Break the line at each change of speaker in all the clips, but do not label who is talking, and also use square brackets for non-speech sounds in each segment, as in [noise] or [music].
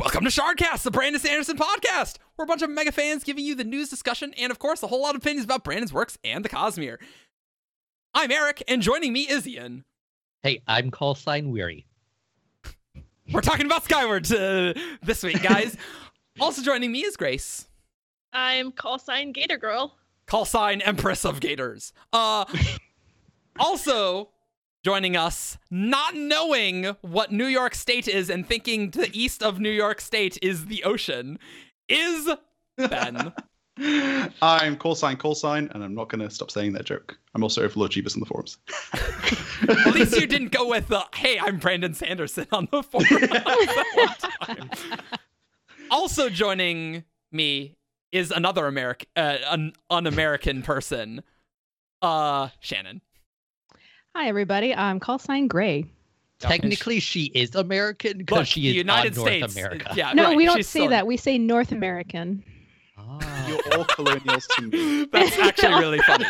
Welcome to Shardcast, the Brandon Sanderson podcast. We're a bunch of mega fans giving you the news discussion and, of course, a whole lot of opinions about Brandon's works and the Cosmere. I'm Eric, and joining me is Ian.
Hey, I'm call sign weary.
We're talking about Skyward uh, this week, guys. also joining me is Grace,
I'm call sign Gator Girl.
call sign Empress of Gators. Uh, also joining us, not knowing what New York State is and thinking the east of New York State is the ocean, is Ben.
I'm call sign call sign, and I'm not going to stop saying that joke. I'm also over Lord Jeebus in the forums.
At least you didn't go with, uh, hey, I'm Brandon Sanderson on the forum. That one time. [laughs] also joining me is another American, uh, an un-American person, uh, Shannon.
Hi, everybody. I'm call sign Gray.
Technically, she is American because
Look,
she is
the United
on
States. uh,
North America.
Yeah,
No,
right,
we don't
she's
say
still-
that. We say North American.
Ah.
You're all colonials to me.
That's actually really funny.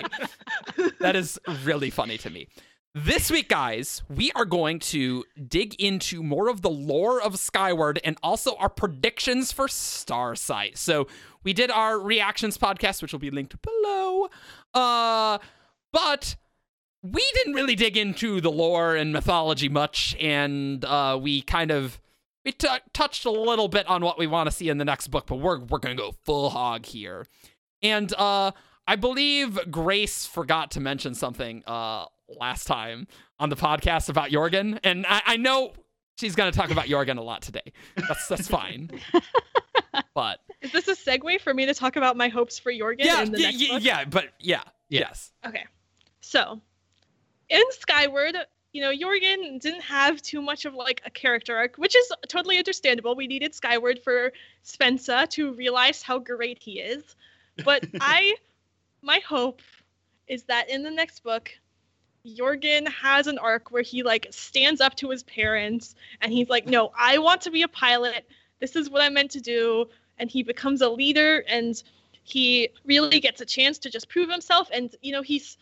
that is really funny to me. This week, guys, we are going to dig into more of the lore of Skyward and also our predictions for Starsight. So we did our reactions podcast, which will be linked below. Uh, but we didn't really dig into the lore and mythology much, and uh, we kind of we t- touched a little bit on what we want to see in the next book, but we're we're gonna go full hog here. And uh, I believe Grace forgot to mention something uh, last time on the podcast about Jorgen, and I, I know she's going to talk about Jorgen a lot today. That's that's fine.
[laughs]
but
Is this a segue for me to talk about my hopes for Jorgen
yeah,
in the
yeah,
next
yeah,
book?
yeah, but yeah,
Yeah.
yes,
Okay. So, in Skyward, you know, Jorgen didn't have too much of like a character arc, which is totally understandable. We needed Skyward for Spensa to realize how great he is.
[laughs]
But I my hope is that in the next book, Jorgen has an arc where he like stands up to his parents and he's like, "No, I want to be a pilot. This is what I'm meant to do." And he becomes a leader and he really gets a chance to just prove himself and you know he's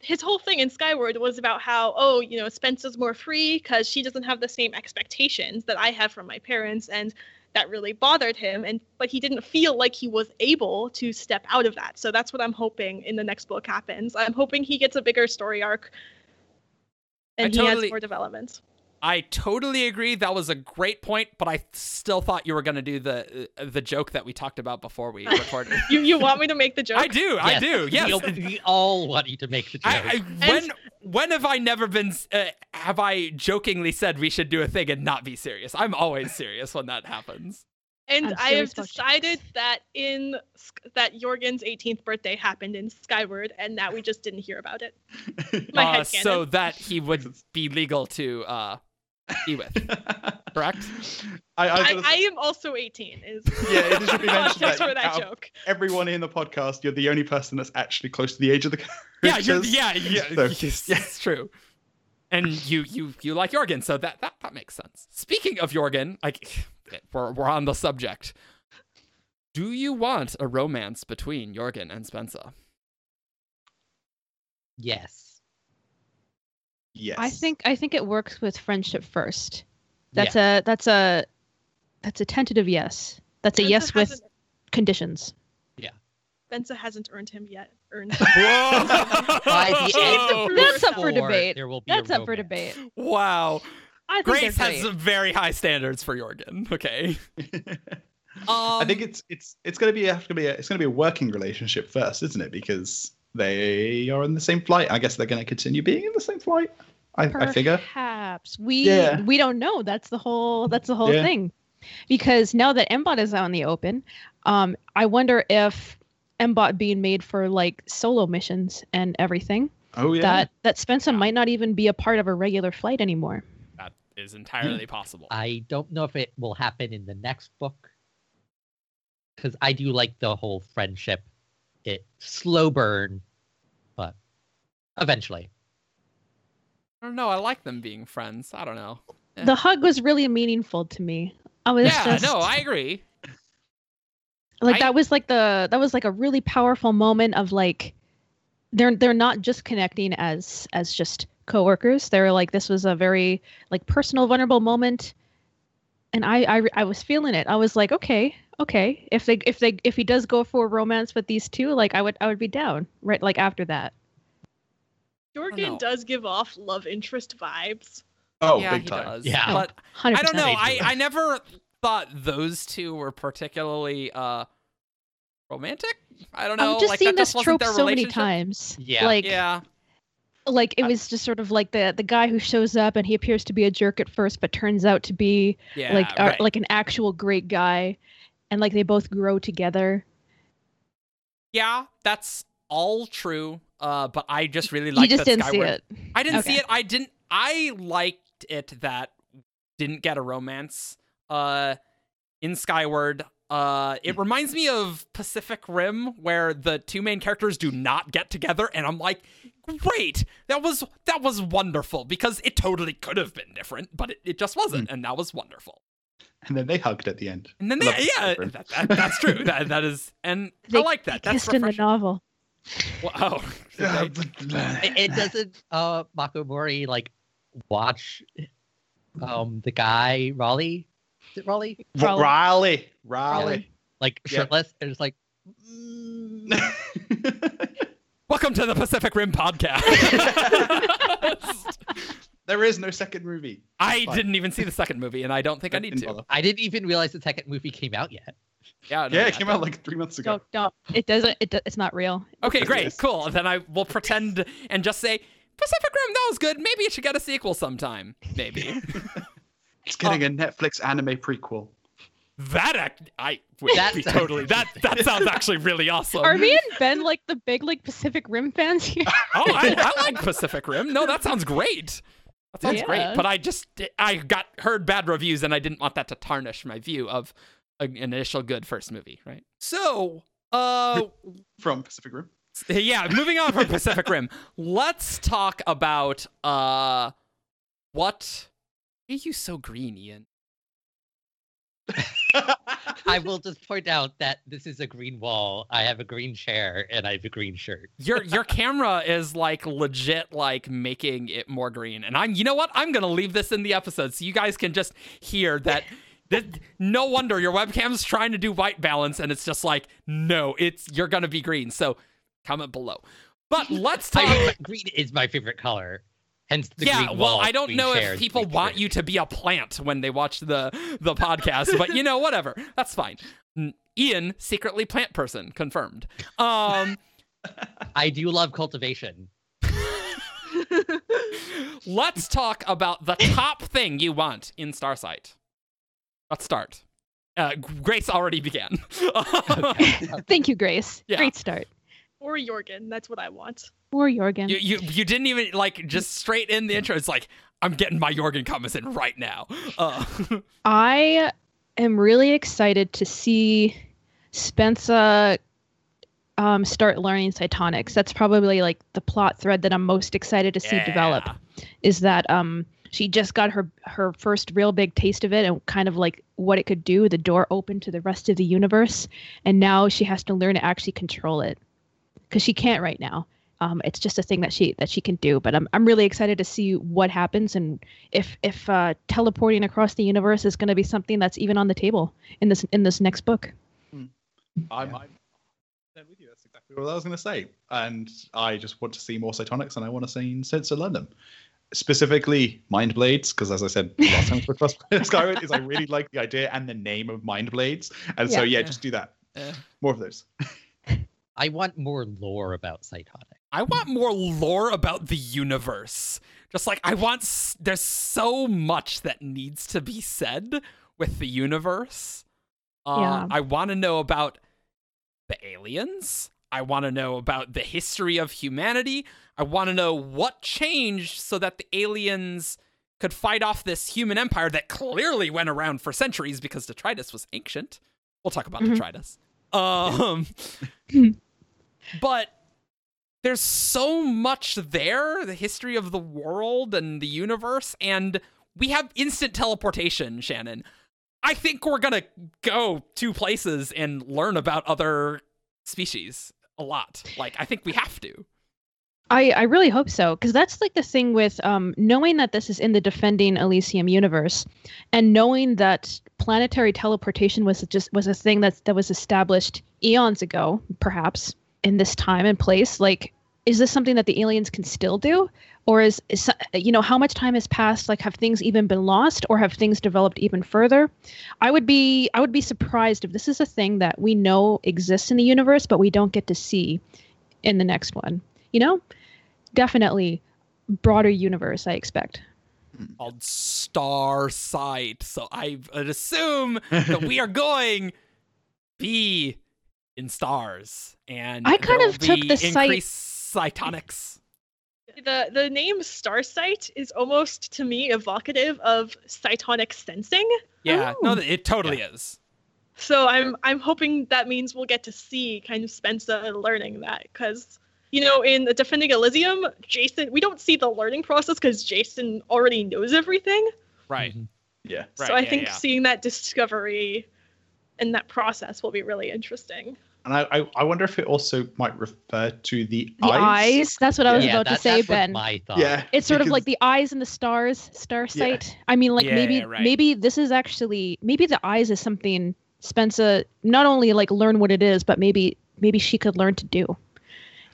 his whole thing in Skyward was about how oh you know Spencer's more free cuz she doesn't have the same expectations that I have from my parents and that really bothered him and but he didn't feel like he was able to step out of that. So that's what I'm hoping in the next book happens. I'm hoping he gets a bigger story arc and
I
he
totally-
has more development.
I totally agree. That was a great point, but I still thought you were going to do the uh, the joke that we talked about before
[laughs]
we recorded.
You you want me
[laughs]
to make the joke?
I do, I
Yes,
do.
we-
Yes,
We, all want you to make the joke.
I, I, when when have I never been? s- Uh, have I jokingly said we should do a thing and not be serious? I'm always serious when that happens.
And
I'm
I have
serious about
decided that in Sk- that Jorgen's 18th birthday happened in Skyward, and that we just didn't hear
[laughs]
about it. My
Uh,
head
so that he
[laughs]
would be legal to uh, be with, [laughs]
[laughs]
correct?
I, I've
I,
gotta-
I am also 18. Is
[laughs] Yeah, it
[laughs]
should be mentioned
context
that
for that
out of
joke.
everyone in the podcast, you're the only person that's actually close to the age of the characters.
Yeah, you're, yeah, yeah,
So-
yes, it's true. And you you you like Jorgen, so that that, that makes sense. Speaking of Jorgen, like [sighs] we're we're on the subject. Do you want a romance between Jorgen and Spencer?
yes.
Yes.
I
[laughs]
think I think it works with friendship first. That's a that's a that's a tentative yes. That's a
Benza
yes with
hasn't-
conditions.
Benza hasn't earned him yet.
[laughs]
Earned.
[laughs]
By
[laughs]
the
Oh.
end of
That's
book
up for
four,
debate.
There will be a
That's up for
romance.
debate.
Wow.
I think
Grace
they're
has
great.
some very high standards for Jorgen. [laughs] Okay. Um,
I think it's it's it's going to be have to be a, it's going to be a working relationship first, isn't it? Because they are in the same flight. I guess they're going to continue being in the same flight. I, I figure.
Perhaps we
Yeah.
we don't know. That's the whole that's the whole
Yeah.
thing. Because now that Mbot is out in the open, um, I wonder if Mbot being made for like solo missions and everything
Oh yeah.
that that Spencer might not even be a part of a regular flight anymore.
that is entirely possible.
I don't know if it will happen in the next book because I do like the whole friendship. It slow burn, but eventually.
I don't know. I like them being friends. I don't know. Yeah.
The hug was really meaningful to me. I was
Yeah,
just
no, I agree.
like
I-
that was like the that was like a really powerful moment of like they're they're not just connecting as as just coworkers they're like this was a very like personal vulnerable moment and I, I I was feeling it. I was like, okay, okay. If they if they if he does go for a romance with these two, like I would I would be down. Right, like after that. Oh,
Jorgen
know.
does give off love interest vibes.
Oh,
yeah,
big
he
time.
does.
Yeah.
But
Hundred
I don't
percent.
know. I,
Major.
I never thought those two were particularly uh romantic. I don't know.
I've just
like,
seen
that
this
wasn't
trope
their
so many
relationship.
times.
Yeah.
Like
Yeah.
like it
I-
was just sort of like the the guy who shows up and he appears to be a jerk at first, but turns out to be
Yeah.
like a,
right.
like an actual great guy, and like they both grow together.
yeah, that's all true. Uh, but I just really liked
you just
that
didn't
Skyward.
see it.
I didn't see
Okay.
it. I didn't. I liked it that didn't get a romance. Uh, in Skyward. Uh, it
Hmm.
reminds me of Pacific Rim, where the two main characters do not get together, and I'm like, great, that was that was wonderful because it totally could have been different, but it, it just
Hmm.
wasn't, and that was wonderful.
And then they hugged at the end.
And then they,
Love Pacific
yeah,
Rim.
that, that- that's
[laughs]
true. That that is, and
They,
I like that.
they
That's
kissed in the
refreshing.
novel.
Wow.
[laughs] Yeah,
Okay.
it,
[sighs]
but-
it doesn't uh Makomori like watch um the guy Raleigh is it Raleigh
Raleigh.
Raleigh. Raleigh.
like
Yeah.
shirtless and it's like mm,
Mm.
Welcome to the Pacific
[laughs]
Rim podcast.
[laughs] there is no second movie.
I
Fine.
didn't even see the second movie, and I don't think I need to.
Didn't bother.
I didn't even realize the second movie came
[laughs]
out yet.
Yeah, no,
Yeah, it came out like three months ago.
Don't don't. It doesn't. It do- it's not real.
Okay, great,
Yes.
cool. Then I will pretend and just say Pacific Rim. That was good. Maybe it should get a sequel sometime.
[laughs]
Maybe
It's getting a Netflix anime prequel.
that act I would
That-
be totally that that sounds actually Oh, really awesome.
Are me and Ben like the big like Pacific Rim fans
[laughs]
here?
Oh, I, I like Pacific Rim. No, that sounds great. That sounds great.
Yeah.
But I just I got heard bad reviews, and I didn't want that to tarnish my view of an initial good first movie. Right. So, uh,
From Pacific Rim.
[laughs] yeah moving on from pacific rim let's talk about uh what why are you so green ian
I will just point out that this is a green wall. I have a green chair and I have a green shirt.
your your camera is like legit like making it more green and i'm you know what i'm gonna leave this in the episode so you guys can just hear that that no wonder your webcam's trying to do white balance and it's just like no it's you're gonna be green so comment below but let's talk
[laughs] I, green is my favorite color. Hence the
yeah,
green
well,
wall.
I don't
green
know
chair,
if people
green
want
shirt.
you to be a plant when they watch the the podcast, but you know, whatever. That's fine. N- Ian, secretly plant person, confirmed. Um,
[laughs] I do love cultivation.
let's talk about the top thing you want in Starsight. Let's start. Uh, Grace already began. [laughs]
Thank you, Grace.
Yeah.
Great start.
Or Jorgen, that's what I want.
Or Jorgen.
you, you you didn't even like just straight in the intro. It's like I'm getting my Jorgen comments in right now. Uh, [laughs]
I am really excited to see Spencer um, start learning cytonics. That's probably like the plot thread that I'm most excited to see develop.
yeah.
Is that um, she just got her her first real big taste of it and kind of like what it could do. The door opened to the rest of the universe, and now she has to learn to actually control it because she can't right now. Um, it's just a thing that she that she can do. But I'm I'm really excited to see what happens and if if uh, teleporting across the universe is going to be something that's even on the table in this in this next book.
[laughs] I'm, I'm with you. That's exactly what I was going to say. And I just want to see more Cytonics and I want to see Sensor London. Specifically, Mind Blades, because as I [laughs] said last time we talked about Skyward, is I really like the idea and the name of Mind Blades. And so, yeah,
Yeah.
just do that.
Yeah.
More of those.
I want more lore about Cytonic.
I want more lore about the universe. Just like I want, s- there's so much that needs to be said with the universe. Uh,
Yeah.
I want to know about the aliens. I want to know about the history of humanity. I want to know what changed so that the aliens could fight off this human empire that clearly went around for centuries because detritus was ancient. We'll talk about
Mhm.
detritus. Um,
Hmm.
but there's so much there the history of the world and the universe, and we have instant teleportation, Shannon. I think we're going to go to places and learn about other species a lot. Like, I think we have to.
I, I really hope so because that's like the thing with um, knowing that this is in the defending Elysium universe, and knowing that planetary teleportation was just was a thing that that was established eons ago, perhaps in this time and place. Like, is this something that the aliens can still do, or is, is you know how much time has passed? Like, have things even been lost, or have things developed even further? I would be I would be surprised if this is a thing that we know exists in the universe, but we don't get to see in the next one. You know, definitely broader universe i expect
called Star Sight. So I would assume that we are going be in stars. And
I kind
there
of
will
took
be
the sight-
increased cytonics.
The the name Starsight is almost to me evocative of cytonic sensing.
Yeah,
Oh.
no, it totally is.
So I'm I'm hoping that means we'll get to see kind of Spencer learning that because you know in the Defending Elysium, Jason we don't see the learning process because Jason already knows everything.
Right.
Mhm.
[laughs] Yeah.
Right.
so I
yeah,
think
yeah.
seeing that discovery and that process will be really interesting.
And I, I, I wonder if it also might refer to the,
the eyes, that's what i was
Yeah,
about
that-
to say
that's what
ben
my thought.
Yeah.
it's sort of
because-
like the eyes and the stars star sight i mean like
Yeah,
maybe
yeah, right.
maybe this is actually maybe the eyes is something spencer not only like learn what it is but maybe maybe she could learn to do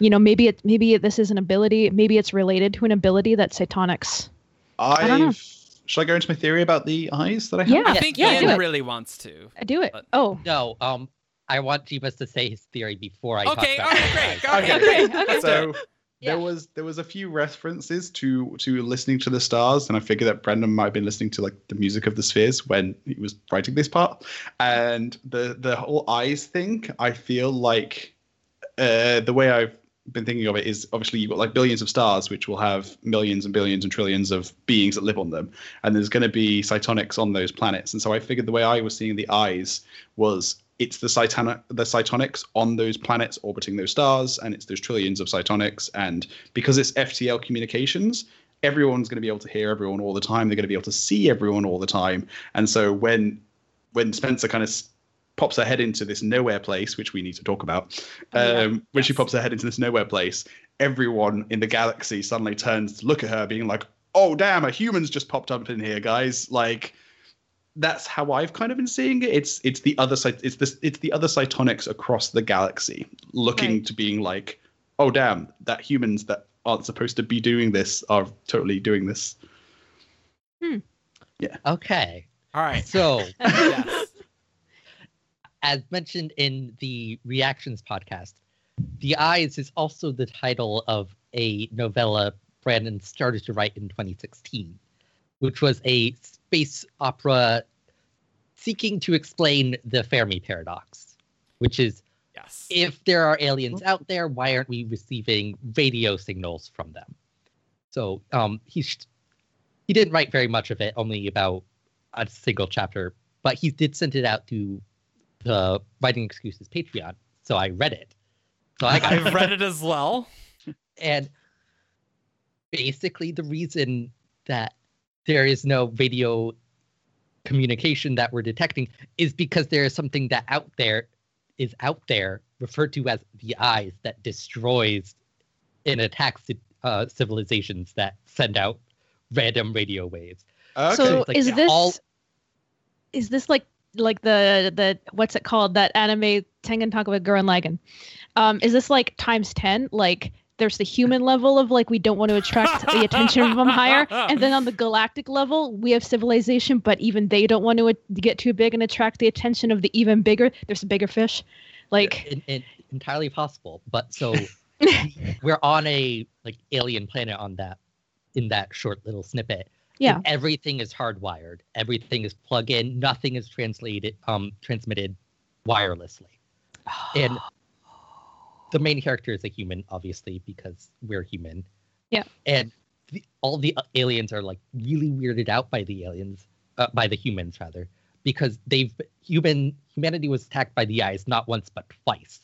you know maybe it maybe this is an ability maybe it's related to an ability that satonics I don't know.
I've. Should I go into my theory about the eyes that I have?
yeah
I think
yeah
Ian
do
Ian
it
really wants to.
do it
but-
oh
No, um, I want Jeebus to say his theory before I
okay, all
talk about
right,
my
great.
eyes.
Go ahead.
Okay,
[laughs]
great.
[laughs] okay.
Let's do it.
So
Yeah.
there was there was a few references to to listening to the stars, and I figure that Brendan might have been listening to like the music of the spheres when he was writing this part. And the the whole eyes thing, I feel like uh, the way I've been thinking of it is obviously you've got like billions of stars, which will have millions and billions and trillions of beings that live on them, and there's going to be cytonics on those planets. And so I figured the way I was seeing the eyes was it's the cytonic the cytonics on those planets orbiting those stars and it's those trillions of cytonics and because it's ftl communications everyone's going to be able to hear everyone all the time they're going to be able to see everyone all the time and so when when spencer kind of s- pops her head into this nowhere place which we need to talk about um,
Oh, yeah.
when she
Yes.
pops her head into this nowhere place everyone in the galaxy suddenly turns to look at her being like oh damn a human's just popped up in here guys like that's how I've kind of been seeing it. It's it's the other side. It's this. It's the other cytonics across the galaxy looking
Right.
to being like, oh damn, that humans that aren't supposed to be doing this are totally doing this.
Okay,
All right. [laughs]
so
Yes.
as mentioned in the reactions podcast, the eyes is also the title of a novella Brandon started to write in 2016, which was a space opera seeking to explain the Fermi paradox, which is
Yes.
if there are aliens out there, why aren't we receiving radio signals from them? So um, he sh- he didn't write very much of it, only about a single chapter, but he did send it out to the Writing Excuses Patreon. So I read it.
[laughs]
So
[laughs]
I got
I've read it as well.
and basically, the reason that there is no video communication that we're detecting is because there is something that out there is out there, referred to as the eyes, that destroys and attacks uh, civilizations that send out random radio waves.
So
It's like
is
they're
this
all-
is this like like the the what's it called that anime Tengen Takawa Gurren Lagann? Um, is this like times ten? Like there's the human level of like we don't want to attract the attention from higher, and then on the galactic level we have civilization, but even they don't want to a- get too big and attract the attention of the even bigger. There's bigger fish, like
in, in- entirely possible. But
[laughs]
so we- we're on a like alien planet on that in that short little snippet.
yeah,
and everything is hardwired everything is plug in nothing is translated um transmitted wirelessly and the main character is a human obviously because we're human
Yeah.
and the, all the uh, aliens are like really weirded out by the aliens uh, by the humans rather because they've human humanity was attacked by the eyes not once but twice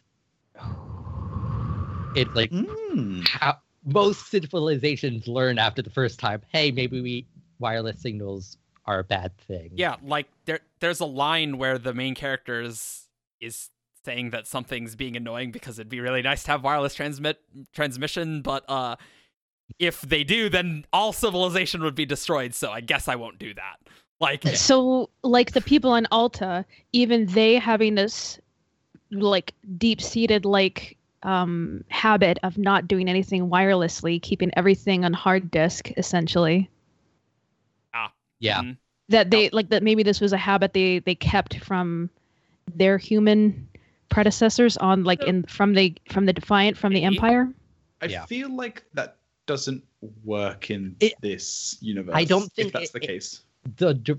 it's like
Mm.
how most civilizations learn after the first time hey maybe we wireless signals are a bad thing
Yeah, like there there's a line where the main character is is saying that something's being annoying because it'd be really nice to have wireless transmit transmission, but uh, if they do, then all civilization would be destroyed. So I guess I won't do that. Like,
So, like the people on Alta, even they having this like deep seated like um habit of not doing anything wirelessly, keeping everything on hard disk essentially.
Yeah.
mm,
That they like that maybe this was a habit they they kept from their human predecessors on like in from the from the Defiant from the
Maybe.
Empire.
I
Yeah.
feel like that doesn't work in
It-
this universe.
I don't
if
think
that's
it-
the
it-
case.
the d-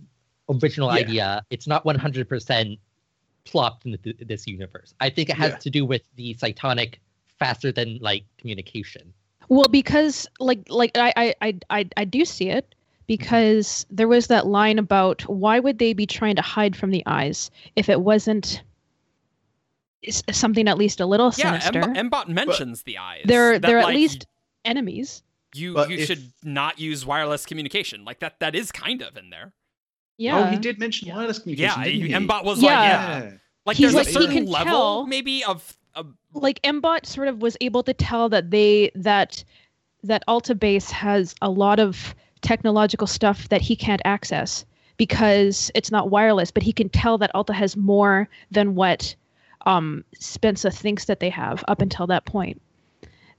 original
Yeah.
idea. It's not 100% plopped into th- this universe. I think it has
Yeah.
to do with the cytonic faster than light communication.
Well, because like like I I I I, I do see it because there was that line about why would they be trying to hide from the eyes if it wasn't s- something at least a little
yeah,
sinister.
M- Mbot mentions the eyes.
they're
that,
they're at
like,
least enemies.
you
But
you
if-
should not use wireless communication. Like that that is kind of in there.
Yeah.
Oh, he did mention
Yeah.
wireless communication.
Yeah,
didn't
you-
he?
Mbot was
Yeah.
like, yeah, like
He's
there's
like,
a
he
certain
can
level
tell-
maybe of, of
like Mbot sort of was able to tell that they that that Alta base has a lot of technological stuff that he can't access because it's not wireless, but he can tell that Alta has more than what um, Spencer thinks that they have up until that point.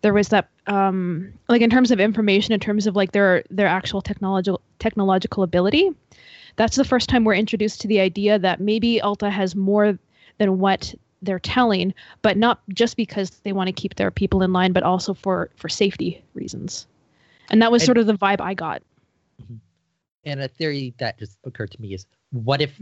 There was that um, like in terms of information, in terms of like their their actual technological technological ability. That's the first time we're introduced to the idea that maybe Alta has more than what they're telling, but not just because they want to keep their people in line, but also for for safety reasons. And that was
And-
sort of the vibe I got.
And a theory that just occurred to me is what if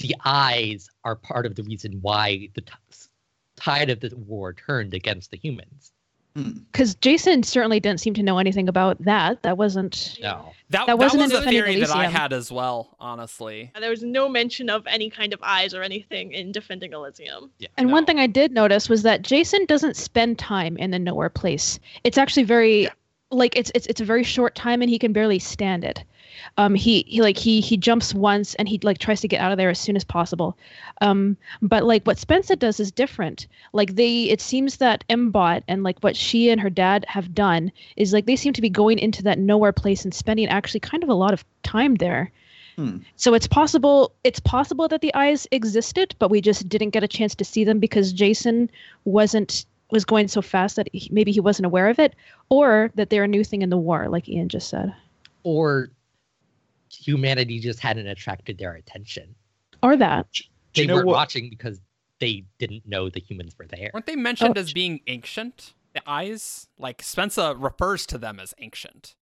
the eyes are part of the reason why the t- s- tide of the war turned against the humans?
Hmm.
Because Jason certainly didn't seem to know anything about that. That wasn't.
No.
that.
That
That,
wasn't
was
in
a
Defending
theory that I
Elysium.
had as well. Honestly,
And there was no mention of any kind of eyes or anything in defending Elysium.
And one
No.
thing I did notice was that Jason doesn't spend time in the nowhere place. It's actually very
Yeah.
like it's it's it's a very short time and he can barely stand it. Um he, he like he he jumps once and he like tries to get out of there as soon as possible. Um but like what Spencer does is different. Like they it seems that Mbot and like what she and her dad have done is like they seem to be going into that nowhere place and spending actually kind of a lot of time there.
Hmm.
So it's possible it's possible that the eyes existed, but we just didn't get a chance to see them because Jason wasn't was going so fast that he, maybe he wasn't aware of it, or that they're a new thing in the war, like Ian just said,
Or humanity just hadn't attracted their attention.
or that.
Do
They
you know
weren't
what?
watching because they didn't know the humans were there.
weren't they
Oh.
mentioned as being ancient? The eyes, like Spencer refers to them as ancient.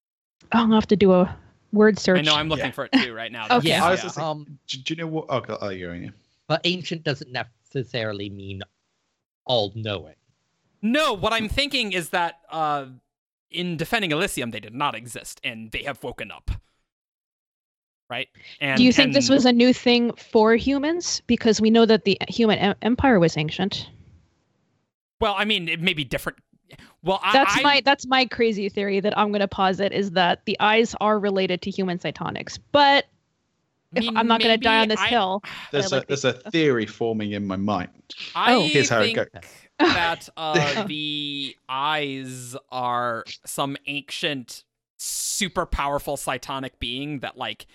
I'll have to do a word search.
I know I'm looking
Yeah.
for it too right
[laughs]
now. That's-
Okay.
I was just-
Um,
Do, do you know what? Oh, God, oh you're in here.
But ancient doesn't necessarily mean all knowing.
No, what I'm thinking is that uh, in defending Elysium, they did not exist, and they have woken up. Right? And,
do you think this
and-
was a new thing for humans? Because we know that the human em- empire was ancient.
Well, I mean, it may be different. Well, I,
That's
I-
my that's my crazy theory that I'm going to posit is that the eyes are related to human cytonics. But
I
if
mean,
I'm not going to die on
maybe
this
I- [sighs]
hill,
There's
like
a there's a theory forming in my mind.
I
Oh.
think
Here's how it goes.
[laughs] that uh, the eyes are some ancient, super powerful cytonic being that like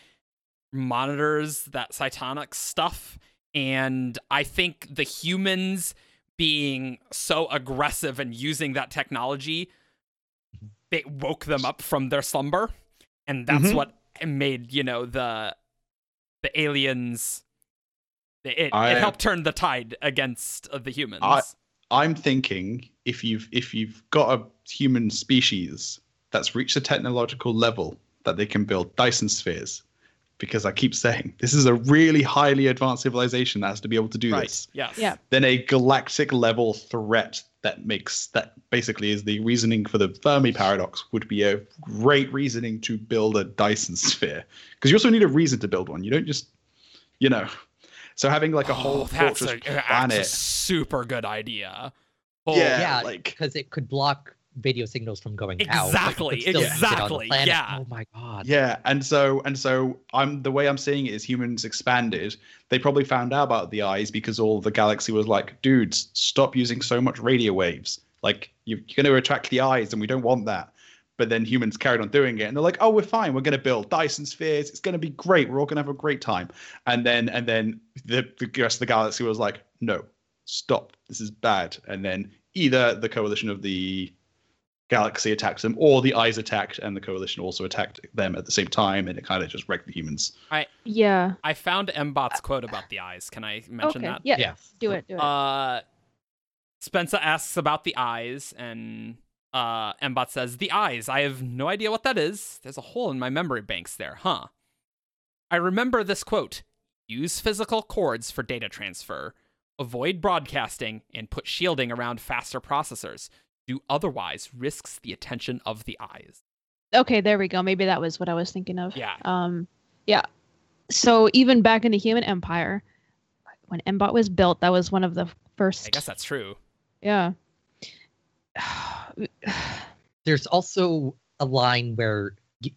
monitors that cytonic stuff, and I think the humans being so aggressive and using that technology, they woke them up from their slumber, and that's
Mhm.
what made you know the the aliens. It,
I-
it helped turn the tide against uh, the humans.
I'm thinking if you've if you've got a human species that's reached a technological level that they can build Dyson spheres, because I keep saying this is a really highly advanced civilization that has to be able to do this.
Yes.
Yeah.
Then a galactic level threat that makes that basically is the reasoning for the Fermi paradox would be a great reasoning to build a Dyson sphere because you also need a reason to build one. You don't just, you know. So having like a
Oh,
whole
that's
fortress
a, that's a
planet,
super good idea. Oh,
yeah,
Yeah.
like
Because it could block video signals from going out. but
Exactly,
still make it on the
exactly,
planet.
yeah.
Oh my god.
Yeah, and so and so I'm the way I'm seeing it is humans expanded. They probably found out about the eyes because all the galaxy was like, dudes, stop using so much radio waves. Like you, you're going to attract the eyes, and we don't want that. But then humans carried on doing it, and they're like, oh, we're fine. We're going to build Dyson spheres. It's going to be great. We're all going to have a great time. And then and then the, the rest of the galaxy was like, no, stop. This is bad. And then either the coalition of the galaxy attacks them or the eyes attacked and the coalition also attacked them at the same time and it kind of just wrecked the humans
Yeah.
I found Mbot's quote about the eyes. Can I mention
okay.
that?
Yeah.
Yeah.
Do it. Do it.
Uh, Spencer asks about the eyes, and uh, Mbot says, The eyes. I have no idea what that is. There's a hole in my memory banks there, huh? I remember this quote Use physical cords for data transfer, avoid broadcasting, and put shielding around faster processors. Do otherwise risks the attention of the eyes.
okay. There we go. Maybe that was what I was thinking of.
Yeah.
Um, yeah. So even back in the Human Empire, when Mbot was built, that was one of the first.
I guess that's
[laughs]
true.
Yeah. [sighs]
There's also a line where y-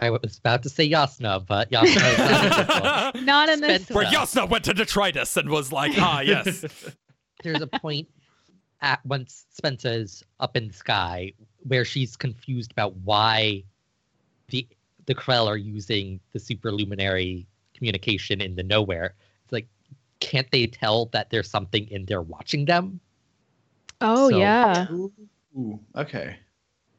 I was about to say Yasna, but
[laughs]
Yasna is not in this one.
Not in this.
Spencer.
Where
Yeah.
Yasna went to detritus and was like, ah,
[laughs]
yes.
there's a point at once Spencer's up in the sky where she's confused about why the the Krell are using the superluminary communication in the nowhere. It's like, can't they tell that there's something in there watching them?
Oh
So-
yeah.
Ooh, okay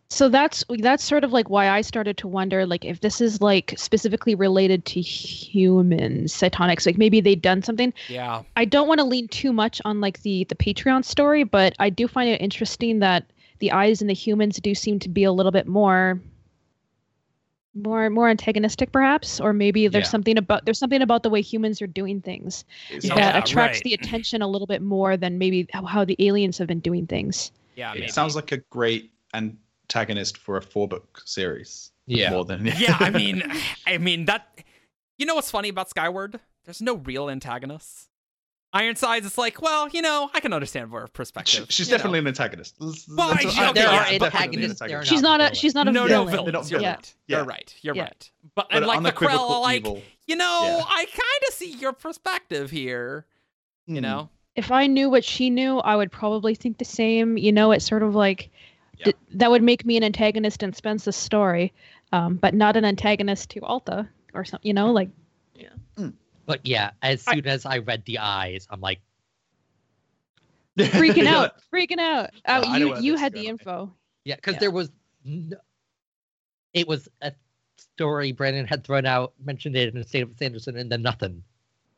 So that's that's sort of like why I started to wonder like if this is like specifically related to humans, cytonics, like maybe they'd done something.
yeah.
I don't want to lean too much on like the the Patreon story, but I do find it interesting that the eyes and the humans do seem to be a little bit more more more antagonistic perhaps or maybe there's
Yeah.
something about there's something about the way humans are doing things
Oh,
It
Yeah,
sounds,
that
like,
attracts
right.
the attention a little bit more than maybe how, how the aliens have been doing things
Yeah.
it
maybe.
sounds like a great antagonist for a four book series
Yeah.
more than
yeah, I
[laughs]
[laughs]
mean, I mean that. You know what's funny about Skyward? There's no real antagonists. Ironsides, it's like, well, you know, I can understand her
She-
perspective.
she's
you know.
definitely an antagonist That's-
Well,
that's
I-
what-
yeah,
there
okay,
are
yeah, but-
antagonists, there are
antagonists,
she's
not
not a
villain.
she's not a
no, no
villain.
They're
villains.
not
You're
villains.
right. You're
Yeah.
right. You're
Yeah.
right. But,
but
and like the Krell,
unequivocal
are like
evil.
you know,
Yeah.
I kind of see your perspective here. You
Hmm. [laughs]
know,
if I knew what she knew, I would probably think the same. You know, it's sort of like d- that would make me an antagonist in Spence's story, um, but not an antagonist to Alta or something. You know, like
But yeah, as
I-
soon as I read the eyes, I'm like,
[laughs]
freaking out, freaking out.
Yeah,
Oh,
I know
you
where
you
this is
had the
going.
info.
yeah, because
Yeah.
there was, n it was a story Brandon had thrown out, mentioned it in the state of Sanderson, and then nothing.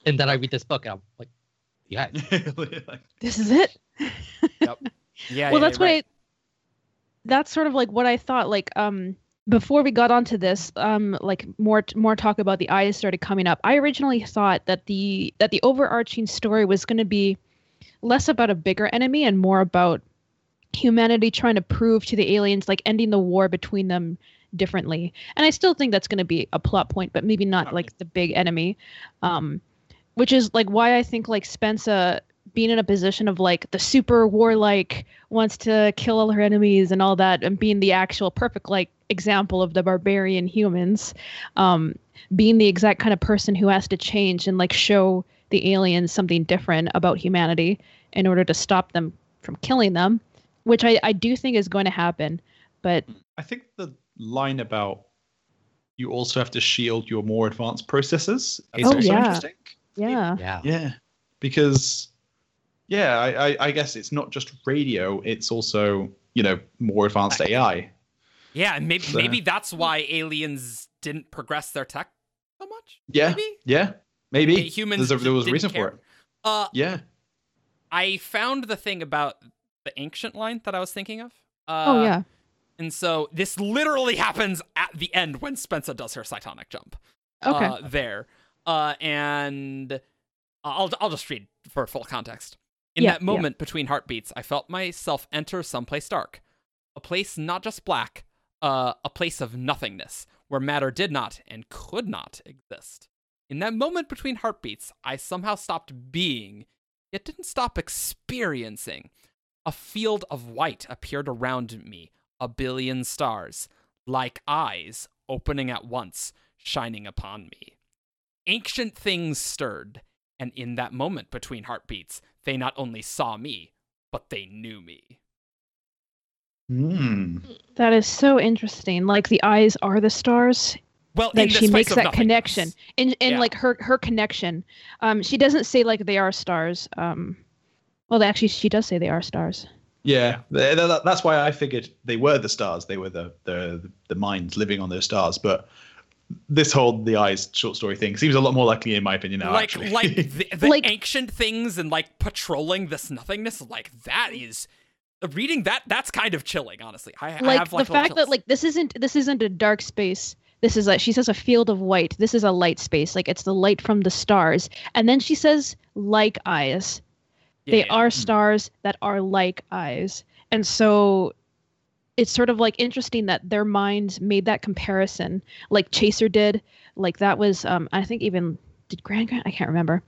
And then I read this book, and I'm like, yeah,
Like,
This is it.
yeah.
well, that's what I. That's sort of like what I thought. Like um. Before we got onto this, um, like more more talk about the eyes started coming up. I originally thought that the that the overarching story was going to be less about a bigger enemy and more about humanity trying to prove to the aliens like ending the war between them differently and i still think that's going to be a plot point but maybe not
Okay.
like the big enemy um which is like why i think like spencer being in a position of like the super warlike wants to kill all her enemies and all that and being the actual perfect like example of the barbarian humans um being the exact kind of person who has to change and like show the aliens something different about humanity in order to stop them from killing them, which I, I do think is going to happen. But
i think the line about you also have to shield your more advanced processors is
Oh,
also
yeah.
interesting
Uh,
yeah,
yeah.
Yeah, because yeah, I, I, I guess it's not just radio; it's also you know more advanced AI.
Yeah, and maybe
So-
maybe that's why aliens didn't progress their tech so much.
Yeah,
Maybe.
yeah, maybe
Yeah, humans
There's a, there was a
didn't
reason
care.
for it.
Uh,
Yeah,
I found the thing about the ancient line that I was thinking of. Uh,
oh yeah,
And so this literally [laughs] happens at the end when Spencer does her cytonic jump.
okay,
Uh, there. Uh, and I'll, I'll just read for full context. In
Yeah,
that
yeah.
moment between heartbeats, I felt myself enter someplace dark. A place not just black, uh, a place of nothingness, where matter did not and could not exist. In that moment between heartbeats, I somehow stopped being, yet didn't stop experiencing. A field of white appeared around me, a billion stars, like eyes opening at once, shining upon me. Ancient things stirred, and in that moment between heartbeats, they not only saw me, but they knew me.
Hmm.
That is so interesting. Like the eyes are the stars.
Well, in
Like
the
she
space
makes
of
that
nothingness.
connection. And and
Yeah.
like her her connection. Um she doesn't say like they are stars. Um well actually she does say they are stars.
Yeah, th- th- that- that's why I figured they were the stars. They were the the the minds living on those stars. But this whole the eyes short story thing seems a lot more likely, in my opinion. Now,
like
actually. [laughs]
like the, the
Like-
ancient things and like patrolling this nothingness like that is reading that that's kind of chilling honestly i, I
like
have like
the
little
fact that
chills.
like this isn't this isn't a dark space this is like she says a field of white this is a light space like it's the light from the stars and then she says like eyes
Yeah,
they
yeah. Hmm.
are stars that are like eyes and so it's sort of like interesting that their minds made that comparison like chaser did like that was um i think even did grand grand i can't remember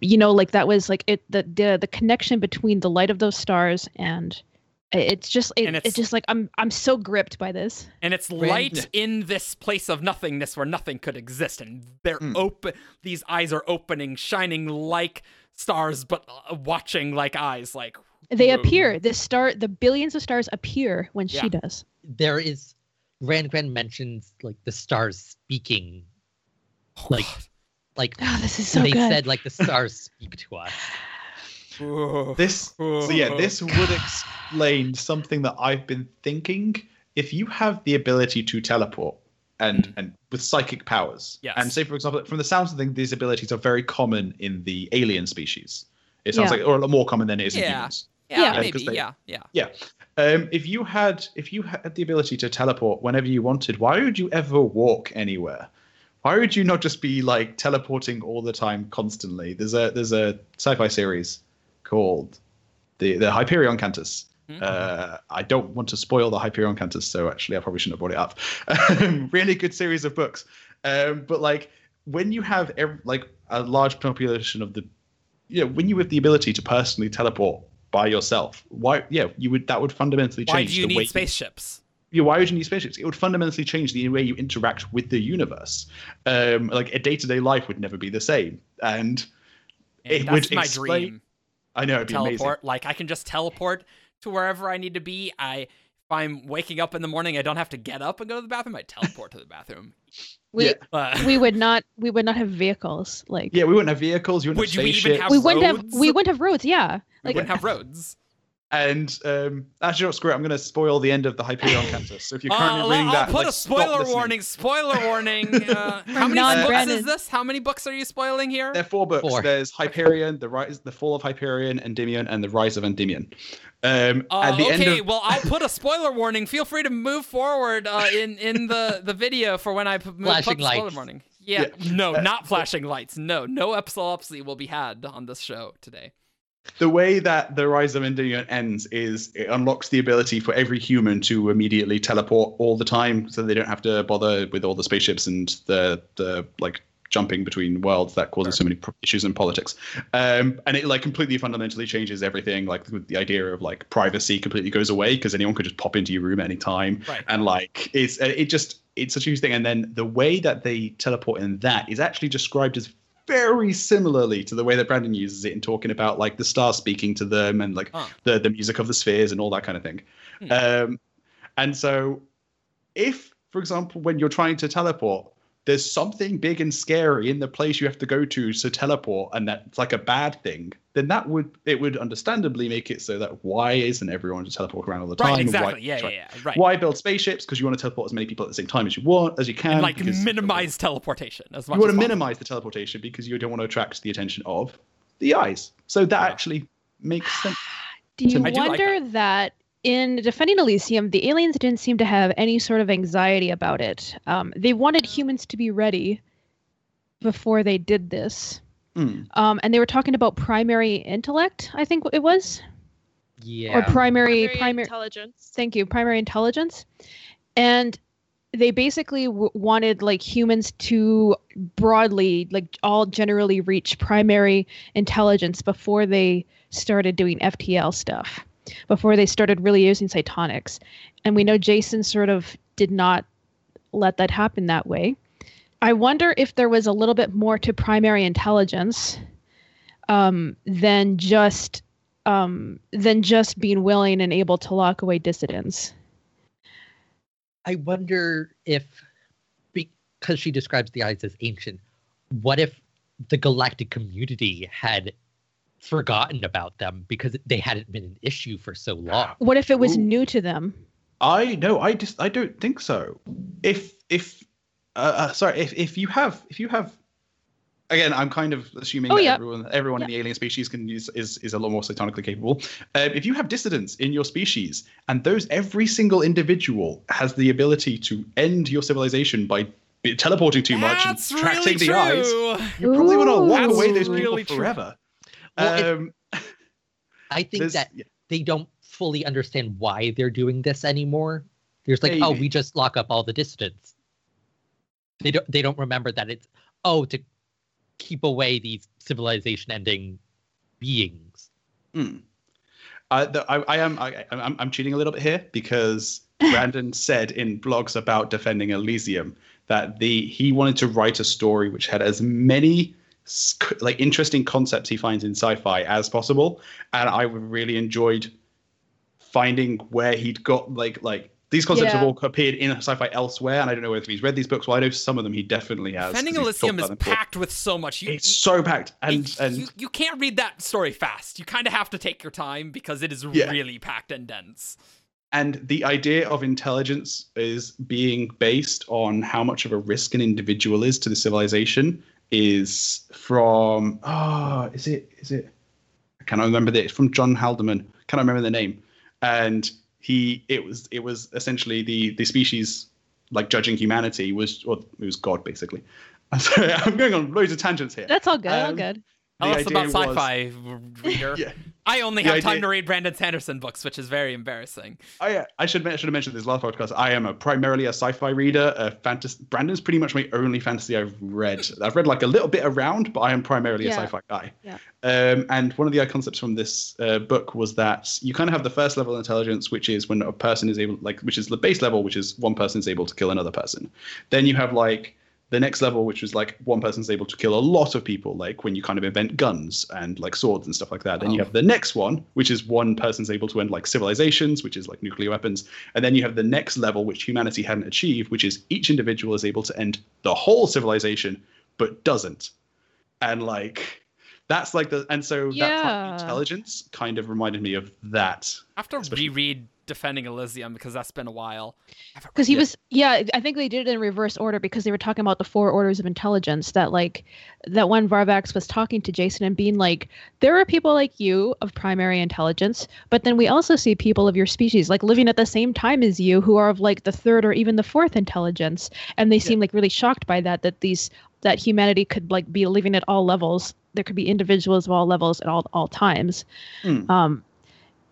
you know like that was like it the the, the connection between the light of those stars and it- it's just it,
And
it's,
it's-
just like i'm i'm so gripped by this
and it's
Brand-
light in this place of nothingness where nothing could exist and they're
Mm.
open these eyes are opening shining like stars but uh, watching like eyes like
they
Whoa.
appear this star the billions of stars appear when
Yeah.
she does
There is Rand Gren mentions like the stars speaking. Like like
oh this is so
they
good
said like the stars speak to
[laughs]
us.
this. So yeah, this would explain something that I've been thinking. If you have the ability to teleport and and with psychic powers,
Mm. Yes.
and say for example, from the sounds of things, these abilities are very common in the alien species. It sounds
Yeah.
like, or a lot more common than it is in
Yeah.
humans.
yeah,
Yeah.
maybe
Because they-
yeah yeah
Um, if you had if you had the ability to teleport whenever you wanted, why would you ever walk anywhere? Why would you not just be like teleporting all the time, constantly? There's a there's a sci-fi series called the the Hyperion Cantus.
Mhm.
Uh, I don't want to spoil the Hyperion Cantus, so actually I probably shouldn't have brought it up. Um, [laughs] really good series of books, um, but like when you have ev- like a large population of the you know, when you have the ability to personally teleport by yourself, why, yeah, you would that would fundamentally change
why do you
the way
need spaceships
You, yeah, why would you need spaceships? It would fundamentally change the way you interact with the universe. Um, like a day to day life would never be the same. And
And
It
that's
would
my
explain-
dream
I know it'd be
teleport.
amazing.
Like I can just teleport to wherever I need to be. I if I'm waking up in the morning, I don't have to get up and go to the bathroom. I teleport to the bathroom.
we
Yeah.
Uh,
we would not we would not have vehicles like
Yeah, we wouldn't have vehicles. You wouldn't
Would
have
you even
spaceships.
have
we wouldn't have
roads?
we wouldn't have roads yeah
we
like
wouldn't have roads.
and um, actually, no, screw it. I'm going to spoil the end of the
[laughs]
Hyperion Cantus. So if [laughs] you're currently
Uh,
reading
I'll
that,
put
like,
a
stop
spoiler
listening.
warning. Spoiler warning.
[laughs]
Uh, how many books is
non-Brennan.
this? How many books are you spoiling here?
There are four books.
Four.
There's Hyperion, the rise, the fall of Hyperion, Endymion, and the rise of Endymion. Um,
Uh,
at the end
okay,
of
well, I'll put a spoiler warning. Feel free to move forward uh, in in the, the video for when I p- move-
Flashing
put the spoiler
lights.
warning. Yeah, no, not flashing lights. No, no epilepsy will be had on this show today.
the way that the Rise of Endymion ends is it unlocks the ability for every human to immediately teleport all the time, so they don't have to bother with all the spaceships and the the like jumping between worlds that causes so many pro- issues in politics. Um, and it like completely fundamentally changes everything. Like with the idea of like privacy completely goes away because anyone could just pop into your room at any time.
Right.
And like it's uh, it just it's such a huge thing. And then the way that they teleport in that is actually described as very similarly to the way that Brandon uses it in talking about like the stars speaking to them and like
Huh.
the the music of the spheres and all that kind of thing.
Hmm.
Um, and so, if for example, when you're trying to teleport, there's something big and scary in the place you have to go to to teleport, and that's like a bad thing. Then that would it would understandably make it so that why isn't everyone just teleport around all the time?
Right,
and why-
exactly. Yeah, yeah, yeah. Right.
Why build spaceships? Because you want to teleport as many people at the same time as you want, as you can.
and like
because-
minimize teleportation as much
you want
as
to
possible.
minimize the teleportation because you don't want to attract the attention of the eyes. So that
Yeah.
actually makes sense.
Do you
I
do like
wonder that. in defending Elysium, the aliens didn't seem to have any sort of anxiety about it? Um, they wanted humans to be ready before they did this,
Mm.
um, and they were talking about primary intellect, I think it was,
Yeah.
or primary
Primary
primary.
intelligence.
thank you, primary intelligence, and they basically w- wanted like humans to broadly, like all generally, reach primary intelligence before they started doing FTL stuff. before they started really using cytonics. And we know Jason sort of did not let that happen that way. I wonder if there was a little bit more to primary intelligence um, than just um, than just being willing and able to lock away dissidents.
I wonder if, because she describes the eyes as ancient, what if the galactic community had forgotten about them because they hadn't been an issue for so long?
What if it was
Ooh.
new to them?
I no, I just I don't think so. If if uh, uh, sorry, if if you have if you have again, I'm kind of assuming
Oh,
that
yeah.
everyone everyone in
Yeah.
the alien species can use is is a lot more satanically capable. Um, if you have dissidents in your species, and those every single individual has the ability to end your civilization by b- teleporting too much and
That's really
attracting the
true.
eyes, you probably want to walk
That's
away those
really true.
people forever.
Well, it-
um,
I think
there's-
that they don't fully understand why they're doing this anymore. There's like, oh,
Maybe.
we just lock up all the dissidents. They don't. They don't remember that it's oh to keep away these civilization-ending beings.
Uh, the, Hmm. I, I am I, I'm, I'm cheating a little bit here because Brandon said in blogs about defending Elysium that the he wanted to write a story which had as many sc- like interesting concepts he finds in sci-fi as possible, and I really enjoyed finding where he'd got like like these concepts have
Yeah.
all appeared in sci-fi elsewhere, and I don't know whether he's read these books. Well, I know some of them he definitely has. 'cause
Defending
he's
Elysium
talked
is
about them before.
packed with so much. You,
It's so packed, and
you- you,
and
you can't read that story fast. You kind of have to take your time because it is
Yeah.
really packed and dense.
and the idea of intelligence is being based on how much of a risk an individual is to the civilization is from ah is it is it I cannot remember the it's from John Haldeman cannot remember the name and he it was it was essentially the the species like judging humanity was or it was God basically [laughs] I'm sorry I'm going on loads of tangents here
That's all good. all
Um,
good.
Tell
The
us about
idea was-
sci-fi
[laughs]
r- reader.
yeah
I only
The
have time
idea-
to read Brandon Sanderson books, which is very embarrassing.
I, uh, I should men- should have mentioned this last podcast. I am a primarily a sci-fi reader. A fantasy. Brandon's pretty much my only fantasy I've
[laughs]
read. I've read like a little bit around, but I am primarily
Yeah.
a sci-fi guy.
Yeah.
Um, and one of the concepts from this uh, book was that you kind of have the first level of intelligence, which is when a person is able, like, which is the base level, which is one person is able to kill another person. Then you have like the next level, which was like one person's able to kill a lot of people, like when you kind of invent guns and like swords and stuff like that. Then you
Oh.
have the next one, which is one person's able to end like civilizations, which is like nuclear weapons. And then you have the next level, which humanity hadn't achieved, which is each individual is able to end the whole civilization, but doesn't. And like that's like the and so that
Yeah.
part, intelligence kind of reminded me of that.
I have to
Especially-
reread Defending Elysium because that's been a while. I haven't
because he
Yeah.
was yeah i think they did it in reverse order because they were talking about the four orders of intelligence that like that one varvax was talking to jason and being like there are people like you of primary intelligence but then we also see people of your species like living at the same time as you who are of like the third or even the fourth intelligence and they seem like really shocked by that that these that humanity could like be living at all levels there could be individuals of all levels at all all times
Hmm.
um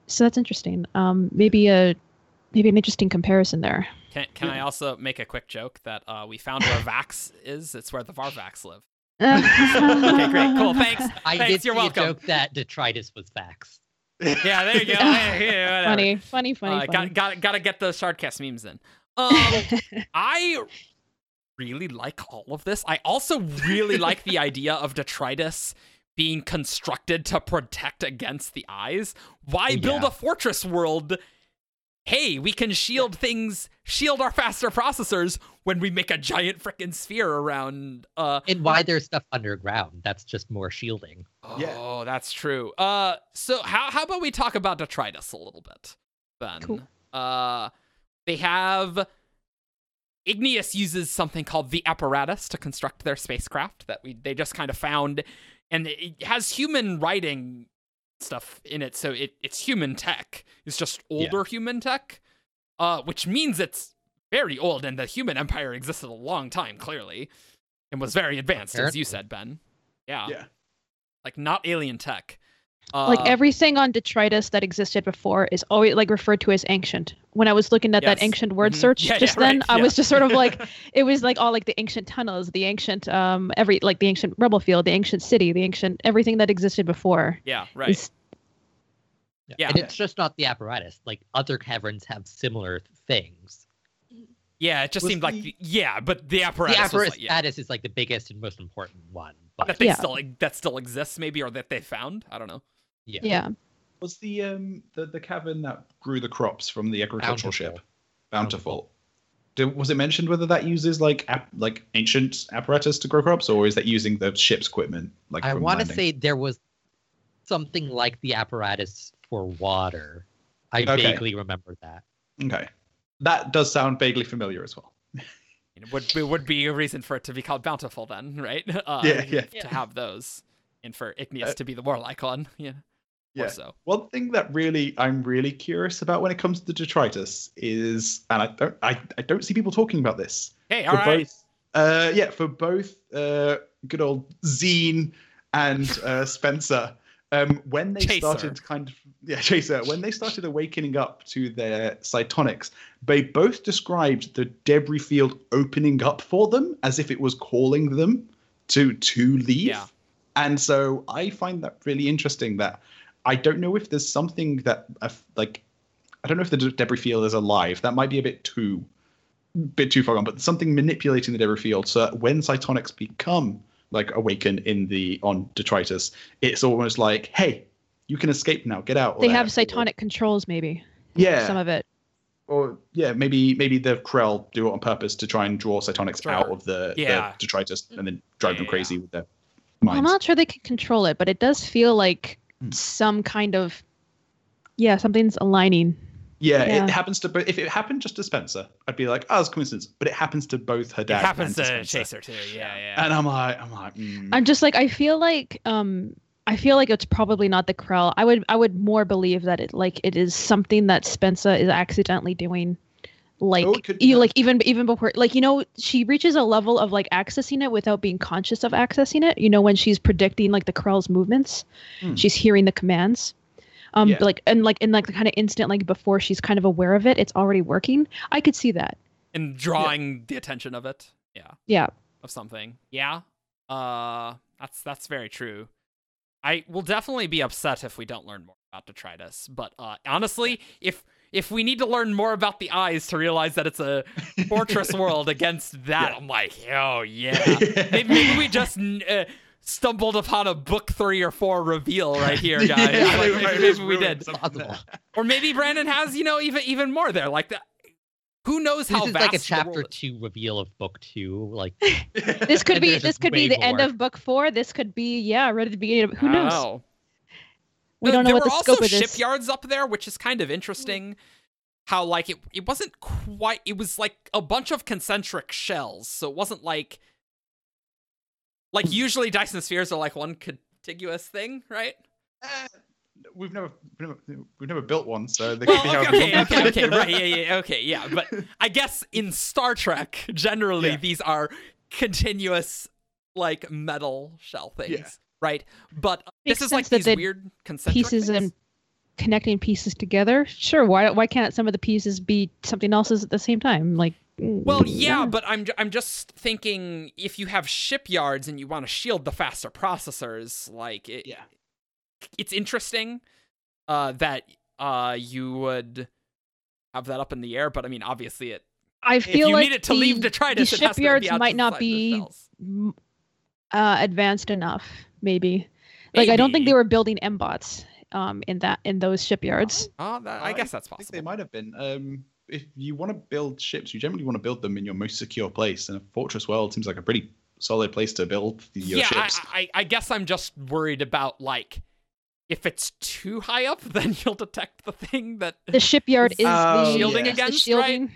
so that's interesting um maybe a maybe an interesting comparison there
Can, can I also make a quick joke that uh, we found where Vax is? It's where the Varvax
[laughs]
live. okay,
okay,
great, cool, thanks.
I
Thanks,
did
you're
see
welcome.
a joke that detritus was facts.
Yeah, there you
[laughs]
go.
Yeah.
Hey, hey, whatever.
Funny, funny, funny.
Uh,
funny.
Got, got, gotta get those Shardcast memes in. Um,
[laughs]
I really like all of this. I also really like
[laughs]
the idea of detritus being constructed to protect against the eyes. Why
Oh,
build
yeah.
a fortress world? Hey, we can shield things, shield our faster processors when we make a giant frickin' sphere around. Uh,
And why there's stuff underground? That's just more shielding.
Yeah.
Oh, that's true. Uh, so how how about we talk about detritus a little bit, then?
Cool.
Uh, they have Igneous uses something called the apparatus to construct their spacecraft that we they just kind of found, and it it has human writing stuff in it, so it it's human tech. It's just older human tech, uh, which means it's very old, and the human empire existed a long time, clearly, and was very advanced, as you
Apparently.
said, Ben. Yeah
Yeah.
like not alien tech. Uh,
like everything on detritus that existed before is always like referred to as ancient. When I was looking at
Yes.
that ancient word
Mhm.
search
Yeah, yeah,
just then,
right,
I
yeah.
was just sort
[laughs]
of like, it was like all like the ancient tunnels, the ancient um every like the ancient rebel field, the ancient city, the ancient everything that existed before.
yeah, right.
Is,
Yeah.
And it's just not the apparatus. Like other caverns have similar things.
Yeah, it just
Was
seemed like
the-
the- yeah, but the apparatus,
The
was like,
apparatus
yeah,
is like the biggest and most important one. But
that they
Yeah.
still like, that still exists maybe or that they found. I don't know.
yeah.
Yeah.
Was the um the, the cavern that grew the crops from the agricultural ship
Bountiful.
bountiful? Did, was it mentioned whether that uses like app, like ancient apparatus to grow crops, or is that using the ship's equipment? Like
I
from
want to
landing?
say there was something like the apparatus for water. I
Okay.
vaguely remember that.
okay, that does sound vaguely familiar as well.
It would it would be a reason for it to be called bountiful then, [laughs] right? Uh,
Yeah, yeah.
To have those, and for Igneous to be the warlock icon, [laughs] yeah,
Uh, Yeah.
or so.
One thing that really I'm really curious about when it comes to detritus is, and I don't I, I don't see people talking about this.
Hey, all
for
right,
both, uh, yeah, for both uh, good old Zine and uh, Spencer, um, when they
Chaser.
started kind of yeah, [laughs] Chaser, when they started awakening up to their cytonics, they both described the debris field opening up for them as if it was calling them to to leave.
Yeah.
And so I find that really interesting. That I don't know if there's something that uh, like I don't know if the de- debris field is alive. That might be a bit too bit too far gone, but something manipulating the debris field. So that when cytonics become like awakened in the on detritus, it's almost like, hey, you can escape now, get out. or
They
that-
have
or-
cytonic controls, maybe.
Yeah.
Some of it.
or yeah, maybe maybe the Krell do it on purpose to try and draw cytonics
Sure.
out of the, the
Yeah.
detritus and then drive them
Yeah.
crazy with their
I'm
minds.
not sure they can control it, but it does feel like
Hmm.
some kind of yeah, something's aligning.
yeah,
Yeah.
it happens to both. If it happened just to Spencer, I'd be like, oh, it's coincidence. But it happens to both her
it
dad.
happens
and
to Chaser
Spencer.
too. Yeah, yeah.
And I'm like, I'm like, mm,
I'm just like I feel like um I feel like it's probably not the Krell. I would I would more believe that it like it is something that Spencer is accidentally doing like
Oh, it could be
e-
that.
like even even before like you know she reaches a level of like accessing it without being conscious of accessing it. You know when she's predicting like the Krell's movements,
Hmm.
she's hearing the commands. Um
Yeah.
like and like in like the kind of instant like before she's kind of aware of it, it's already working. I could see that.
And drawing the attention of it, yeah,
Yeah.
of something. Yeah, uh, that's that's very true. I will definitely be upset if we don't learn more about detritus. But uh, honestly, if if we need to learn more about the eyes to realize that it's a fortress world against that,
Yeah.
I'm like, oh
[laughs]
yeah.
[laughs]
maybe, maybe we just n- uh, stumbled upon a book three or four reveal right here, guys.
[laughs] Yeah,
Like,
they
maybe,
might
maybe
just
we
ruin
did,
something
Possible.
[laughs] there.
or maybe Brandon has you know even even more there. Like that, who knows how
This is
vast
like a
the world
chapter
is.
two reveal of book two.
[laughs]
Like
This could
And [laughs]
be
there's
this
just
could be
way
the end
more. Oh,
of book 4. This could be yeah, right at the beginning of who knows.
Wow.
We
There-
don't know
there
what
were
the scope
also
of this.
shipyards up there, which is kind of interesting. How like it it wasn't quite it was like a bunch of concentric shells, so it wasn't like
Hmm.
like usually Dyson spheres are like one contiguous thing, right?
Eh, We've never, we've never we've never built one, so they could be
Well,
however
okay,
long-
okay, okay, right, yeah, yeah, okay, yeah. But I guess in Star Trek, generally
Yeah.
these are continuous like metal shell things, right? But uh,
Makes
this is like
sense that
these
they'd
weird concentric
pieces
things.
and connecting pieces together. Sure, why why can't some of the pieces be something else's at the same time? Like mm,
Well, yeah, but I'm ju- I'm just thinking if you have shipyards and you want to shield the faster processors, like it,
Yeah.
it's interesting uh, that uh, you would have that up in the air. But I mean, obviously, it
I
if
feel
you
like
need it to
the,
leave detritus,
the
it has to be
shipyards
outside
might
the
not be
cells.
mm, uh, advanced enough. Maybe like I don't think
Maybe. [laughs]
they were building M bots um, in that in those shipyards.
Oh, that, I
I
guess that's
[laughs] I think they
possible.
might have been. Um, if you want to build ships, you generally want to build them in your most secure place, and a fortress world seems like a pretty solid place to build the, your
yeah, I,
ships.
I I guess I'm just worried about like if it's too high up, [laughs] then you'll detect the thing that
The shipyard is
Oh,
the
Shielding
is the
Uh, against, right?
shielding. yeah.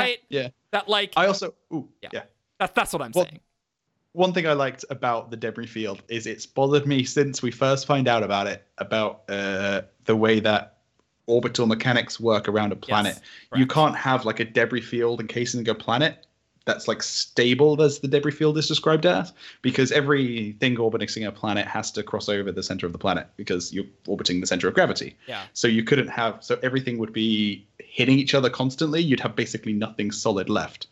right
Yeah.
that like
I also, ooh,
Yeah.
yeah.
that, that's what I'm
Well,
saying.
One thing I liked about the debris field is it's bothered me since we first find out about it about uh, the way that orbital mechanics work around a planet.
Yes,
you
correct.
can't have like a debris field encasing a planet that's like stable as the debris field is described as because everything orbiting a planet has to cross over the center of the planet because you're orbiting the center of gravity
Yeah.
so you couldn't have so everything would be hitting each other constantly you'd have basically nothing solid left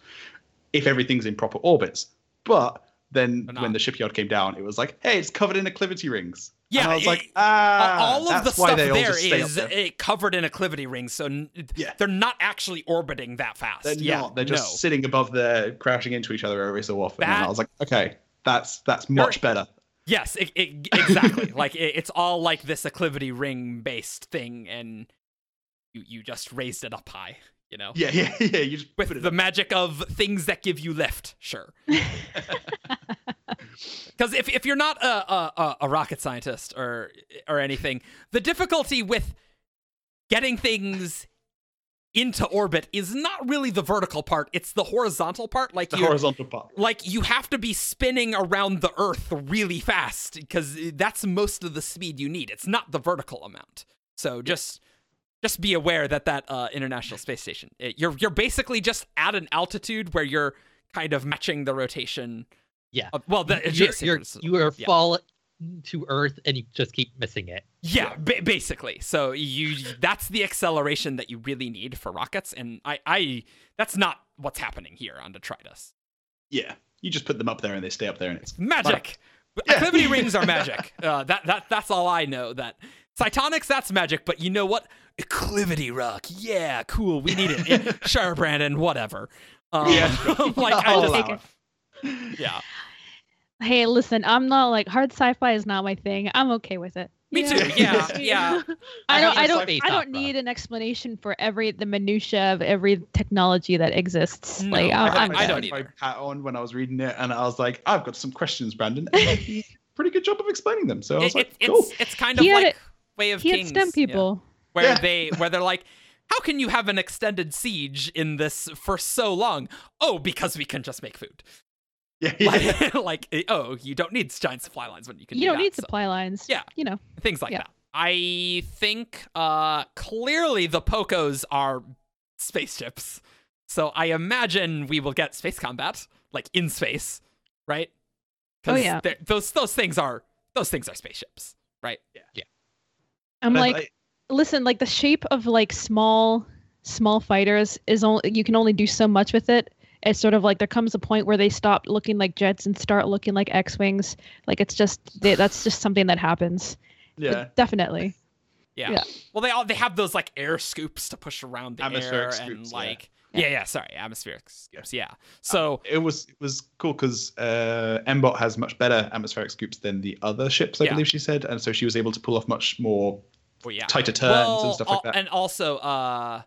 if everything's in proper orbits but Then
They're
when
not.
the shipyard came down, it was like, hey, it's covered in acclivity rings.
Yeah,
and I was
it-
like, ah,
all of the
that's why
stuff
they all
there
just stay up
is
there."
uh, covered in acclivity rings, so n-
Yeah.
they're not actually orbiting that fast.
They're
yeah,
not. They're just
no.
sitting above there, crashing into each other every so often. and
That-
I was like, okay, that's that's much better.
Yes, it, it, exactly. [laughs] like it, it's all like this acclivity ring based thing, and you you just raised it up high. You know,
Yeah, [laughs] yeah, yeah. You just put
with
it
the magic of things that give you lift.
[laughs]
Sure. Because if, if you're not a, a a- a rocket scientist or or anything, the difficulty with getting things into orbit is not really the vertical part; it's the horizontal part. Like
the
you
horizontal part.
like you have to be spinning around the earth really fast because that's most of the speed you need it's not the vertical amount so just just be aware that that uh, international space station it- you're you're basically just at an altitude where you're kind of matching the rotation
Yeah.
of- well the
you're,
adjacent
you're,
rotation.
you are
yeah.
falling to Earth and you just keep missing it.
yeah ba- basically so you that's the acceleration that you really need for rockets and i i that's not what's happening here on detritus
Yeah, you just put them up there and they stay up there, and it's
magic.
Yeah. [laughs]
Acclivity rings are magic. Uh, that that that's all I know. That Cytonics, that's magic. But you know what? Acclivity rock. Yeah, cool. We need
[laughs]
it. Yeah, sure, Brandon. Whatever. Um,
Yeah.
[laughs] [laughs] like I
I'll
just
allow it.
yeah.
Hey, listen, I'm not like hard sci-fi is not my thing. I'm okay with it.
Me
Yeah.
too. [laughs] Yeah,
[laughs]
yeah.
I don't. I
Having a
don't.
sci-fi
I don't
opera.
need an explanation for every the minutia of every technology that exists.
No,
like
I
I'm,
don't-
I'm
I don't
good.
either.
My hat on when I was reading it, and I was like, I've got some questions, Brandon. And he did a pretty good job of explaining them. So I was
It,
like,
it-
cool.
it's it's kind of
He had
like way of
He had
kings.
STEM
yeah,
people.
where
Yeah.
they where they're like. How can you have an extended siege in this for so long? Oh, because we can just make food.
Yeah, yeah.
Like, [laughs] like, oh, you don't need giant supply lines when you can.
You
do
don't
that,
need
so.
supply lines.
Yeah.
You know.
things like
Yeah.
that. I think uh clearly the Pocos are spaceships. So I imagine we will get space combat like in space, right? 'Cause
Oh, yeah.
they're- Those those things are those things are spaceships.
I'm
[laughs] But
like, listen, like the shape of like small small fighters is only you can only do so much with it. It's sort of like there comes a point where they stop looking like jets and start looking like X wings. Like it's just they, that's just something that happens. But
yeah.
definitely.
Well, they all they have those like air scoops to push around the air
Atmospheric
and
scoops, yeah.
like yeah.
Yeah.
yeah, sorry, atmospheric scoops, yeah. So
It was it was cool because uh, Mbot has much better atmospheric scoops than the other ships, I
Yeah.
believe she said, and so she was able to pull off much more
well, oh, yeah.
tighter turns
Well,
and stuff like
al-
that.
And also uh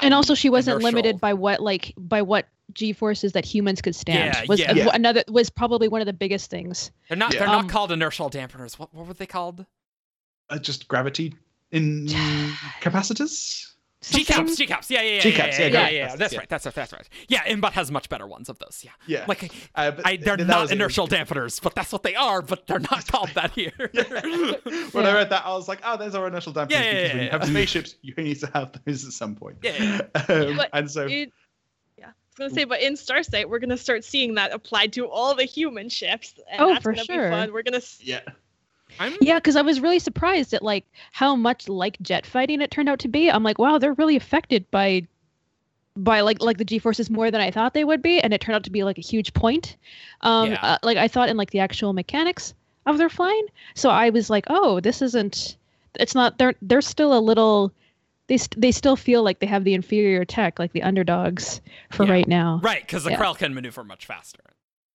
And also she wasn't
inertial.
limited by what like by what G forces that humans could stand
Yeah,
was
yeah.
a-
Yeah.
another was probably one of the biggest things.
They're not
Yeah.
they're not
Um,
called inertial dampeners. What what were they called?
Uh, just gravity in capacitors.
G caps,
Something-
G caps, yeah, yeah, yeah,
G caps,
yeah,
yeah,
yeah,
great.
yeah, yeah. That's
Yeah.
right, that's right, that's right. Yeah, Mbot has much better ones of those. Yeah,
Yeah,
like
uh, but
I, they're
th- that
not
was it. It was- [laughs]
inertial dampeners, but that's what they are. But they're not called that here.
when I
Yeah.
read that, I was like, "Oh, there's our inertial dampeners."
Yeah, yeah, yeah,
because when you
yeah.
have spaceships, you need to have those at some point.
Yeah, yeah,
[laughs] Um,
But
and so,
[laughs] It- yeah, I was gonna say, but in Starsight, we're gonna start seeing that applied to all the human ships. And
Oh,
that's
for
gonna
sure.
Be fun. We're gonna. s-
yeah,
I'm
Yeah, because I was really surprised at like how much like jet fighting it turned out to be. I'm like, wow, they're really affected by by like like the G forces more than I thought they would be, and it turned out to be like a huge point. Um,
Yeah.
uh, like I thought in like the actual mechanics of their flying. So I was like, oh, this isn't. It's not. They're they're still a little. They st- they still feel like they have the inferior tech, like the underdogs for
Yeah.
right now.
[laughs] right because the
Yeah.
Krell can maneuver much faster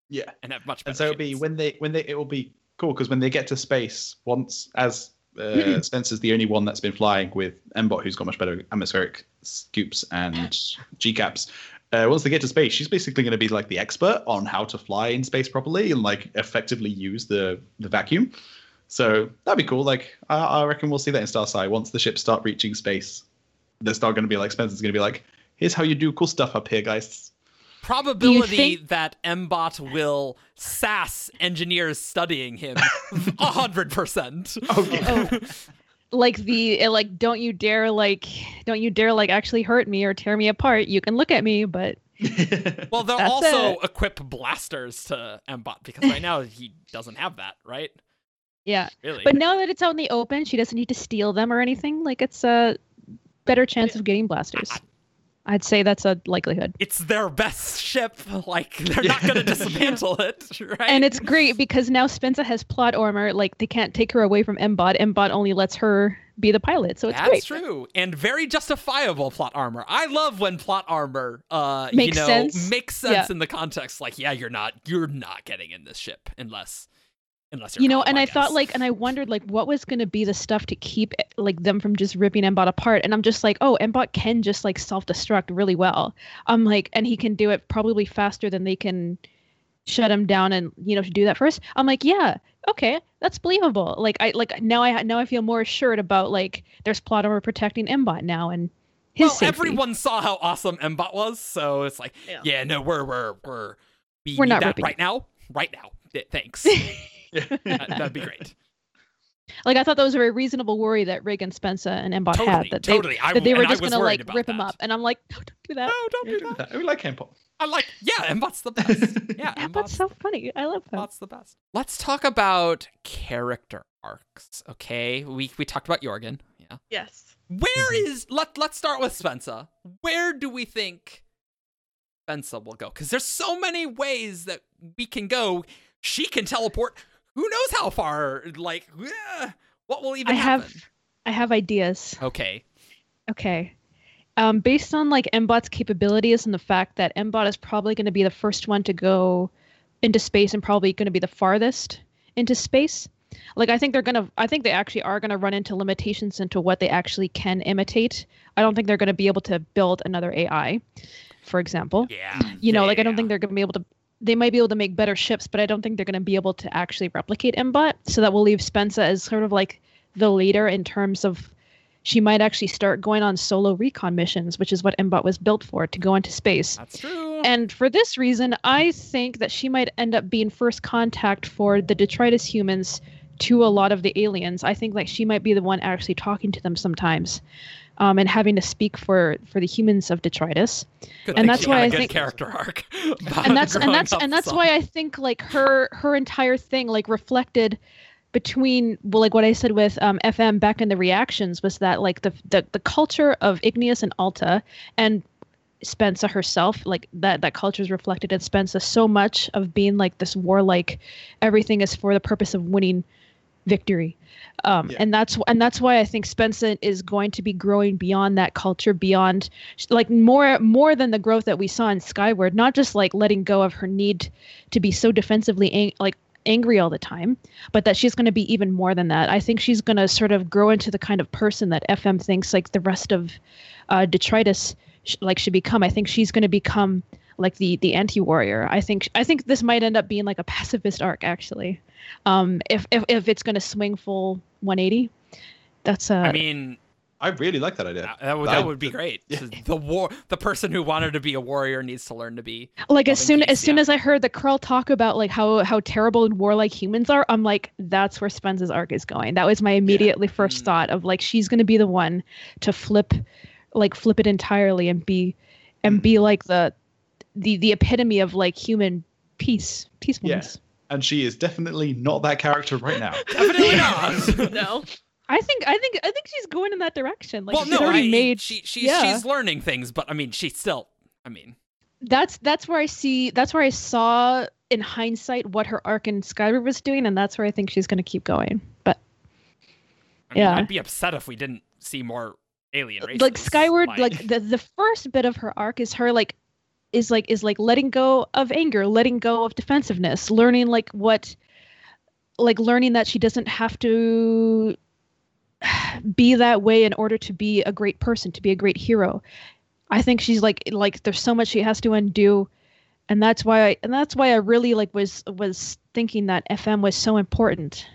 yeah.
and have much better.
And so it'll be
shields.
when they when they it will be cool because when they get to space, once as
[clears throat]
uh, Spencer's the only one that's been flying with Mbot, who's got much better atmospheric scoops and
[laughs]
G caps. Uh, once they get to space, she's basically going to be like the expert on how to fly in space properly and like effectively use the the vacuum. So that'd be cool. Like I, I reckon we'll see that in Starside. Once the ships start reaching space, they're start going to be like Spencer's going to be like, "Here's how you do cool stuff up
[laughs]
here, guys."
probability
think-
that Mbot will sass engineers studying
[laughs]
him a hundred percent.
Oh, like the it, like don't you dare like don't you dare like actually hurt me or tear me apart you can look at me but
Well, they'll
That's
also equip blasters to Mbot because right now he doesn't have that, right?
yeah
Really?
but now that it's out in the open she doesn't need to steal them or anything like it's a better chance of getting blasters I'd say that's a likelihood.
It's their best ship. [laughs] Like they're not [laughs] going to
Yeah.
dismantle it, right?
And it's great because now Spencer has plot armor. Like they can't take her away from MBOT. MBOT only lets her be the pilot, so it's
That's
great.
true, and very justifiable plot armor. I love when plot armor, uh,
Makes
you know,
sense.
makes sense
Yeah.
in the context. Like, yeah, you're not, you're not getting in this ship unless, unless you're
You know,
Gollum,
and I, thought
guess.
like, and I wondered like, what was going to be the stuff to keep like them from just ripping MBOT apart? And I'm just like, oh, MBOT can just like self-destruct really well. I'm like, and he can do it probably faster than they can shut him down and you know to do that first. I'm like, yeah, okay, that's believable. Like I like now I now I feel more assured about like there's plot armor protecting MBOT now and his
well,
safety.
everyone saw how awesome Mbot was, so it's like, yeah,
Yeah.
no, we're we're we're we
We're
need
not
that
ripping.
right now, right now. Th-
[laughs]
Thanks, That- that'd be great.
Like I thought that was a very reasonable worry that Rig and Spencer and Embot
Totally,
had that they,
totally. I
that they
w-
were
and I
just
was
gonna
worried
like
about
rip him
that.
up, and I'm like, no, don't do that.
No, don't
We
do
do
that.
that. We like K-pop.
I like, yeah, Mbot's the best. Yeah,
Embot's
Mbot's
so funny. I love him.
That's the best. Let's talk about character arcs, okay? We we talked about Jorgen. Yeah.
Yes.
Where is let let's start with Spencer. Where do we think Spencer will go? Because there's so many ways that we can go. She can teleport. Who knows how far? Like, yeah, what will even
I have
happen?
I have ideas.
Okay.
Okay. Um, based on like Mbot's capabilities and the fact that Mbot is probably going to be the first one to go into space and probably going to be the farthest into space. Like I think they're going to I think they actually are going to run into limitations into what they actually can imitate. I don't think they're going to be able to build another AI, for example.
Yeah.
Oh, You know, like I don't think they're going to be able to they might be able to make better ships, but I don't think they're going to be able to actually replicate Mbot. So that will leave Spencer as sort of like the leader in terms of she might actually start going on solo recon missions, which is what Mbot was built for to go into space.
That's true.
And for this reason, I think that she might end up being first contact for the detritus humans to a lot of the aliens. I think like she might be the one actually talking to them sometimes, um, and having to speak for for the humans of detritus
Good
and
thing
that's
she had
why
a
I
good
think-
character arc. [laughs]
and that's and that's and that's why I think like her her entire thing like reflected between well like what I said with um, FM back in the reactions was that like the the, the culture of Igneous and Alta and Spencer herself like that that culture is reflected in Spencer so much of being like this warlike everything is for the purpose of winning victory um,
Yeah.
and that's and that's why I think Spencer is going to be growing beyond that culture beyond like more more than the growth that we saw in Skyward, not just like letting go of her need to be so defensively ang- like angry all the time, but that she's going to be even more than that. I think she's going to sort of grow into the kind of person that FM thinks like the rest of uh, detritus sh- like should become. I think she's going to become like the the anti-warrior. I think I think this might end up being like a pacifist arc actually. Um if if, if it's going to swing full 180. That's uh
I mean,
I really like that idea.
that, that would
I-
that would be great. The war, the person who wanted to be a warrior needs to learn to be
like as
Loving
soon
peace,
as soon
yeah.
as I heard the Krell talk about like how how terrible and warlike humans are, I'm like, that's where Spence's arc is going. That was my immediately first
Mm.
thought of like she's gonna be the one to flip, like flip it entirely and be, and
Mm-hmm.
be like the, the the epitome of like human peace peacefulness.
And she is definitely not that character right now.
[laughs] Definitely not.
[laughs] No.
I think I think I think she's going in that direction. Like
well,
she's
no,
already
I-
made
she she's
yeah.
she's learning things, but I mean, she still. I mean,
that's that's where I see that's where I saw in hindsight what her arc in Skyward was doing, and that's where I think she's gonna keep going. But
I mean
Yeah.
I'd be upset if we didn't see more alien races.
like skyward
[laughs]
like [laughs] the the first bit of her arc is her like is like is like letting go of anger letting go of defensiveness learning like what like learning that she doesn't have to [sighs] be that way in order to be a great person to be a great hero i think she's like like there's so much she has to undo and that's why I, and that's why i really like was was thinking that fm was so important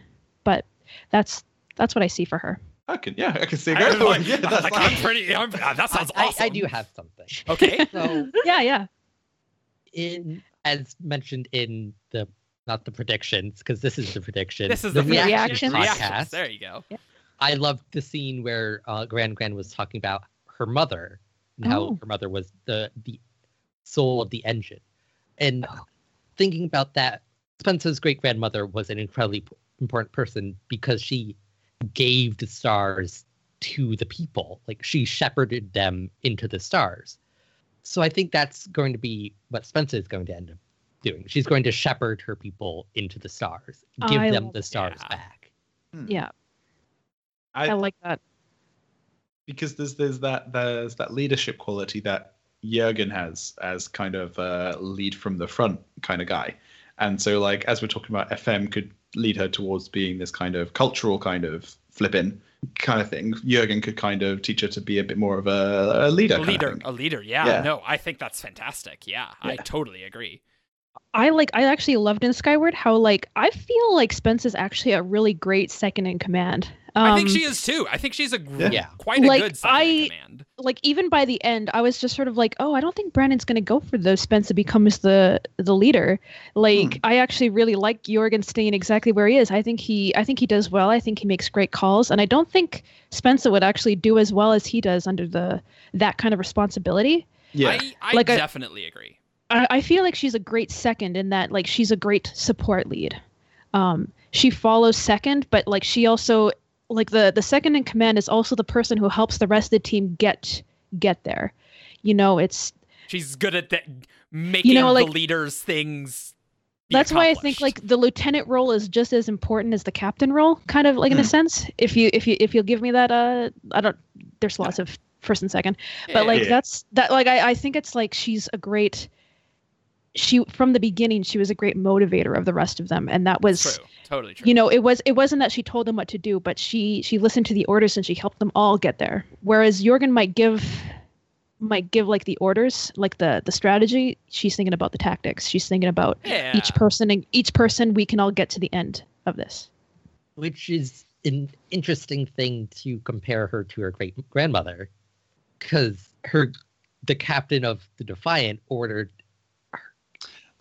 but that's that's what i see for her
I can, yeah, I can see it
I,
going.
am like,
oh, yeah, that's
like, I'm
like,
pretty. I'm, uh, that sounds
I,
awesome.
I, I do have
[laughs]
something.
[laughs]
Okay.
So
yeah yeah
in as mentioned in the not the predictions because this is the prediction.
This is the,
the,
reaction
reactions.
podcast.
Reactions, There you go.
I loved the scene where uh, Grand Grand was talking about her mother and
Oh.
how her mother was the the soul of the engine, and
Oh.
thinking about that, Spencer's great grandmother was an incredibly p- important person because she gave the stars to the people, like she shepherded them into the stars. So I think that's going to be what Spencer is going to end up doing. She's going to shepherd her people into the stars, give
I
them
love
the stars
Yeah.
back.
Yeah,
I,
I like that.
because there's there's that there's that leadership quality that Jurgen has as kind of a lead from the front kind of guy, and so like as we're talking about, FM could lead her towards being this kind of cultural kind of flipping kind of thing. Jurgen could kind of teach her to be a bit more of a, a leader.
A
kind of
leader,
thing.
a leader. Yeah,
Yeah.
no, I think that's fantastic. Yeah, I
Yeah.
totally agree.
I like. I actually loved in Skyward how like I feel like Spence is actually a really great second in command. Um,
I think she is too. I think she's a gr-
Yeah.
quite a
Like,
good second in
I-
command.
like even by the end, I was just sort of like, oh, I don't think Brandon's gonna go for the Spence that becomes the the leader.
Hmm.
Like I actually really like Jorgen staying exactly where he is. I think he I think he does well. I think he makes great calls, and I don't think Spencer would actually do as well as he does under the that kind of responsibility.
Yeah,
I, I
Like, I-
definitely agree.
I, I feel like she's a great second in that like she's a great support lead. Um, she follows second, but like she also like the the second in command is also the person who helps the rest of the team get get there. You know, it's
She's good at that, making
like-
the leaders things. be
that's why I think
accomplished.
like the lieutenant role is just as important as the captain role, kind of like in a sense. If you if you if you'll give me that, uh, I don't. There's lots of first and second, but like
Yeah.
that's that like I I think it's like she's a great. She from the beginning she was a great motivator of the rest of them, and that was
true, totally true.
you know it was it wasn't that she told them what to do but she she listened to the orders and she helped them all get there whereas jorgen might give might give like the orders like the the strategy she's thinking about the tactics she's thinking about
yeah.
each person and each person we can all get to the end of this
which is an interesting thing to compare her to her great grandmother because her the captain of the defiant ordered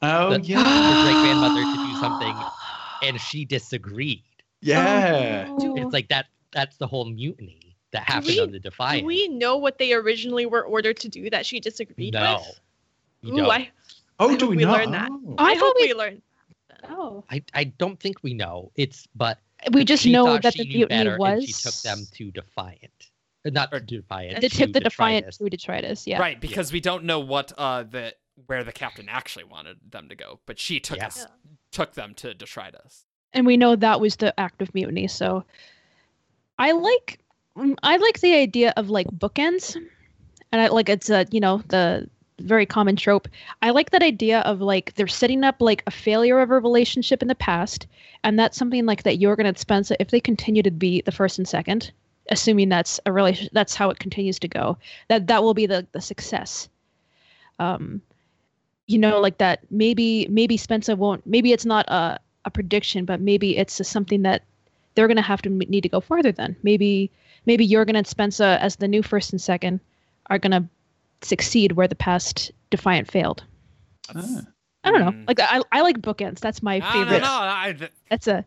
oh
the-
[gasps]
yeah,
her great grandmother to do something and she disagreed
yeah.
it's like that that's the whole mutiny that happened
we-
on the defiant
Do we know what they originally were ordered to do that she disagreed
no
with?
you
Ooh,
don't. I,
I,
Oh,
I
do
hope
we,
we
not?
learn that.
Oh.
I
I,
thought
hope
we-
we, learned.
oh
I don't think we know it's but
we just
she
know
thought
that
she
the
knew
mutiny
better
was
and she took them to defiant Uh, not
Or-
to defiant
to tip the defiant
Detritus.
to detritus yeah
Right, because we don't know what uh the where the captain actually wanted them to go, but she took
Yeah.
us took them to detritus.
and we know that was the act of mutiny so i like mm, i like the idea of like bookends and i like it's a you know the very common trope i like that idea of like they're setting up like a failure of a relationship in the past and that's something like that jorgen and spencer if they continue to be the first and second assuming that's a relation that's how it continues to go that that will be the the success um you know like that maybe maybe spencer won't maybe it's not a a prediction, but maybe it's just something that they're going to have to m- need to go farther. Then maybe maybe Jorgen and Spencer, as the new first and second, are going to succeed where the past Defiant failed.
That's-
I don't know.
Mm.
Like I, I like bookends. That's my
I don't
favorite.
know, I- th-
That's a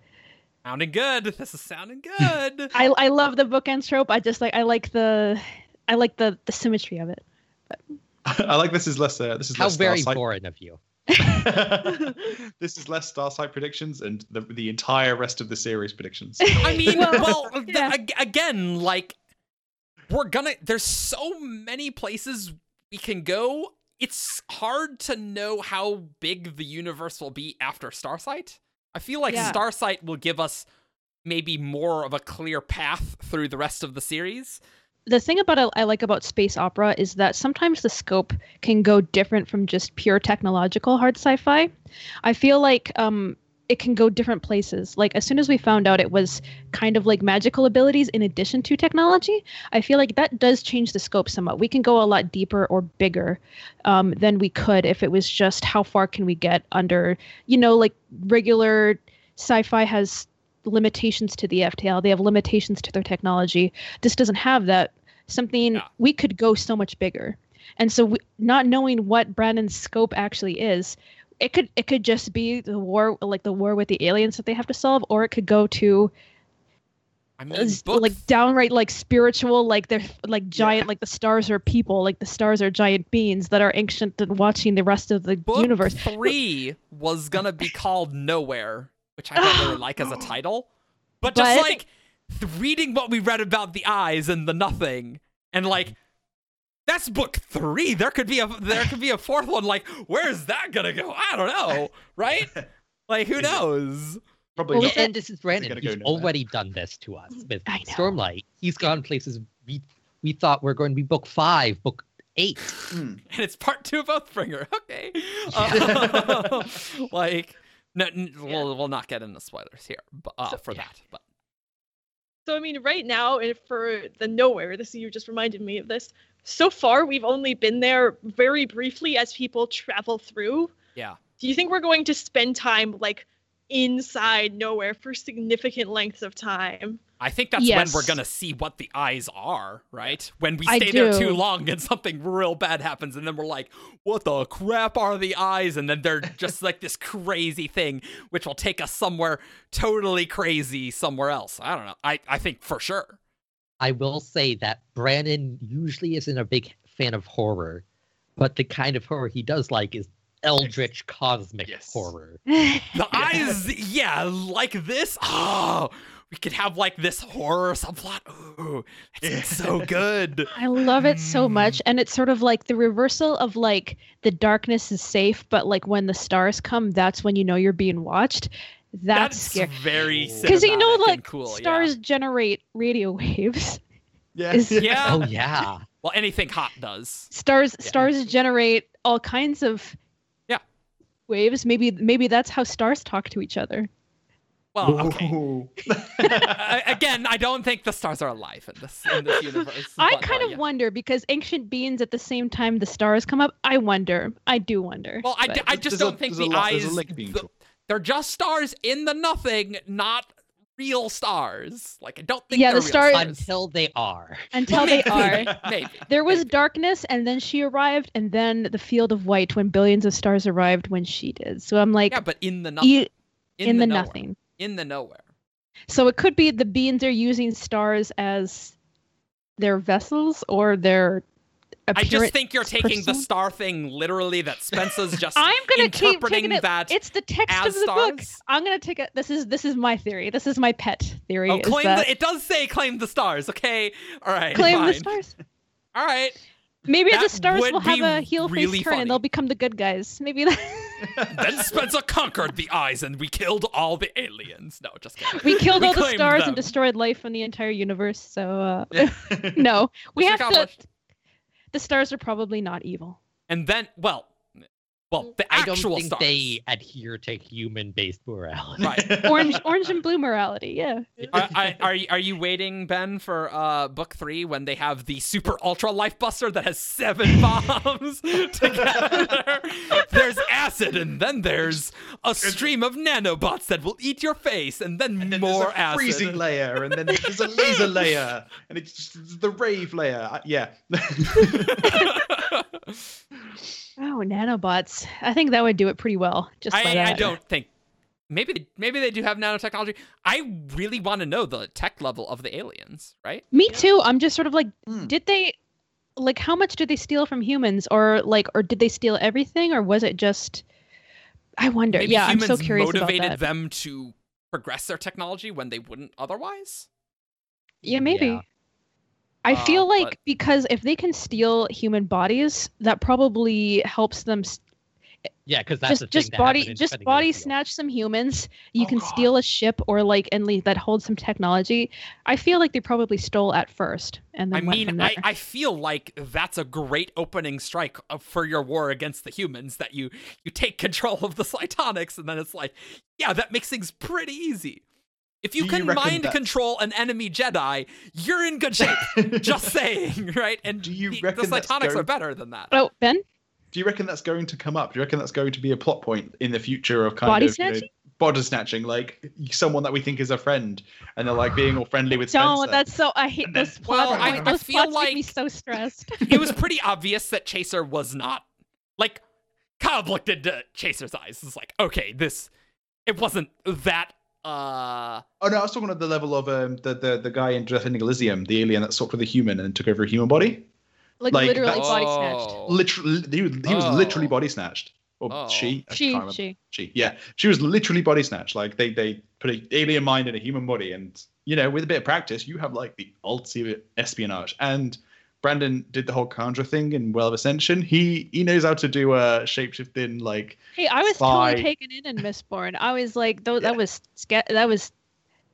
sounding good. This is sounding
[laughs]
good.
I I love the bookends trope. I just like I like the I like the the symmetry of it.
[laughs] I like this is less. Uh, this is
how
less
very
Starsight.
boring of you
[laughs] this is less Starsight predictions and the, the entire rest of the series predictions.
[laughs]
I mean,
Well,
[laughs] well, th-
yeah.
ag- again, like we're gonna. There's so many places we can go. It's hard to know how big the universe will be after Starsight. I feel like
Yeah.
Starsight will give us maybe more of a clear path through the rest of the series.
the thing about I, I like about space opera is that sometimes the scope can go different from just pure technological hard sci-fi. I feel like um, it can go different places. Like as soon as we found out it was kind of like magical abilities in addition to technology, I feel like that does change the scope somewhat. We can go a lot deeper or bigger um, than we could if it was just how far can we get under, you know, like regular sci-fi has limitations to the FTL. They have limitations to their technology this doesn't have that something
Yeah.
we could go so much bigger and so we, not knowing what brandon's scope actually is it could it could just be the war like the war with the aliens that they have to solve or it could go to
I
uh,
mean,
s-
book
like downright like spiritual like they're like giant like the stars are people like the stars are giant beings that are ancient and watching the rest of the
Book
universe [sighs]
three was gonna be called Nowhere, which I don't really like as a title. But
But-
just like th- reading what we read about the eyes and the nothing, and like That's book three. There could be a there could be a fourth one. Like, where's that gonna go? I don't know,
[laughs]
right? Like, who
Is it-
knows?
Probably
Well,
not.
was that-
and this is Brandon.
gonna
He's
go nowhere.
already done this to us with
I know.
Stormlight. He's gone places we we thought were going to be book five, book eight.
Hmm.
and it's part two of Oathbringer. [laughs]
[laughs]
Okay. Uh, [laughs] like, no, n- we'll, we'll not get into spoilers here but, uh,
So-
for
yeah.
that. But
So I mean, right now, and for the nowhere, this you just reminded me of this. So far, we've only been there very briefly as people travel through.
Yeah.
Do you think we're going to spend time like inside nowhere for significant lengths of time?
I think that's when
Yes.
we're going to see what the eyes are, right? When we
I
stay there too
do.
long and [laughs] something real bad happens, and then we're like, what the crap are the eyes? And then
[laughs]
they're just like this crazy thing, which will take us somewhere totally crazy somewhere else. I don't know. I, I think for sure.
I will say that Brandon usually isn't a big fan of horror, but the kind of horror he does like is eldritch cosmic
Yes.
horror.
The eyes, yeah, like this. [gasps] Oh, we could have like this horror subplot. Ooh, that's
Yeah.
so
[laughs]
good.
I love it so much. And it's sort of like the reversal of like the darkness is safe, but like when the stars come, that's when you know you're being watched. That's, scary.
very
Because you know,
cinematic and
like
cool, yeah.
stars generate radio waves. [laughs]
[laughs]
Yeah.
Is-
Yeah.
Oh yeah.
[laughs]
Well, anything hot does.
Stars
Yeah.
stars generate all kinds of
Yeah.
waves. Maybe maybe that's how stars talk to each other.
Well, Oh, okay.
Ooh.
Uh, again, I don't think the stars are alive in this in this universe.
I
but,
kind
uh,
of
yeah.
wonder because ancient beings at the same time the stars come up. I wonder. I do wonder.
Well, I, d- [laughs]
but-
I just
There's a-
don't think
there's a
the
lot- there's
eyes.
a link being
the- [laughs]
drawn.
they're just stars in the nothing, not real stars. Like I don't think.
Yeah,
they're
the
real
stars-
Until they are.
until they
[laughs]
are.
Maybe. Maybe.
There was darkness, and then she arrived, and then the field of white when billions of stars arrived when she did. So I'm like,
Yeah, but in the nothing.
you- E in, the,
nowhere.
nothing.
In the nowhere.
So it could be the beings are using stars as their vessels or their
I
appearance.
just think you're taking the
person?
star thing literally that Spencer's just
[laughs] I'm gonna keep
interpreting
taking it.
that
It's the text
as
of the book.
stars. Oh,
I'm gonna take it. This is this is my theory. This is my pet theory.
Oh,
is
claim
that-
the, it does say claim the stars. Okay, all right,
claim the
fine.
stars.
All right,
Maybe
That
the stars
would
will have
be
a heel
really
face turn
funny.
and they'll become the good guys. Maybe that, [laughs]
[laughs]
then Spencer conquered the eyes and we killed all the aliens. No, just kidding.
we killed all the
claimed
stars
them.
and destroyed life from the entire universe. So uh,
Yeah.
[laughs] no, we
Mission
have to.
accomplished.
The stars are probably not evil.
And then, well, well, the
I don't
actual
think
stars.
they adhere to human based morality.
Right.
Orange, orange and blue morality. Yeah.
Are, I- are, you- are you waiting, Ben, for uh, book three when they have the super ultra life buster that has seven [laughs] bombs together? there's acid, and then there's a stream of nanobots that will eat your face, and then
And then
more
there's a
acid.
freezing layer, and then there's a laser layer, and it's just the rave layer. Uh, Yeah. [laughs]
Oh, nanobots. I think that would do it pretty well. Just by
I, I
that.
don't think. Maybe they- maybe they do have nanotechnology. I really want to know the tech level of the aliens, right?
Me
Yeah.
too. I'm just sort of like,
Hmm.
did they, like, how much did they steal from humans, or like, or did they steal everything, or was it just? I wonder.
Maybe
yeah, I'm
humans
so curious about
motivated
that.
them to progress their technology when they wouldn't otherwise.
Yeah, maybe.
Yeah.
I
Uh,
feel like
but-
because if they can steal human bodies, that probably helps them s-
[laughs] Yeah, because that's the thing
just just
that happened
body
in
just
Cutting
body
Edge Field.
snatch some humans. You
Oh,
can
God.
steal a ship or like and leave that holds some technology. I feel like they probably stole at first and then
I
went
mean,
from there.
I, I feel like that's a great opening strike of- for your war against the humans that you you take control of the Cytonics and then it's like, yeah, that makes things pretty easy. If you
Do you
can
reckon
mind
that-
control an enemy Jedi, you're in good shape. just saying, [laughs] right? And
Do you
the, the
reckon that's
Cytonics
going-
are better than
[laughs]
that.
oh, Ben,
Do you reckon that's going to come up? Do you reckon that's going to be a plot point in the future of kind
Body
of you know,
snatching?
body snatching, like someone that we think is a friend, and they're like being all friendly with
don't.
Spencer?
That's so. I hate
And then-
those plot
Well, I-
points.
I
Those
feel
plots make me
like-
so stressed.
it was pretty obvious that Chaser was not like Cobb looked into Chaser's eyes. It's like, okay, this it wasn't that uh
Oh no, I was talking about the level of um, the, the the guy in Defending Elysium, the alien that swapped with a human and took over a human body.
like,
Like,
literally
that's-
body snatched.
Literally, he, was- he was
Oh.
literally body snatched, or
Oh.
she. I
She
can't remember.
she.
she yeah she was literally body snatched like they they put an alien mind in a human body and you know with a bit of practice you have like the ultimate espionage and Brandon did the whole Chandra thing in Well of Ascension. He he knows how to do a shapeshift in
[laughs]
like [laughs]
Hey, I was
Bye.
totally taken in in Mistborn. I was like, though,
Yeah.
that was sca- that was,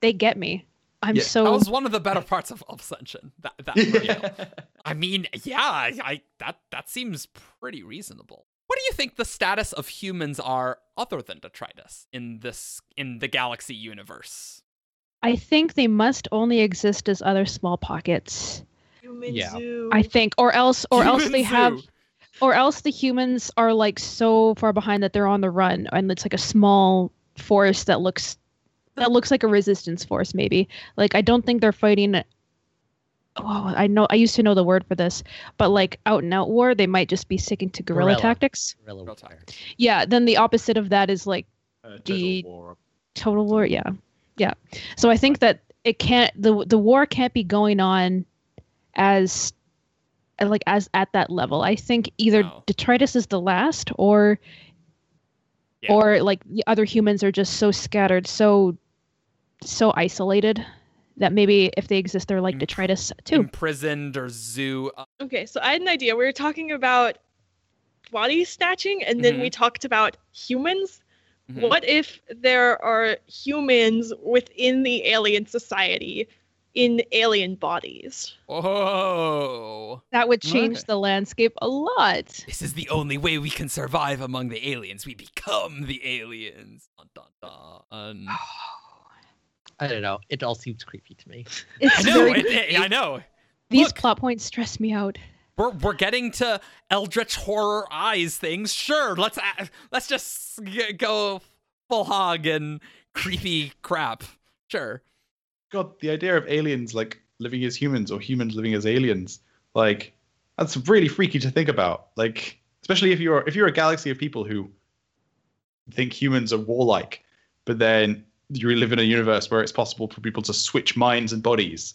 they get me. I'm
Yeah,
so
That was one of the better parts of Ascension. That that reveal. I mean, yeah, I, I that that seems pretty reasonable. What do you think the status of humans are other than detritus in this in the galaxy universe?
I think they must only exist as other small pockets.
Human
Yeah.
zoo.
I think, or else, or else
Human
they have,
zoo.
or else the humans are like so far behind that they're on the run, and it's like a small force that looks, that looks like a resistance force. Maybe like I don't think they're fighting. Oh, I know. I used to know the word for this, but like out and out war, they might just be sticking to guerrilla
Guerrilla.
tactics.
Guerrilla
Real
warfare.
Yeah. Then the opposite of that is like
uh, total
The-
war.
total war yeah yeah so i think that it can't the the war can't be going on as like as at that level i think either
No.
detritus is the last or
Yeah.
or like the other humans are just so scattered so so isolated that maybe if they exist they're like
Mm.
detritus too
imprisoned or zoo. Uh,
Okay, so I had an idea. We were talking about body snatching, and then we talked about humans.
mhm.
What if there are humans within the alien society in alien bodies?
Oh,
that would change
Okay.
the landscape a lot
this is the only way we can survive among the aliens. We become the aliens. Dun, dun,
[sighs]
dun.
I don't know. It all seems creepy to me.
I
it's
know.
very,
It, it- I know.
these
look.
plot points stress me out
We're, we're getting to eldritch horror eyes things. Sure, let's a- let's just g- go full hog and creepy crap. Sure.
God, the idea of aliens like living as humans or humans living as aliens, like that's really freaky to think about. Like, especially if you're if you're a galaxy of people who think humans are warlike, but then you live in a universe where it's possible for people to switch minds and bodies.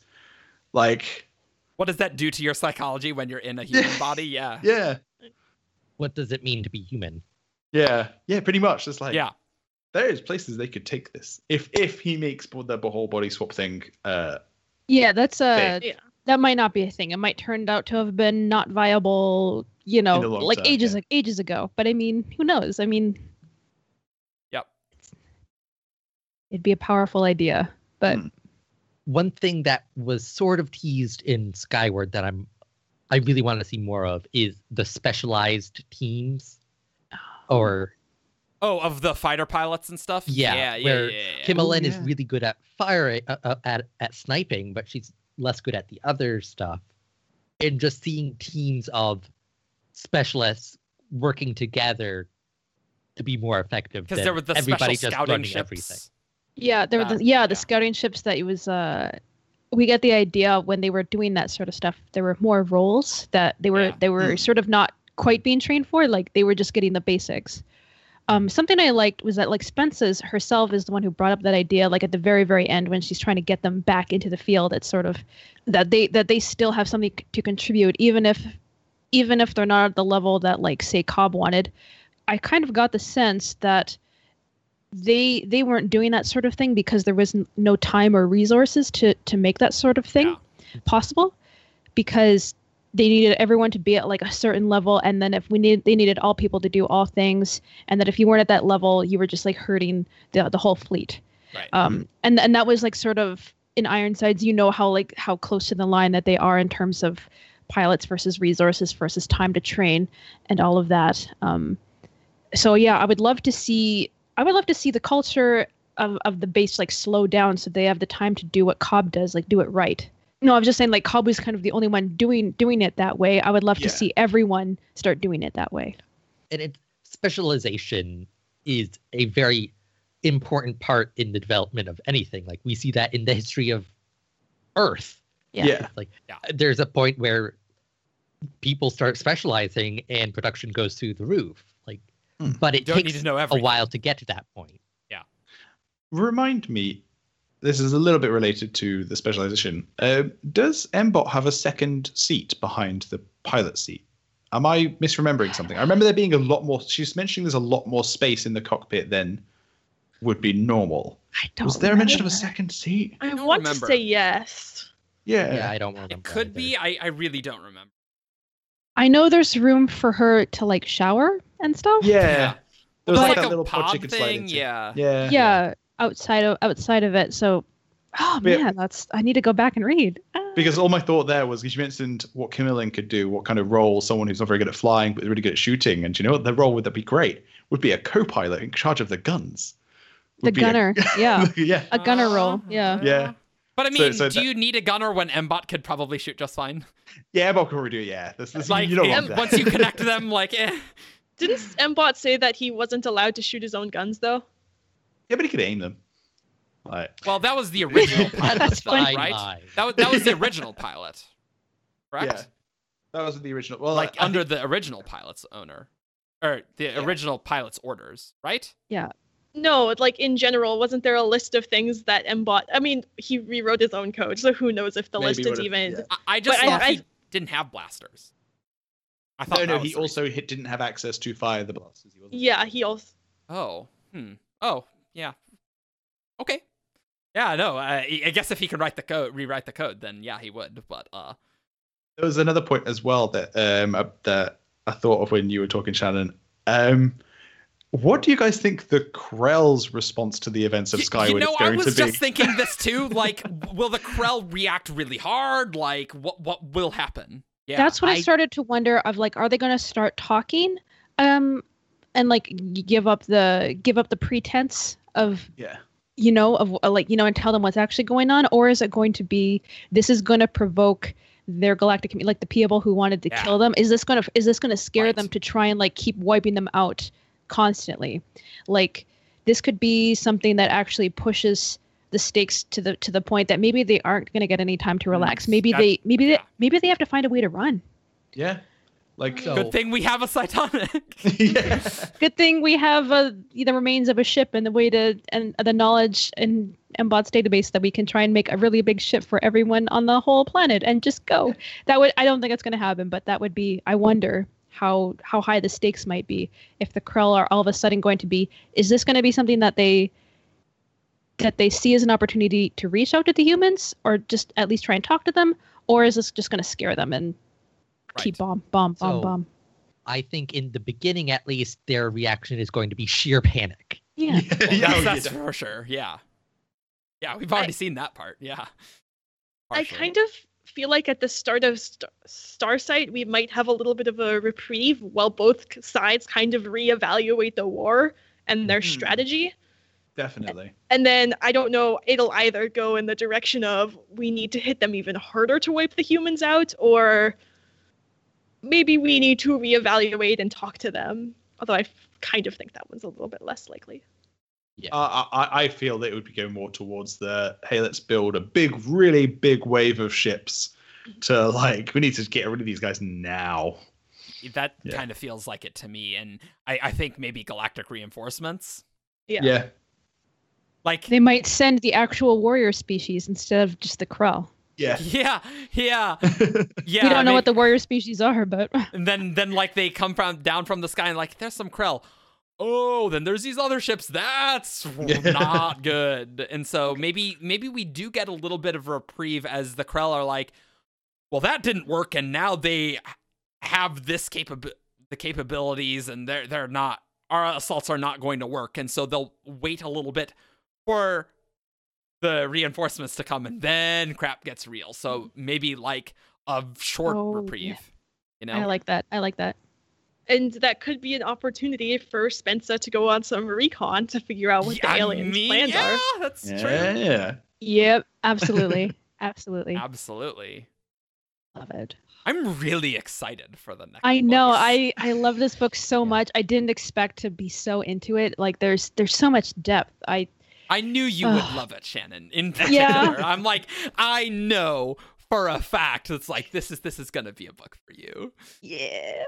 Like,
What does that do to your psychology when you're in a
[laughs]
human body? Yeah.
yeah,
What does it mean to be human?
yeah, yeah, pretty much. It's like
Yeah.
there is places they could take this if if he makes the whole body swap thing. Uh,
yeah that's a
They-
that might not be a thing. It might turn out to have been not viable, you know,
the long
like
term,
ages
yeah.
ag- ages ago. But I mean, who knows? I mean,
Yep.
It'd be a powerful idea, but
Hmm.
One thing that was sort of teased in Skyward that I'm, I really want to see more of is the specialized teams, or
Oh, of the fighter pilots and stuff.
Yeah,
Yeah. Yeah.
where
yeah, yeah.
Kimmelin
Oh,
is
yeah.
really good at fire uh, uh, at at sniping, but she's less good at the other stuff. And just seeing teams of specialists working together to be more effective
Because
than
there were the
everybody
special
just
scouting
running
ships.
everything.
yeah, there were
Ah,
the, yeah, the
yeah.
scouting ships that it was. uh We get the idea when they were doing that sort of stuff. There were more roles that they were
Yeah.
they were sort of not quite being trained for. Like they were just getting the basics. Um, something I liked was that like Spence's herself is the one who brought up that idea. Like at the very very end when she's trying to get them back into the field, it's sort of that they that they still have something c- to contribute, even if even if they're not at the level that like say Cobb wanted. I kind of got the sense that they they weren't doing that sort of thing because there was n- no time or resources to to make that sort of thing possible because they needed everyone to be at like a certain level and then if we need they needed all people to do all things and that if you weren't at that level you were just like hurting the, the whole fleet
Right.
um and and that was like sort of in ironsides you know how like how close to the line that they are in terms of pilots versus resources versus time to train and all of that um so yeah i would love to see i would love to see the culture of, of the base like slow down so they have the time to do what cobb does like do it right no i'm just saying like cobb was kind of the only one doing doing it that way i would love
Yeah.
to see everyone start doing it that way
and it specialization is a very important part in the development of anything like we see that in the history of earth
Yeah.
yeah,
like
Yeah.
there's a point where people start specializing and production goes through the roof like
Hmm.
but it
You don't need
takes
to know
a
everything.
while to get to that point
remind me this is a little bit related to the specialization uh, does mbot have a second seat behind the pilot seat am i misremembering something i remember there being a lot more she's mentioning there's a lot more space in the cockpit than would be normal
i don't
was there a mention of a
remember.
second seat
I
don't
want
remember.
to say yes.
Yeah.
Yeah, I don't remember.
It could
either. [laughs]
be. I, I really don't remember.
I know there's room for her to like shower and stuff.
Yeah.
There
It's
was like,
like
that
a
little pod
pod
you could slide
thing.
into.
Yeah.
Yeah.
Yeah, outside of outside of it. So, oh
But-
man, that's I need to go back and read. Ah.
Because all my thought there was because you mentioned what Kimmerlin could do, what kind of role someone who's not very good at flying but really good at shooting, and do you know what their role would that be great would be a co-pilot in charge of the guns.
the
Would be a-
gunner, yeah,
[laughs] yeah.
a gunner roll,
Ah.
yeah.
Yeah.
But I
So-
mean,
so
do
that-
you need a gunner when Mbot could probably shoot just fine?
Yeah, Bob can do it, yeah. This, this,
Like,
[laughs] you don't
eh,
want that.
once you connect them, like, eh.
[sighs] Didn't Mbot say that he wasn't allowed to shoot his own guns though?
[laughs] yeah, but he could aim them. Like,
Well, that was the
[laughs]
original pilot,
That's
though,
funny.
right?
Fine.
That was, that was the original pilot, correct?
Yeah. that was the original. Well,
like
I- I
under
think-
the original pilot's owner or the original pilot's orders, right?
No, like in general, wasn't there a list of things that Mbot? I mean, he rewrote his own code, so who knows if the
Maybe
list is
would've-
even.
yeah.
I, I just
I-
thought
I-
he didn't have blasters. I thought
no,
that
no,
was
he
the reason.
also hit, didn't have access to fire the blasters. He wasn't-
Yeah, he also.
Oh, hmm. Oh, yeah. Okay. Yeah, no. I, I guess if he could write the code, rewrite the code, then yeah, he would. But uh,
There was another point as well that um uh, that I thought of when you were talking, Shannon. Um, what do you guys think the Krell's response to the events of
Y-
Skyward
you know,
is
I
going
was
to be?
just thinking
[laughs]
this too. Like, w- will the Krell react really hard? Like, what what will happen? Yeah,
That's what I,
I-
started to wonder of like, are they going to start talking, um, and like y- give up the give up the pretense of
yeah,
you know of uh, like you know and tell them what's actually going on, or is it going to be this is going to provoke their galactic commu- like the people who wanted to
Yeah.
kill them? Is this going to is this going to scare
Right.
them to try and like keep wiping them out constantly? Like this could be something that actually pushes the stakes to the to the point that maybe they aren't going to get any time to relax. Maybe
that-
they maybe
Mm, yeah.
they maybe they have to find a way to run.
yeah, like
So-
good thing we have a Cytonic.
[laughs] yeah.
good thing we have uh, the remains of a ship and the way to and the knowledge in Mbot's database that we can try and make a really big ship for everyone on the whole planet and just go. That would I don't think it's going to happen, but that would be I wonder how how high the stakes might be if the Krell are all of a sudden going to be is this going to be something that they that they see as an opportunity to reach out to the humans or just at least try and talk to them or is this just going to scare them and keep bomb bomb bomb
So-
bomb
I think in the beginning, at least, their reaction is going to be sheer panic.
yeah
Well,
yeah,
that's, that's
yeah.
for sure. Yeah, yeah, we've already seen that part. Yeah,
I kind of feel like at the start of St- Starsight, we might have a little bit of a reprieve while both k- sides kind of reevaluate the war and their
Mm-hmm.
Mhm.
strategy.
[laughs]
definitely.
And then I don't know, it'll either go in the direction of we need to hit them even harder to wipe the humans out, or maybe we need to reevaluate and talk to them. Although I f- kind of think that one's a little bit less likely.
I, I, I feel that it would be going more towards the hey, let's build a big, really big wave of ships to like we need to get rid of these guys now.
that
Yeah.
kind of feels like it to me, and I, I think maybe galactic reinforcements.
Yeah.
Like,
They might send the actual warrior species instead of just the crow.
yeah,
yeah, [laughs] yeah,
[laughs]
yeah.
yeah.
we don't know
maybe-
what the warrior species are, but [laughs]
And then then like they come from down from the sky and like there's some Krell. Oh, then there's these other ships. That's not good. And so maybe maybe we do get a little bit of reprieve as the Krell are like, well, that didn't work, and now they have this capab the capabilities, and they're they're not our assaults are not going to work, and so they'll wait a little bit for the reinforcements to come, and then crap gets real. So maybe like a short
Oh, yeah.
reprieve. You know,
I like that. I like that.
And that could be an opportunity for Spencer to go on some recon to figure out what
Yeah, I
the aliens'
mean,
plans
yeah,
are.
that's true.
yeah.
Yep, absolutely, absolutely.
Absolutely.
Love it.
I'm really excited for the next.
I know.
books.
I I love this book so
Yeah.
much. I didn't expect to be so into it. Like there's there's so much depth. I
I knew you would
Ugh.
love it, Shannon. In particular, I'm like, I know for a fact. It's like this is this is gonna be a book for you.
yeah.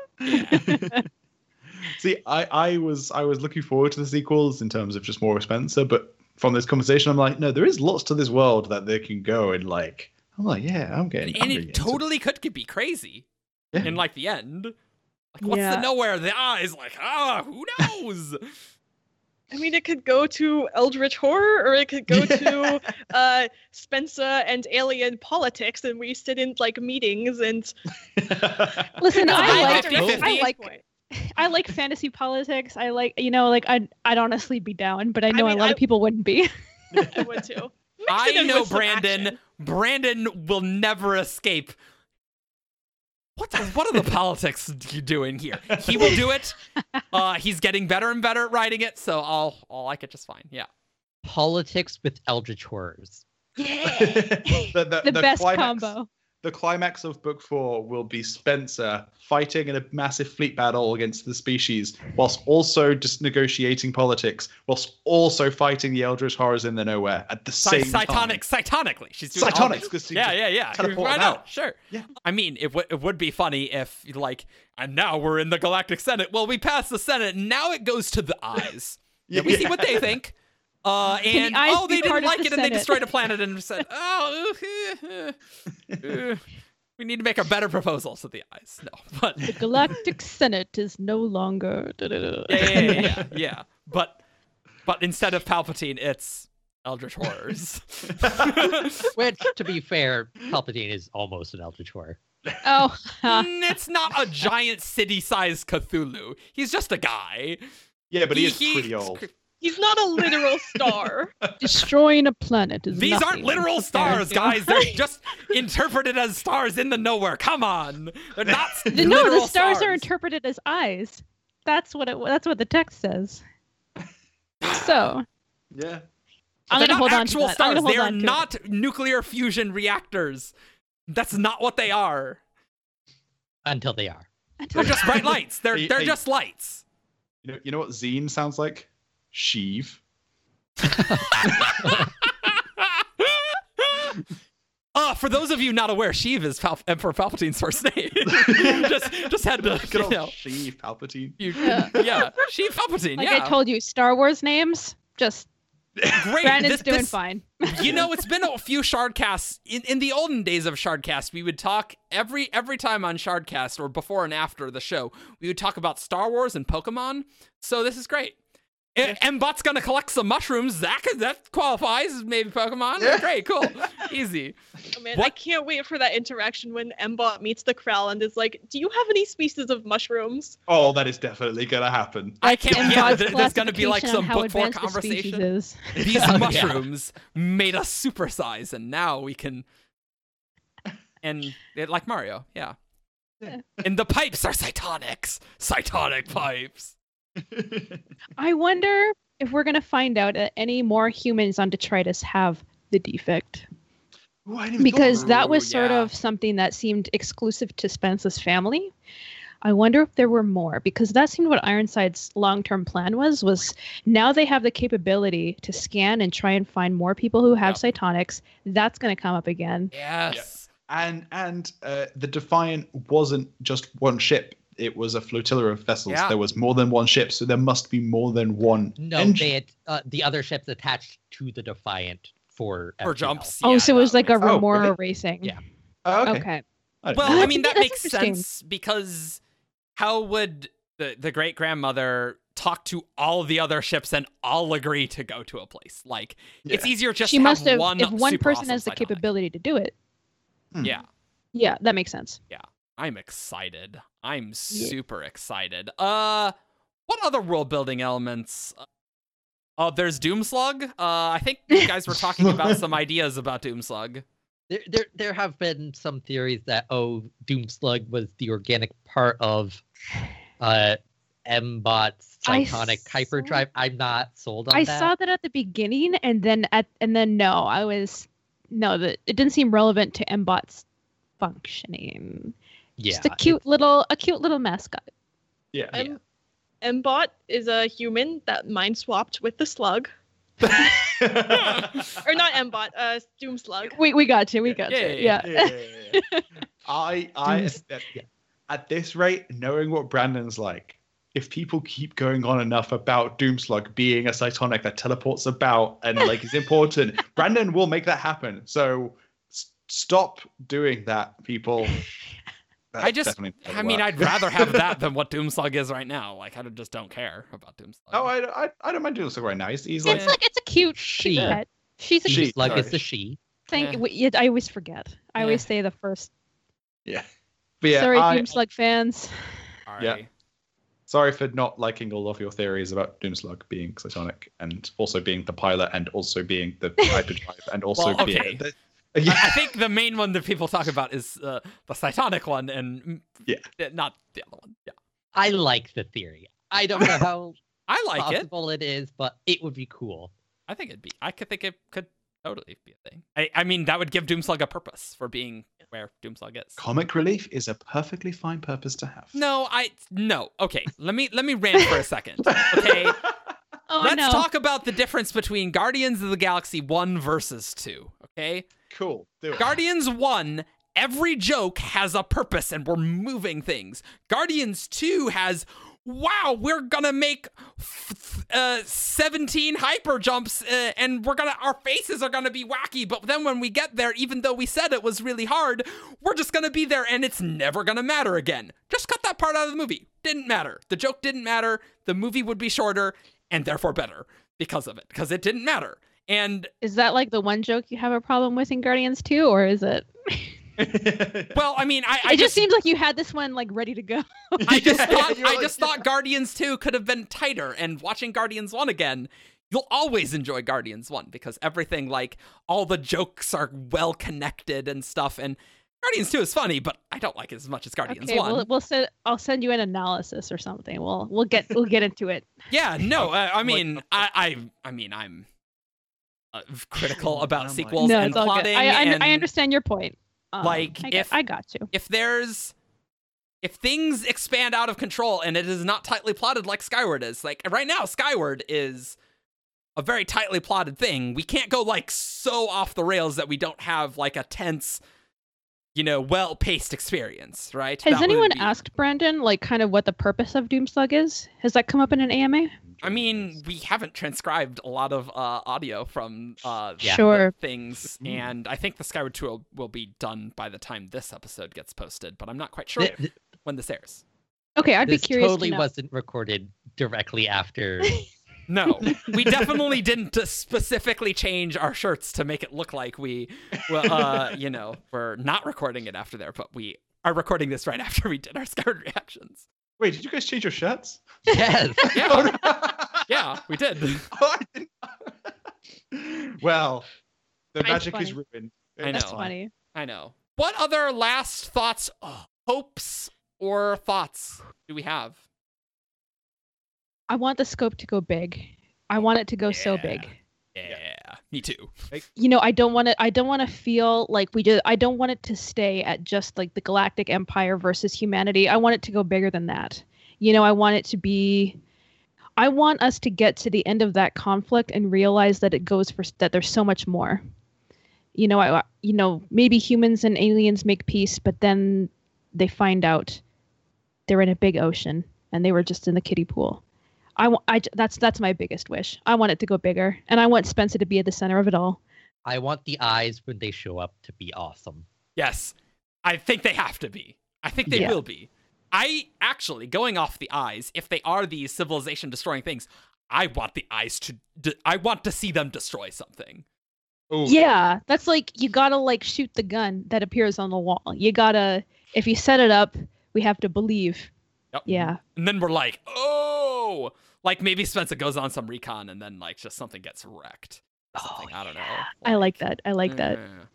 See, I, I was I was looking forward to the sequels in terms of just more of Spencer, but from this conversation, I'm like, no, there is lots to this world that they can go and like. I'm like, yeah, I'm
And,
getting.
and
I'm getting
it
into
totally could, could be crazy
Yeah.
in like the end. Like, what's
Yeah.
[laughs]
the nowhere? The eyes, like, ah, who knows?
I mean, it could go to Eldritch Horror, or it could go to uh, Spencer and Alien Politics, and we sit in like meetings and.
Listen,
[laughs]
No,
I
I
like
like it.
I like I like fantasy politics. I like you know like I'd I'd honestly be down, but I know
mean,
a lot
I-
of people wouldn't be.
I would too. Mix
I
it in
know
with some
Brandon.
action.
Brandon will never escape. What the, what are the politics you doing here? He will do it. Uh, he's getting better and better at writing it, so I'll I'll like it just fine. Yeah.
Politics with eldritch horrors.
[laughs] the,
The, best
climax,
combo.
The climax of book four will be Spencer fighting in a massive fleet battle against the species, whilst also just negotiating politics, whilst also fighting the Eldritch horrors in the nowhere at the
Cy-
same time.
cytonic, cytonically. She's doing all
Cytonics,
this.
'cause she
Yeah,
can
yeah, yeah.
teleport
Why
them
not?
out.
Sure.
Yeah.
I mean, it, w- it would be funny if, like, and now we're in the Galactic Senate. Well, we passed the Senate. Now it goes to the eyes.
[laughs] Yeah,
We see what they think. Uh,
the
and
eyes
oh,
be
they didn't
part of
like
the
it, and they
Senate?
destroyed a planet,
[laughs]
and said, oh, uh, uh, uh, we need to make a better proposal to the eyes. No, [laughs] but
The Galactic Senate is no longer. da, da, da.
yeah, yeah, yeah, yeah, yeah. But but instead of Palpatine, it's Eldritch
[laughs]
horrors. [laughs]
Which, to be fair, Palpatine is almost an eldritch horror.
[laughs] Oh, ha.
Mm, it's not a giant city-sized Cthulhu. He's just a guy.
Yeah, but he, is
He-
pretty
he's
old.
cr-
He's not a literal star.
destroying a planet is.
These aren't
nothing
literal
compared
stars,
to-
guys. They're
[laughs]
just interpreted as stars in the nowhere. Come on, they're not. s-
[laughs] The, no, the
literal
stars, are interpreted as eyes. That's what it. That's what the text says. So
Yeah.
I'm
They're
gonna
not
hold on to
actual
that. I'm
stars.
gonna hold
they
on
are
to it.
not nuclear fusion reactors. That's not what they are.
Until they are.
They're just
[laughs]
bright lights. They're
Hey,
they're
hey.
just lights.
You know, you know what zine sounds like? Sheev. [laughs]
Uh, for those of you not aware, Sheev is Pal- Emperor Palpatine's first name. [laughs] [laughs] just, just had to,
Good
you
old
know,
Sheev Palpatine.
you,
Yeah.
yeah, Sheev Palpatine.
Like
yeah,
I told you, Star Wars names. Just
great.
Brandon's
This-
doing
this-
fine.
[laughs] you know, it's been a few shardcasts. In in the olden days of shardcast, we would talk every every time on shardcast or before and after the show. We would talk about Star Wars and Pokemon. So this is great. And and Bot's gonna collect some mushrooms. That could- that qualifies as maybe Pokemon.
Yeah.
Great, cool, easy.
Oh, man, I
What?
can't wait for that interaction when Mbot meets the Krell and is like, "Do you have any species of mushrooms?"
Oh, that is definitely gonna happen.
I can't.
And
Yeah,
God's
there- there's gonna be like
classification on
some
how
book four
advanced the species
conversation.
is.
These
Oh, yeah.
mushrooms made us supersize, and now we can. And it, like Mario, yeah.
Yeah.
And the pipes are cytonics, cytonic pipes.
I wonder if we're gonna find out that any more humans on detritus have the defect.
Ooh, I didn't even
because
thought-
that was sort
yeah.
of something that seemed exclusive to Spence's family. I wonder if there were more because that seemed what Ironside's long-term plan was was now they have the capability to scan and try and find more people who have cytonics. That's going to come up again.
Yes.
and and uh, the Defiant wasn't just one ship. It was a flotilla of vessels.
Yeah.
There was more than one ship, so there must be more than one
No,
engine.
they had, uh, the other ships attached to the Defiant for
Or
FTL.
jumps.
oh,
yeah,
so it was
that
like a
makes-
Oh,
Remora
really?
racing.
Yeah.
Oh, okay.
Okay.
I didn't
Well,
know.
I
Yeah,
mean
to me,
that
that's
makes
interesting.
sense because how would the the great grandmother talk to all the other ships and all agree to go to a place? Like it's
Yeah.
easier just
she
to
must
have
have
one
if one
super
person
awesome
has the
cytonic.
capability to do it.
Hmm.
Yeah.
Yeah, that makes sense.
I'm excited. I'm
Yeah.
super excited. Uh, what other world building elements? Uh, Oh, there's Doomslug. Uh, I think you guys were talking about
[laughs]
some ideas about Doomslug.
There, there, there have been some theories that oh, Doomslug was the organic part of uh, Mbot's
I
iconic
saw-
hyperdrive. I'm not sold on
I
that.
saw that at the beginning, and then at and then no, I was no, that it didn't seem relevant to MBot's functioning.
yeah,
Just a cute little, a cute little mascot.
e-
yeah.
M- Mbot is a human that mind swapped with the slug,
[laughs]
[laughs]
or not Mbot, uh, Doom Slug.
We we got you, we
Yeah.
got
Yeah,
you.
yeah,
Yeah,
Yeah, yeah, yeah. I, I,
Dooms-
at,
yeah.
at this rate, knowing what Brandon's like, if people keep going on enough about Doomslug being a cytonic that teleports about and like is important, Brandon will make that happen. So s- stop doing that, people. That's
I just,
definitely
I mean,
work.
I'd rather have that
[laughs]
than what Doomslug is right now. Like, I just don't care about Doomslug.
Oh, I, I, I don't mind doing this right now. He's, he's like,
It's like it's a cute
She.
she. pet. She's a
She.
she.
She's like it's
sorry.
a she.
Thank.
Yeah.
w- yet I always forget. I
Yeah.
always say the first.
yeah. But yeah,
Sorry,
I,
Doomslug fans.
Sorry.
yeah. [laughs] sorry for not liking all of your theories about Doomslug being Xotonic and also being the pilot and also being the hyperdrive and also
Well,
being.
okay.
the-
I,
yeah.
I think the main one that people talk about is uh, the cytonic one, and mm,
Yeah.
th- not the other one. Yeah,
I like the theory. I
[laughs]
don't know how
I like
Um,
it.
possible it is, but it would be cool.
I think it'd be. I could think it could totally be a thing. I, I mean, that would give Doomslug a purpose for being where Doomslug is.
Comic relief is a perfectly fine purpose to have.
No, I no. Okay, let me let me rant for a
[laughs]
second. Okay,
Oh
let's
no.
talk about the difference between Guardians of the Galaxy one versus two. Okay,
Cool. Do it. [laughs]
Guardians 1, every joke has a purpose and we're moving things. Guardians 2 has, wow, we're gonna make f- f- uh, 17 hyper jumps uh, and we're gonna, our faces are gonna be wacky, but then when we get there, even though we said it was really hard, we're just gonna be there and it's never gonna matter again. Just cut that part out of the movie. Didn't matter. The joke didn't matter. The movie would be shorter and therefore better because of it, because it didn't matter. And
Is that like the one joke you have a problem with in Guardians 2, or is it?
well, I mean, I, I
it just seems like you had this one like ready to go.
I just
Yeah,
thought
you're
I
like-
just thought Guardians 2 could have been tighter and watching Guardians 1 again you'll always enjoy Guardians 1 because everything like all the jokes are well connected and stuff and Guardians 2 is funny but I don't like it as much as Guardians
Okay,
1.
we'll, we'll send. I'll send you an analysis or something. We'll we'll get we'll get into it. [laughs]
Yeah, no, I, I mean I, I I mean I'm uh, critical about
[laughs] I'm like-
sequels
no,
and
it's all
plotting
good. I, I,
and
I understand your point. Um,
Like,
I, got-
if-
I got you.
if there's if things expand out of control and it is not tightly plotted like Skyward is, like right now, Skyward is a very tightly plotted thing. We can't go like so off the rails that we don't have like a tense, you know, well paced experience, right?
Has
That would
anyone
be-
asked Brandon like kind of what the purpose of Doomslug is? Has that come up in an AMA?
I mean, we haven't transcribed a lot of uh, audio from uh, the
Yeah.
Sure.
things,
Mm.
and I think the Skyward tour will, will be done by the time this episode gets posted, but I'm not quite sure
Th- th-
when this airs.
Okay, I'd
this
be curious.
totally
to know.
wasn't recorded directly
[laughs]
after.
No, we definitely didn't to specifically change our shirts to make it look like we, well, uh, you know, we're not recording it after there, but we are recording this right after we did our scared reactions.
Wait, did you guys change your shirts?
yes.
[laughs]
Yeah, yeah, we did.
Oh, I didn't. [laughs] well, the
Mine's
magic is
funny.
ruined.
I
That's
know.
funny.
I know. What other last thoughts, uh, hopes, or thoughts do we have?
I want the scope to go big. I want it to go so
Yeah.
big.
Yeah, me too.
You know, I don't want to. I don't want to feel like we just. I don't want it to stay at just like the Galactic Empire versus humanity. I want it to go bigger than that. You know, I want it to be. I want us to get to the end of that conflict and realize that it goes for that there's so much more. You know, I you know maybe humans and aliens make peace, but then they find out they're in a big ocean and they were just in the kiddie pool. I, wa- I j- that's that's my biggest wish. I want it to go bigger, and I want Spencer to be at the center of it all.
[laughs] I want the eyes when they show up to be awesome.
Yes, I think they have to be. I think they
Yeah.
will be. I actually, going off the eyes, if they are these civilization destroying things, I want the eyes to. De- I want to see them destroy something.
Ooh,
Yeah, that's like you gotta like shoot the gun that appears on the wall. You gotta if you set it up, we have to believe.
Yep.
Yeah,
And then we're like, oh, like maybe Spencer goes on some recon and then like just something gets wrecked. Something, I don't know.
Oh, I like that. I like that.
Yeah. Mm.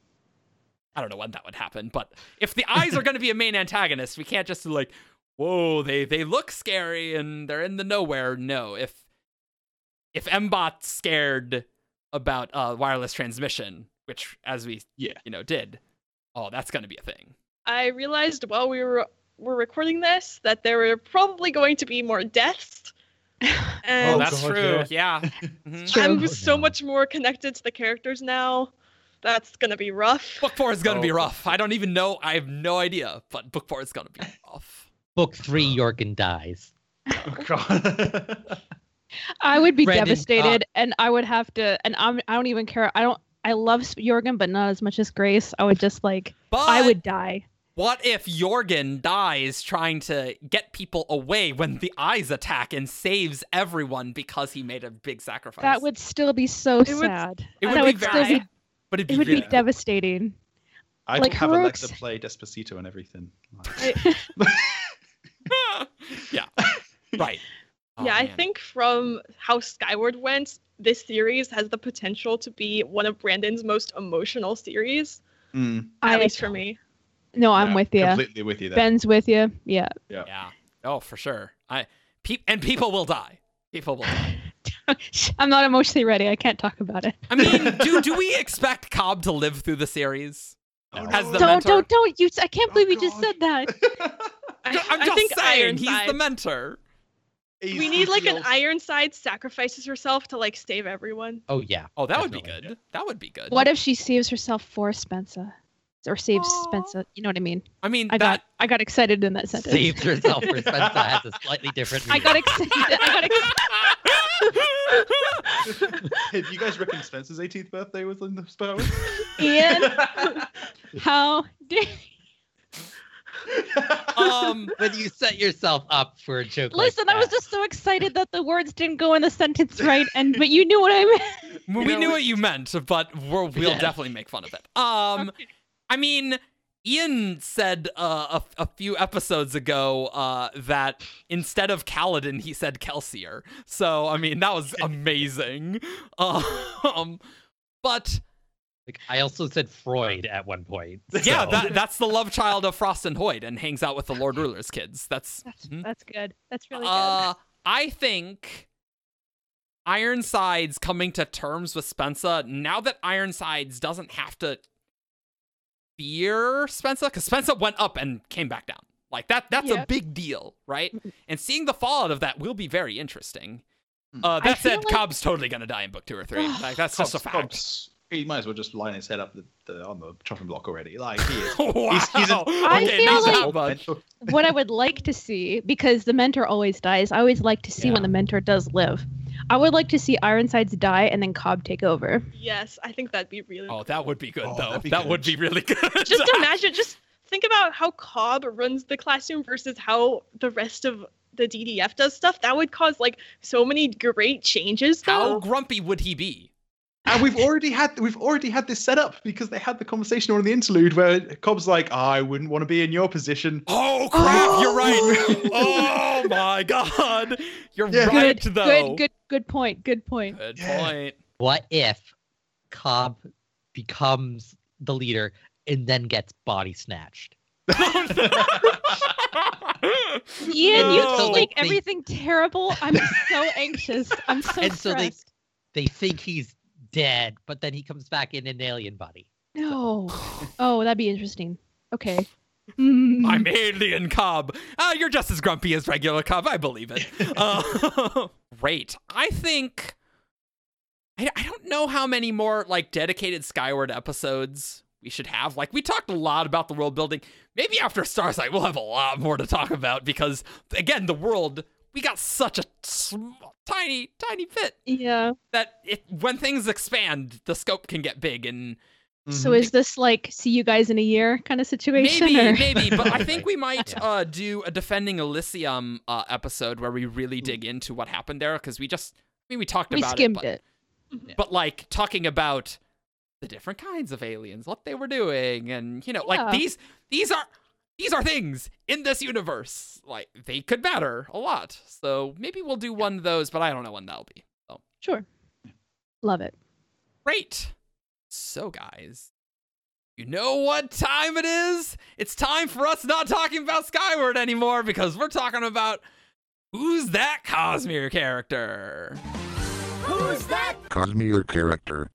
I don't know when that would happen, but if the eyes are going to be a main antagonist, we can't just like, whoa, they they look scary and they're in the nowhere. No, if if Mbot's scared about uh, wireless transmission, which as we
Yeah.
you know did, oh, that's going to be a thing.
I realized while we were were recording this that there were probably going to be
[laughs]
more deaths.
Oh,
oh,
And
that's
God,
true. Yeah. Mhm.
It's true.
I'm
Oh,
so
no.
much more connected to the characters now. That's gonna be rough.
Book four is going to be
Oh.
rough. I don't even know. I have no idea, but book four is going to be rough.
Book three, Jorgen dies.
[laughs] Oh, God. [laughs]
I would be
Red
uh,
and
devastated, and I would have to. And I'm. I don't even care. I don't. I love Jorgen, but not as much as Grace. I would just like.
But
I would die.
What if Jorgen dies trying to get people away when the eyes attack and saves everyone because he made a big sacrifice?
That would still be so
It would-
sad.
it would
that
be
would
very
still be,
sad, but it'd be
it would be
really
Yeah.
devastating.
I'd
Like,
have Alexa
heroics-
play Despacito and everything. Mm.
[laughs] yeah.
[laughs]
Right. Oh,
yeah, I
man.
think from how Skyward went, this series has the potential to be one of Brandon's most emotional series,
Mm,
at
I
least for me.
no, Oh, I'm
yeah,
with you.
Completely with you there.
Ben's with you. Yeah. [laughs]
Yeah. Oh, for sure. I pe- and people will die. People will.
[laughs]
Die.
I'm not emotionally ready. I can't talk about it.
I mean, do do we expect Cobb to live through the series?
No.
As
[laughs]
the
don't,
mentor.
don't, don't. You. I can't
Oh,
believe you just
God.
said that.
I,
I'm
I
just
think
saying he's the
Ironside.
mentor.
He's-
we need
he's
like
the
an
old-
Ironside sacrifices herself to like save everyone.
Oh yeah.
Oh, that would be
Definitely.
good. That would be good.
What if she saves herself for Spencer? Or saves
Aw.
Spencer. You know what I mean?
I mean
I
that
got I got excited in that sentence.
Saved herself for Spencer has
[laughs]
a slightly different.
I got excited. [laughs] I got excited.
[laughs] Hey, do you guys reckon Spencer's 18th birthday was in the spell?
Ian,
[laughs]
how dare
[laughs] um
[laughs] when you set yourself up for a joke. like
Listen, I was
that.
just so excited that the words didn't go in the sentence right, and but you knew what I [laughs] meant.
we
know,
knew what you meant, but we're, we'll
Yeah.
definitely make fun of it. Um
Okay.
I mean, Ian said uh, a, a few episodes ago uh, that instead of Kaladin, he said Kelsier. So, I mean, that was amazing. [laughs] um, but
Like, I also said Freud at one
[laughs]
point.
yeah,
so-
that, that's the love child of Frost and Hoyt and hangs out with the Lord Ruler's kids. That's.
That's
Mhm.
that's good. That's really
Uh, I think Ironsides coming to terms with Spencer now that Ironsides doesn't have to fear Spencer because Spencer went up and came back down. Like that, that's a
Yep.
big deal, right?
Mhm.
And seeing the fallout of that will be very interesting.
Hmm.
Uh, that
feel
said,
like-
Cobb's totally gonna die in book two or
[sighs]
three. Like that's just a
Cobb's-
fact.
Cobb's- He might as well just line his head up the, the, on the chopping block already. Like he
[laughs]
is.
wow.
He's- he's an-
I
okay,
feel
not
like-
that much.
mentor.
good. What I would like to see, because the mentor always dies, I always like to see
Yeah.
when the mentor does live. I would like to see Ironsides die and then Cobb take over.
Yes, I think that'd be really.
Oh, that would be good
Oh,
though.
that'd be
that
good.
would be really [laughs] good.
[laughs] Just imagine, just think about how Cobb runs the classroom versus how the rest of the DDF does stuff. That would cause like so many great changes.
How
Though.
grumpy would he be?
And we've already had we've already had this set up because they had the conversation on the interlude where Cobb's like, I wouldn't want to be in your
[laughs]
position.
Oh crap! You're right. [laughs]
Oh.
Oh my god! You're
Yeah.
right
good,
though.
good, good, good point. Good point.
Good
Yeah.
point.
What if Cobb becomes the leader and then gets body snatched?
[laughs]
Ian, you
No.
just
So,
make
like, they-
everything terrible. I'm
[laughs]
so anxious. I'm so
And so they-
stressed.
They think he's dead, but then he comes back in an alien body.
[laughs]
No. Oh, that'd be interesting. Okay. Mm.
I'm alien Cobb. Ah, you're just as grumpy as regular Cobb. I believe it. Uh, [laughs] great. I think. I, I don't know how many more like dedicated Skyward episodes we should have. Like we talked a lot about the world building. Maybe after Starsight, we'll have a lot more to talk about because again, the world we got such a small, tiny, tiny bit
Yeah.
that it, when things expand, the scope can get big and
Mm-hmm.
So is this like see you guys in a year kind of situation?
Maybe,
or-
maybe, but I think we might
Yeah.
uh, do a defending Elysium uh, episode where we really dig into what happened there because we just, I mean, we talked
we
about
skimmed
it,
it.
but, but like talking about the different kinds of aliens, what they were doing, and you know,
Yeah.
like these, these are, these are things in this universe. Like they could matter a lot. So maybe we'll do one of those, but I don't know when that'll be. So
Sure. Love it.
Great. So, guys, you know what time it is? It's time for us not talking about Skyward anymore because we're talking about who's that Cosmere character?
Cosmere character.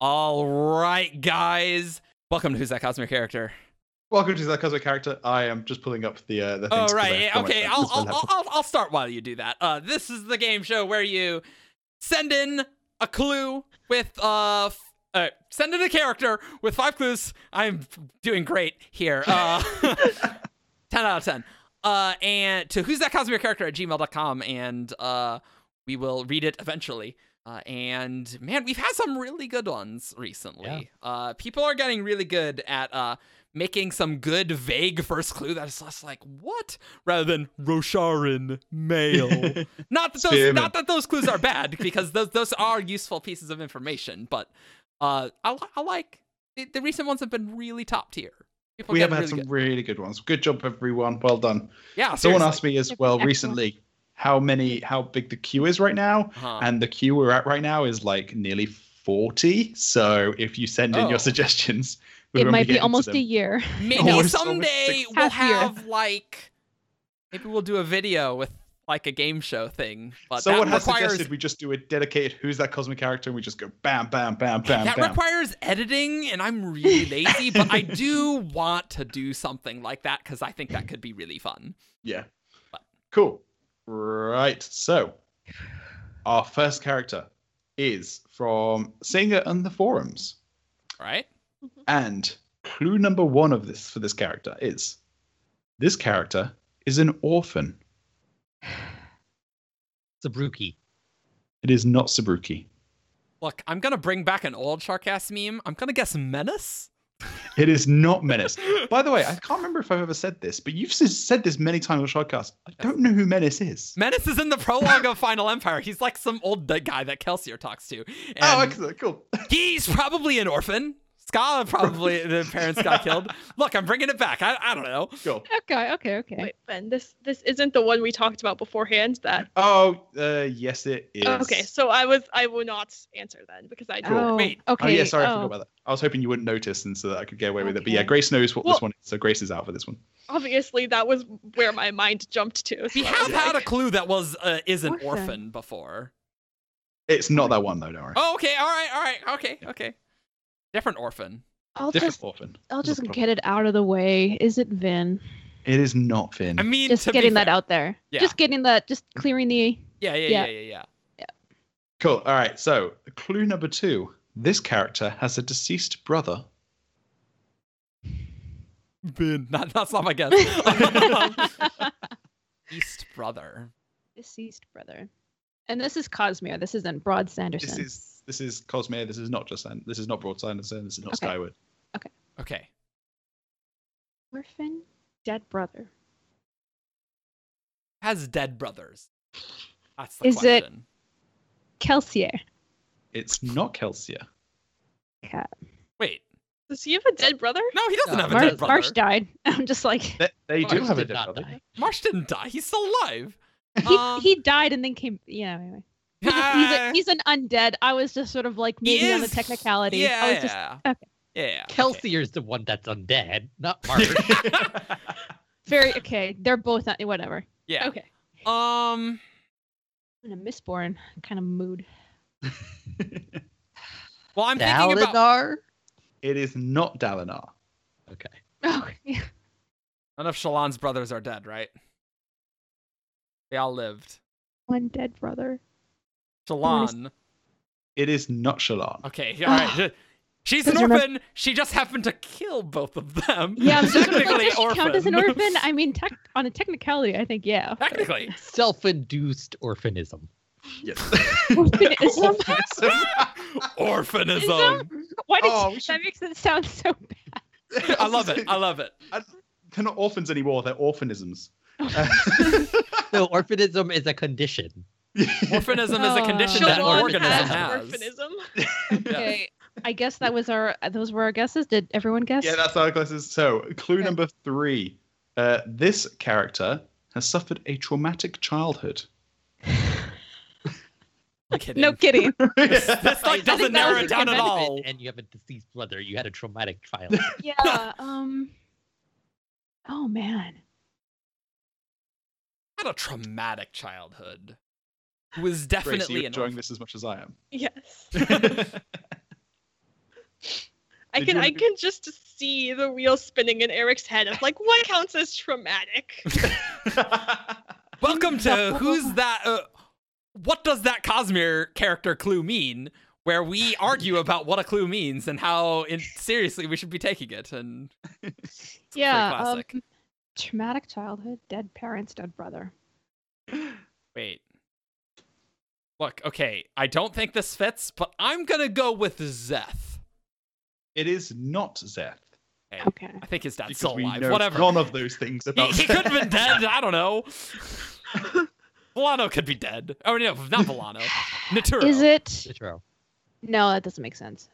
All right, guys. Welcome to Who's That Cosmere Character.
Welcome to that Cosmic character. I am just pulling up the uh, the.
Oh,
things 'cause I
right. yeah,
forgot
Okay,
my-
I'll,
this one
I'll,
happened.
I'll, I'll- I'll start while you do that. Uh, this is the game show where you send in a clue with, uh, f- uh send in a character with five clues. I'm doing great here. Uh, [laughs] 10 out of 10. Uh, and to who's that Cosmere character at gmail.com, and uh, we will read it eventually. Uh, and man, we've had some really good ones recently. Uh, people are getting really good at uh, making some good vague first clue that's just like what, rather than Rosharin [laughs]
[laughs]
male. not that those
Spearmint.
not that those clues are bad because those those are useful pieces of information. But uh, I li- I like the, the recent ones have been really top tier. People
we
get
have had
really
some
good.
really good ones. Good job, everyone. Well done.
yeah.
Someone
seriously.
asked me as
Yep,
well
excellent.
recently how many, how big the queue is right now,
Uh-huh.
and the queue we're at right now is like nearly forty. So if you send in
Oh.
your suggestions, [laughs] we
It
won't
might
getting
be
to
almost
them.
a year. [laughs]
Maybe
Oh, it's almost
someday
six-
we'll
Half year.
have like maybe we'll do a video with like a game show thing. But
Someone
that
has
requires
suggested we just do a dedicated "Who's that cosmic character?" and we just go bam, bam, bam, bam,
that
bam.
requires editing, and I'm really lazy, but I do want to do something like that because I think that could be really fun.
Yeah. Cool. Right. So, our first character is from Singer and the Forums,
All right?
and clue number one of this for this character is this character is an orphan.
Sabruki.
It is not Sabruki.
Look, I'm gonna bring back an old Sharkass meme. I'm gonna guess menace.
It is not Menace. By the way, I can't remember if I've ever said this, but you've s- said this many times on Shardcast. I don't know who Menace is.
Menace is in the prologue of Final Empire. He's like some old dead guy that Kelsier talks to.
oh,
and-
excellent. Cool. [laughs]
He's probably an orphan. Scala probably the parents got
[laughs]
killed. Look, I'm bringing it back. I, I don't know.
Cool.
Okay, okay, okay.
Wait, Ben, this this isn't the one we talked about beforehand. That
Oh, uh, yes, it is.
okay? So I was I will not answer then because I
Cool.
don't.
Oh,
Wait.
okay.
oh, yeah, sorry, I
oh.
forgot about that. I was hoping you wouldn't notice and so that I could get away with it. But yeah,
Okay.
Grace knows what
Well-
this one is, so Grace is out for this one.
Obviously, that was where my mind jumped to.
We
so I
have
was
had a
like,
clue that was uh, is an
Orphan.
orphan before.
It's not that one, though, don't worry.
Oh, okay, all right, all right, okay, okay. Different orphan.
I'll
Different
just
orphan.
I'll
There's
just
a problem.
get it out of the way. Is it Vin?
It is not Finn.
I mean,
Just
to be
getting that
fair-
out there.
Yeah.
Just getting that. Just clearing
[laughs]
the. [laughs]
Yeah, yeah, yeah,
Yeah.
yeah, yeah.
Cool. All right, so clue number two this character has a deceased brother.
Bin. [laughs] Not, that's not my guess. East brother.
Deceased brother. And this is Cosmere. This isn't Broad Sanderson.
This is this is Cosmere. This is not just Sand- this is not Broad Sanderson. This is not
Okay.
Skyward.
Okay.
orphan dead brother.
Has dead brothers. That's the
Is it-
question.
Kelsier.
It's not Kelsier.
Wait.
Does he have a dead brother?
No, he doesn't
No,
have a
Mar-
dead brother.
Marsh died. [laughs] I'm just like
They, they do
Mars
have a
did not
different brother.
die.
Marsh didn't die. He's still alive.
[laughs] he,
Um, uh,
he died and then came. Yeah. Anyway. He's, he's,
[laughs]
a, he's an undead. I was just sort of like
He
maybe on the
is-
technicality.
Yeah.
I was just okay.
Yeah. okay.
Kelsier's the one that's undead,
[laughs]
not Marsh.
very okay. They're both un- whatever.
Yeah.
Okay.
Um.
In a misborn kind of mood. [laughs]
Well, I'm thinking about.
Dalinar?
It is not Dalinar.
Okay.
Oh, yeah.
None of Shallan's brothers are dead, right? They all lived.
one dead brother. wanna
Shallan.
It is not Shallan.
Okay. All right. She's an
Ah. Does your mom-
orphan. She just happened to kill both of them.
Yeah, I'm just sort of like,
technically
does she count as an
orphan.
orphan? I mean, tech- on a technicality, I think
[laughs]
yeah.
Technically.
Self-induced orphanism.
Yes.
Orphanism.
Orphanism.
Why did
Oh,
you-
we should-
that makes it sound so [laughs] bad?
[laughs] I love it. I love it.
[laughs] They're not orphans anymore. They're orphanisms.
[laughs]
No, orphanism is a condition.
Orphanism is a
Oh.
condition
Shalon
that an
Shallan
organism
has
has.
orphanism.
Okay, I guess that was our those were our guesses. Did everyone guess?
yeah, that's our classes. So, clue
Okay.
number three. Uh, this character has suffered a traumatic childhood.
I'm kidding.
no kidding.
[laughs]
[laughs]
This, this like
that
doesn't
was
narrow
a
it down at
convention.
all.
And you have a deceased brother. You had a traumatic
[laughs]
child.
yeah. Um. Oh man.
Had a traumatic childhood. Who was definitely
Grace, you're
an
enjoying
orphan.
this as much as I
[laughs]
am.
[laughs] Yes.
Did
I
you
can I
wanna-
can just see the wheel spinning in Eric's head of like what counts as traumatic.
Welcome
[laughs]
to Who's That? Uh, what does that Cosmere character clue mean? Where we argue about what a clue means and how in- seriously we should be taking it. And
Yeah. Um,
classic.
traumatic childhood, dead parents, dead brother.
wait, Look, okay, I don't think this fits, but I'm gonna go with Zeth.
It is not Zeth.
Okay.
I think his dad's
because
still
we
alive.
know
Whatever.
None of those things
He,
about
[laughs] he
Zeth.
could have been dead. I don't know.
[laughs]
Volano could be dead. Oh no, not
[laughs]
Volano. Naturo.
Is it?
Citro.
No, that doesn't make sense.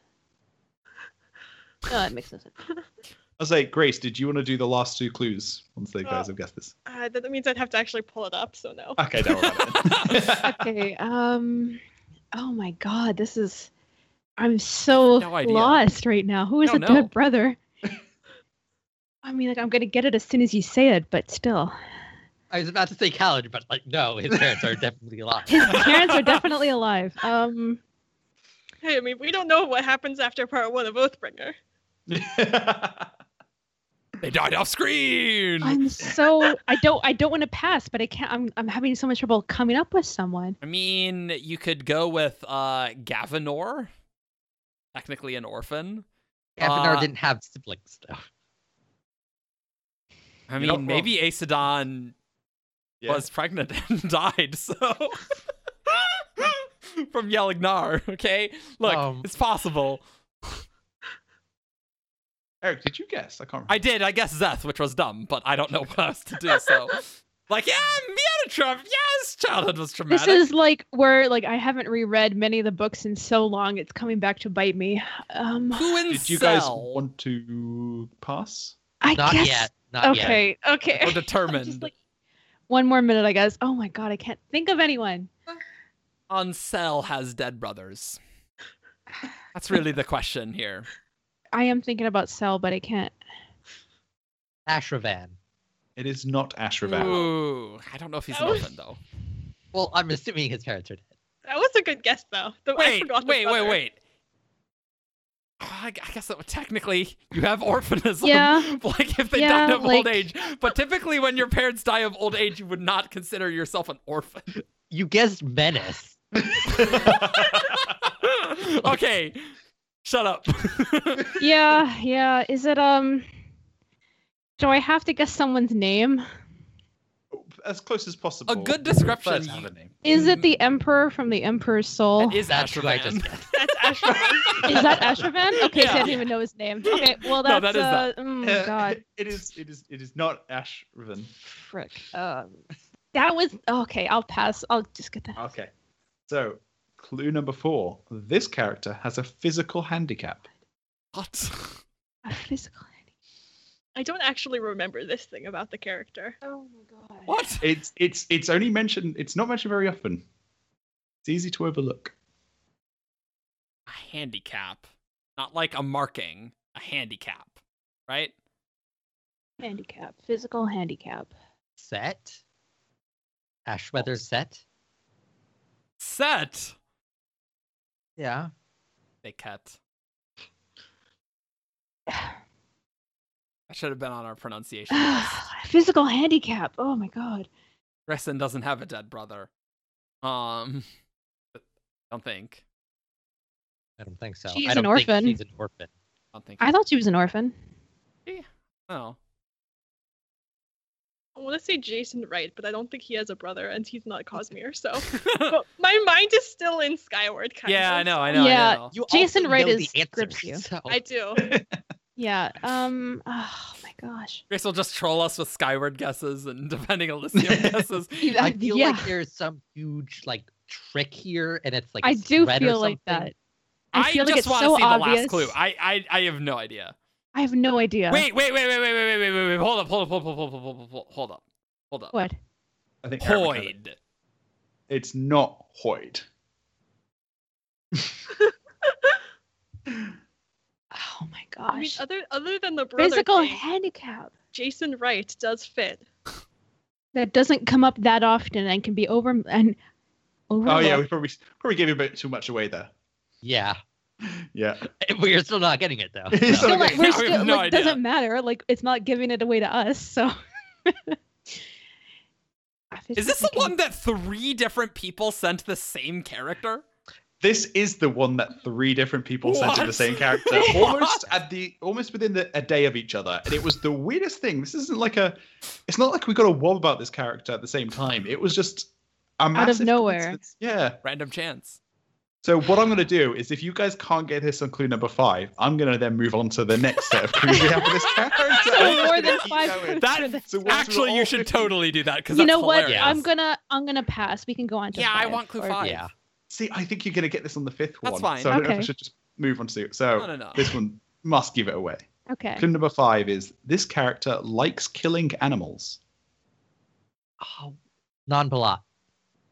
No, that makes no sense.
I was like, Grace, did you want to do the last two clues once
Oh.
the guys have guessed this?
Uh, that that means I'd have to actually pull it up, so no.
Okay, don't worry about it.
Okay. Um. Oh my God, this is. I'm so
No idea.
lost right now. Who is
No,
the
no. [laughs]
dead brother? I mean, like I'm gonna get it as soon as you say it, but still,
I was about to say college, but like no, his
[laughs]
parents are definitely alive.
his parents are definitely alive. Um.
Hey, I mean, we don't know what happens after part one of Oathbringer.
[laughs]
[laughs]
They died off screen. i
I'm so I don't I don't want to pass, but I can't. I'm I'm having so much trouble coming up with someone.
mean, you could go with uh Gavinor. Technically an orphan.
Gaffinar
Uh,
didn't have siblings though.
I
You're not
mean, maybe Aesidon
Yeah.
was pregnant [laughs] and died, so [laughs] from Yalignar, okay? Look,
Um.
it's possible.
Eric, did you guess? I can't remember.
I did, I guess Zeth, which was dumb, but I don't know [laughs] what else to do, so like, yeah, Mianotrup, yes, childhood was traumatic.
This is like where like I haven't reread many of the books in so long. It's coming back to bite me. Um.
Who in
Did you guys
Cell
want to pass?
I
Not
guess.
yet. Not yet.
Okay. Okay. [laughs]
were
[laughs] I'm
determined
just like one more minute, I guess. Oh my god, I can't think of anyone.
on Cell has dead brothers? That's really the question here.
I am thinking about Cell, but I
[laughs]
can't.
Ashravan.
It is not Ashravan.
Ooh, I don't know if he's an
That was-
orphan though.
Well, I'm assuming his parents are dead.
That was a good guess, though. Though [laughs] I
wait,
forgot the
wait, wait,
brother. [laughs]
wait. Oh, I, I guess that would technically you have orphanism.
Yeah.
[laughs] like if they
Yeah,
died of old
like-
age. But typically, when your parents die of old age, you would not consider yourself an
[laughs]
orphan.
You guessed Menace.
okay, shut up.
Yeah, yeah. Is it um? Do I have to guess someone's name?
[laughs] as close as possible.
good description.
Let's have a name.
Is
Mm.
it the Emperor from the Emperor's Soul?
It is
That's who I just
Ashravan.
guessed.
That's Ashravan.
[laughs]
Is
[laughs]
that Ashravan? Okay, so
Yeah.
I didn't even know his name. Okay, well
No,
that's
that
uh, mm,
Uh,
God,
[laughs] It is. It is. It is not Ashravan.
frick. Um, that was okay. I'll pass. I'll just get that.
Okay. So, clue number four. This character has a physical handicap.
What?
A physical. handicap.
I don't actually remember this thing about the character.
Oh my God.
What?
It's. It's. It's only mentioned. It's not mentioned very often. It's easy to overlook.
A handicap, not like a marking. A handicap, right?
Handicap. Physical handicap. [sighs]
Set. Ashweather set.
Set.
Yeah.
They [sighs] cut. That should have been on our
[sighs]
pronunciation list.
physical handicap. Oh my God.
Gresson doesn't have a dead brother. Um, [laughs] don't think.
I don't think so.
She's
I
an
don't think
orphan.
She's an orphan.
Don't think.
I thought she was an orphan.
Oh,
I want to say Jason Wright, but I don't think he has a brother, and he's not
[laughs]
Cosmere, so. but my mind is still in Skyward, kind
yeah,
of.
I know, I know, I
Yeah.
know.
You
Jason
also
Wright
know
is-
the answer,
grips you.
so-
I do.
Yeah. Um. Oh my
[laughs]
gosh.
Grace will just troll us with Skyward guesses and [laughs] depending
[laughs]
on Elysium guesses.
I feel
yeah.
like there's some huge like trick here, and it's like
I
a
do
thread or
feel like
something.
that. I feel like
just
it's
want to
so
see
obvious.
the last clue. I, I, I have no idea.
I have no idea.
Wait, wait, wait, wait, wait, wait, wait, wait, wait, wait. Hold up, hold up, hold up, hold up, hold up, hold up, hold up, hold up.
What?
I think. Eric would have it.
Hoyd.
It's not Hoyd.
Oh my
I mean,
gosh.
other, other than the brother
physical
thing,
handicap.
Jason Wright does fit.
That doesn't come up that often and can be over and over.
Oh yeah, we probably probably gave a bit too much away there.
Yeah, [laughs]
Yeah.
we are still not getting it
[laughs]
though.
It's
Still,
not
like,
getting-
we're
now we have
still,
no
like,
idea.
doesn't matter. Like it's not giving it away to us. So. [laughs]
Is this
[laughs]
the one that three different people sent the same character?
This is the one that three different people sent to the
What?
same character,
[laughs]
almost at the almost within the, a day of each other, and it was the weirdest thing. This isn't like a, it's not like we got a wob about this character at the same time. It was just a
of
massive
nowhere.
coincidence. Yeah.
Random chance.
So what I'm going to do is, if you guys can't get this on clue number five, I'm going to then move on to the next set of clues we have
[laughs]
for this character. I'm
So
just
more
gonna
than
keep
five
going.
points
That-
for the-
So once we're
Actually, you
all
should
50
totally do that because
You know what?
Hilarious.
I'm gonna I'm gonna pass. We can go on to
Yeah, I
five,
want clue
or-
five.
Yeah.
See, I think you're going to get this on the fifth
That's
one.
fine.
So I don't know if I
Okay.
should just move on to it. So
No, no, no.
this one must give it away.
Okay.
Clue number five is this character likes killing animals.
Oh, non-palat.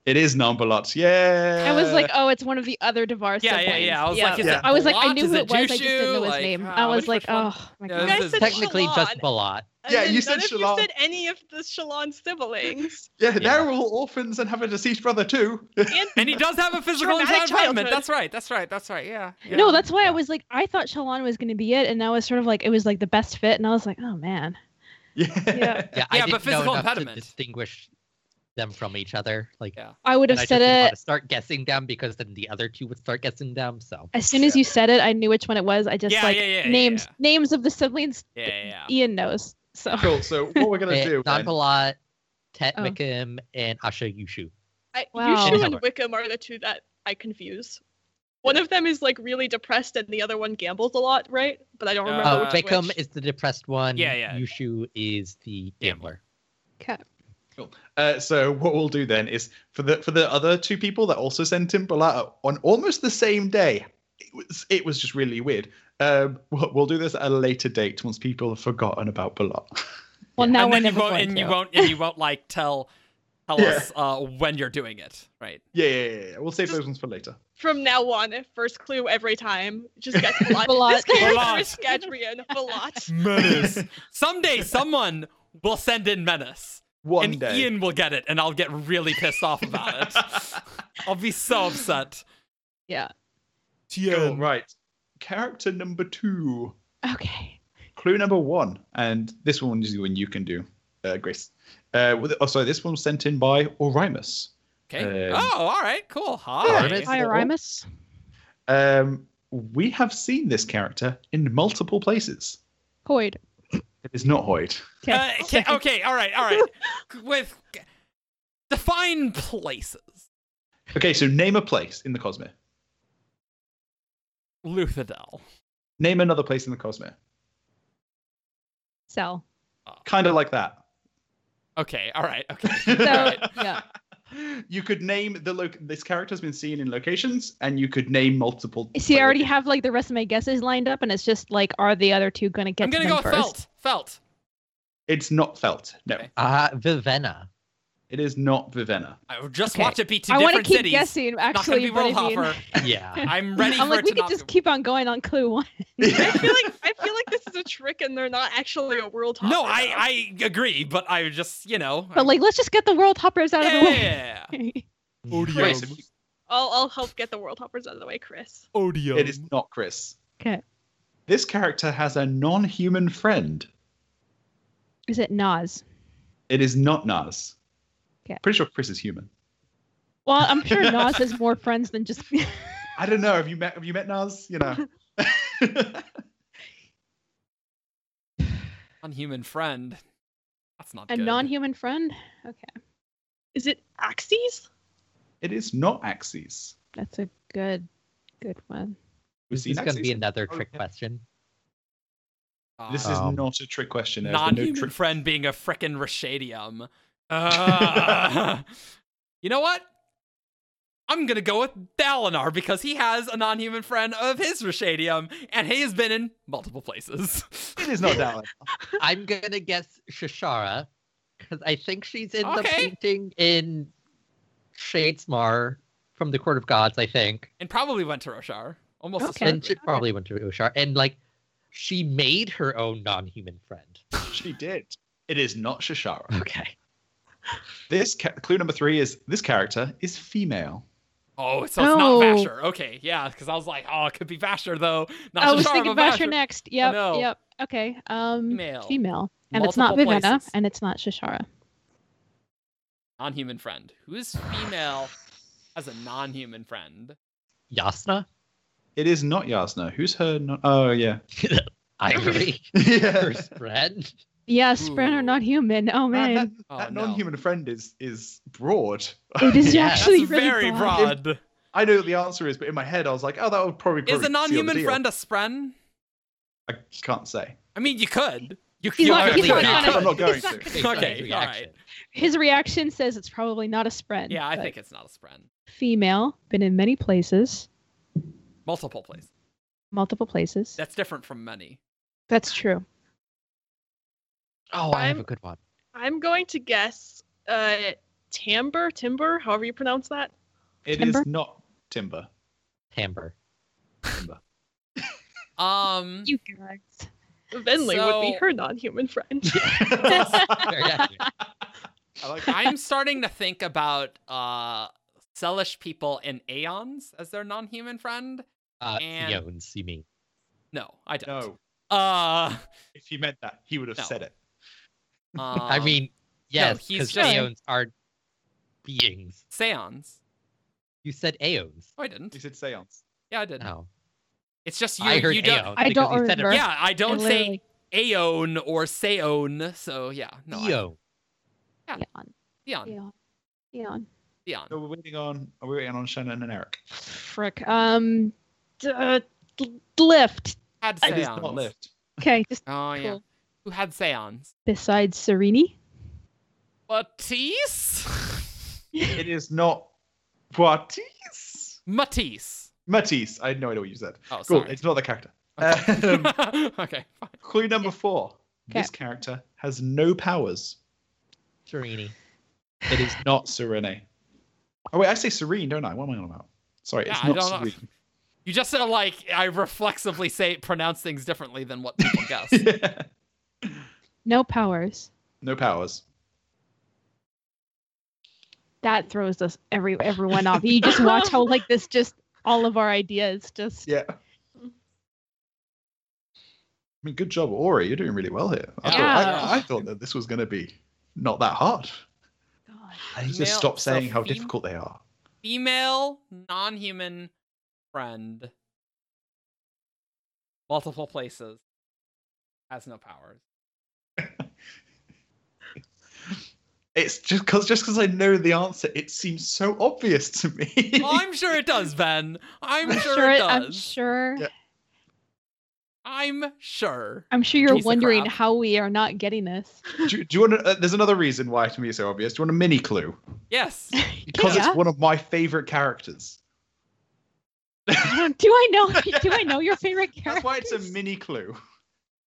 It is Numberlot. Yeah.
I was like, oh, it's one of the other Devar
Yeah,
siblings.
yeah, yeah. I was like, is
Yeah.
it
I was like, I
Blot?
knew
Is
who it was. I just didn't know
Jushu?
his
Like,
name.
uh,
I was
which-
like,
which one?
oh my
Yeah,
god.
this
You guys
is-
said
Technically, just
Shalon.
palat.
And
Yeah,
then
you said
none of
Shalon.
you said any of the Shalon
[laughs]
siblings.
yeah, they're all orphans and have a deceased brother too. [laughs]
And
oh.
And he does have a physical
Traumatic
impairment.
childhood.
That's right. That's right. That's right. Yeah. yeah.
No, that's why
Yeah.
I was like, I thought Shalon was gonna be it, and I was sort of like, it was like the best fit, and I was like, oh man.
yeah.
Yeah.
Yeah, I
Yeah,
didn't
but physical
know enough
impediment.
to distinguish them from each other. Like,
Yeah.
I would
and I
have
just
said
didn't want
it
to start guessing them because then the other two would start guessing them. So
as soon as you said it. I knew which one it was. I just
Yeah,
like
yeah, yeah, yeah,
names
yeah.
names of the siblings.
Yeah, yeah, yeah.
Ian knows. So
Cool. So what we're going to do? then-
non-palat, Eh, Tet
Oh.
Mikim, and Asha Yushu.
I,
Wow.
Yushu and Wickham are the two that I confuse. One of them is like really depressed, and the other one gambles a lot, right? But I don't remember.
Oh,
Uh,
which
Mikim
which.
is the depressed one.
Yeah, yeah.
Yushu is the gambler.
Uh, so what we'll do then is for the for the other two people that also sent him Balata on almost the same day. It was it was just really weird. Um, we'll, we'll do this at a later date once people have forgotten about Balat.
well,
and
now we're
then you
never
won't,
going
and you
to.
won't, and you won't like tell, tell
Yeah.
us uh, when you're doing it, right?
[laughs] yeah, yeah, yeah, yeah. We'll save those ones for later.
From now on, first clue every time, just
[laughs]
guess Valot.
Valot.
This character
Valot.
is Gadrian Valot.
Menace. Someday, someone will send in menace,
[laughs] One
and
day.
Ian will get it, and I'll get really pissed off about it.
[laughs]
I'll be so upset.
Yeah.
Cool, right. Character number two.
Okay.
Clue number one, and this one is the one you can do, uh, Grace. Uh, with, oh, sorry, this one was sent in by Orimus.
Okay.
Um,
oh, all right. Cool.
Artemis.
Hi. Uh,
Hi, Arimus.
Um, we have seen this character in multiple places.
Hoyd.
It is not Hoyt.
Okay.
Uh, okay, okay. All right. All right. [laughs] With define places.
Okay, so name a place in the Cosmere.
Luthadel.
Name another place in the Cosmere.
Sell.
Kind of like that.
Okay. All right. Okay.
[laughs]
So yeah.
You could name the loc. This character's been seen in locations, and you could name multiple.
See, I already have like the rest of my guesses lined up, and it's just like, are the other two gonna get
I'm gonna
to
go
them
with
first?
felt. Felt.
It's not Felt. No,
Okay.
Uh,
[laughs]
Vivenna.
it is not
[laughs]
Vivenna.
I would just
Okay.
watch it be two
I want to
different
keep
cities.
guessing.
not gonna be
Actually, but I mean, [laughs]
Rollhopper.
[laughs] Yeah.
I'm ready
I'm
for
like,
it
we
to
could
not
just
be-
keep on going on clue one.
I feel like I feel like this is a trick, and they're not actually a world.
No,
hopper, though.
I I agree, but I just you know.
But like, let's just get the world hoppers out of the way. [laughs]
yeah. [laughs]
Grace, if you-
I'll I'll help get the world hoppers out of the way, Chris.
Odium.
it is not Chris.
Okay.
This character has a non-human friend.
Is it Nas?
It is not Nas.
Okay.
Pretty sure Chris is human.
Well, I'm sure
[laughs]
Nas has more friends than just.
I don't know. Have you met? Have you met Nas? You know.
[laughs]
[laughs]
non-human friend. That's not
A
good.
non-human friend? Okay,
Is it Axes?
it is not Axes.
that's a good, good one.
We've
This is
seen
going to
Axes.
be another
Oh,
trick
yeah.
question.
Uh,
This is
Um,
not a trick question. There's been
non-human
no trick.
friend being a frickin' Rashadium.
[laughs]
Uh, [laughs] you know what? I'm gonna go with Dalinar because he has a non-human friend of his Rashadium, and he has been in multiple places. [laughs]
It is not Dalek.
I'm going to guess Shashara because I think she's in the
Okay.
painting in Shadesmar from the Court of Gods, I think.
and probably went to Roshar. Almost
Okay.
certainly.
And she probably went to Ushar. And like, she made her own non human friend.
she did. It is
[laughs]
not Shashara.
Okay.
This ca- clue number three is this character is female.
Oh, so it's
No.
not Vasher. Okay, yeah, because I was like, oh, it could be Vasher though. Not
I was
Shashara,
thinking
but
Vasher next. Yep,
know.
yep. Okay. Um,
Female.
female. and it's not
Multiple
Vivenna,
places.
and it's not Shashara.
Non-human friend. Who is female as a non-human friend?
[laughs]
Yasna?
It is not Yasna. Who's her? Non- oh yeah. [laughs]
Ivory?
[laughs]
yeah.
First friend?
Yes, Bran are
Ooh.
not human. Oh man,
Man, that,
Oh,
that
no.
non-human friend is is broad.
[laughs]
it is
Yeah, that's
actually really
very
broad.
broad.
I know what the answer is, but in my head, I was like, oh, that would probably.
Is
probably
a non-human
seal the deal.
friend a spren?
I can't say.
I mean, you could. You
He's
you
not-
obviously
he's not
could.
gonna-
I'm not going
he's not
to.
gonna-
based on
Okay,
his
all right.
reaction.
His reaction says it's probably not a spren.
Yeah, I
but
think it's not a spren.
female. Been in many places,
Multiple places.
multiple places.
That's different from many.
That's true.
Oh, I have
I'm-
a good one.
I'm going to guess uh, timbre, timber, however you pronounce that.
It is
Timber?
not timber.
[laughs]
[laughs]
[laughs]
Timber.
Um,
You [laughs] guys.
Venley would be
So-
her non-human friend.
[laughs]
[laughs]
Very accurate.
I like
I'm starting to think about uh Celish people and Aeons as their non-human friend.
Uh,
And-
Yones, you mean?
No, I don't.
No,
Uh,
if he meant that, he would have
No.
said it.
I
um,
mean, yes,
he's
because
just-
Aeons are beings.
Seons.
You said Aeons.
Oh, I
He
didn't.
said seance.
Yeah, I did.
No,
It's just you.
I heard
you don't.
Aeons.
I
because
don't
you said it
remember.
Yeah, I don't
I
say Aeon or Seon. So yeah, no. I-
Eon.
Yeah.
Eon.
Eon.
Eon. Eon.
Eon.
No, we're waiting on. Are we waiting on Shannon and Eric?
Frick. Um. D- uh, d- lift.
Had
It is not
Seons.
lift.
Okay. Just
Oh yeah.
Cool.
Who had Seons?
besides Serini.
Matisse. [laughs]
It is not Poitiers.
Matisse.
Matisse. I had no idea what you said.
Oh,
Cool.
sorry.
It's not the character. Um,
[laughs] okay. fine. [laughs]
clue number four. This character has no powers.
Mm,
Serini.
It is not Serene. Oh wait, I say Serene, don't I? What am I on about? Sorry, it's
Yeah, I
not
don't know.
Serene.
You just said like I reflexively say pronounce things differently than what people
[laughs]
guess. [laughs]
No powers.
[laughs] No powers.
That throws us every everyone off. You just watch how like
[laughs]
this just all of our ideas just
Yeah. I mean, good job, Ori. You're doing really well here. I,
Yeah.
thought, I, I thought that this was going to be not that hard.
God.
I need to
Male-
stop
so
saying how
fem-
difficult they are.
Female non-human friend. Multiple places. Has no
[laughs]
powers.
It's just because just because I know the answer, it seems so obvious to me.
Well, Oh, I'm sure it does, Ben. I'm
I'm
sure,
sure.
it
it-
does.
I'm sure.
Yeah.
I'm sure.
I'm sure you're
Piece of
wondering
crap.
how we are not getting this.
[laughs] do, do you want to? Uh, there's another reason why to me it's so obvious. Do you want a mini clue?
[laughs]
Yes.
Because
Yeah.
it's one of my favorite characters.
I don't- [laughs] do I know? Do I know your favorite character?
[laughs] That's why it's a mini clue.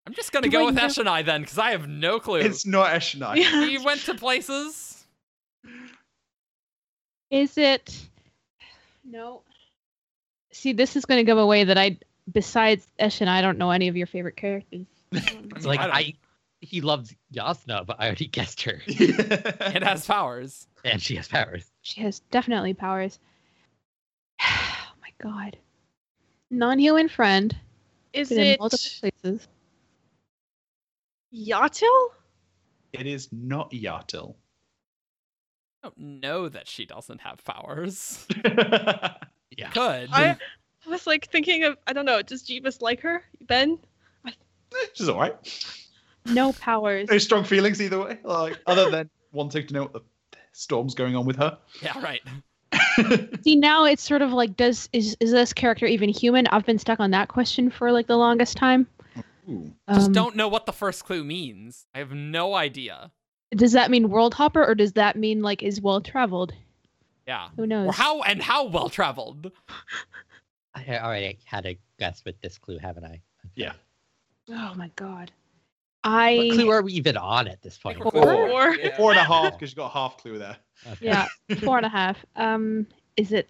I'm just gonna
Do
go
I
with
know-
Ash and I then, because I have no clue.
It's not Eshnai. [laughs]
We went to places.
Is it? No. See, this is going to give away that I, besides Esh and I, don't know any of your favorite characters.
I
It's like
mean,
I,
I
he loves Yasna, but I already [laughs] guessed her,
[laughs] It has powers.
and she has powers.
She has definitely powers. [sighs] oh my god. Non-human friend.
Is
been in
it
multiple places.
Yatil?
It is not Yatil.
I don't know that she doesn't have
[laughs]
powers.
Yeah.
Could.
I I was like thinking of I don't know. Does Jeebus like her? Ben?
She's all right.
No powers.
No strong feelings either way. Like other than wanting to know what the storm's going on with her.
Yeah, right.
See, now it's sort of like, does is is this character even human? I've been stuck on that question for like the longest time.
Ooh.
Just
Um,
don't know what the first clue means. I have no idea.
Does that mean world hopper, or does that mean like is well traveled?
Yeah.
Who knows?
Or how and how well traveled.
I already had a guess with this clue, haven't I?
Yeah.
Oh my god. I
What clue are we even on at this
Like
point?
we're
Four.
Or
Four and a half, because you got a half clue there.
Okay.
yeah, four and a half. Um, is it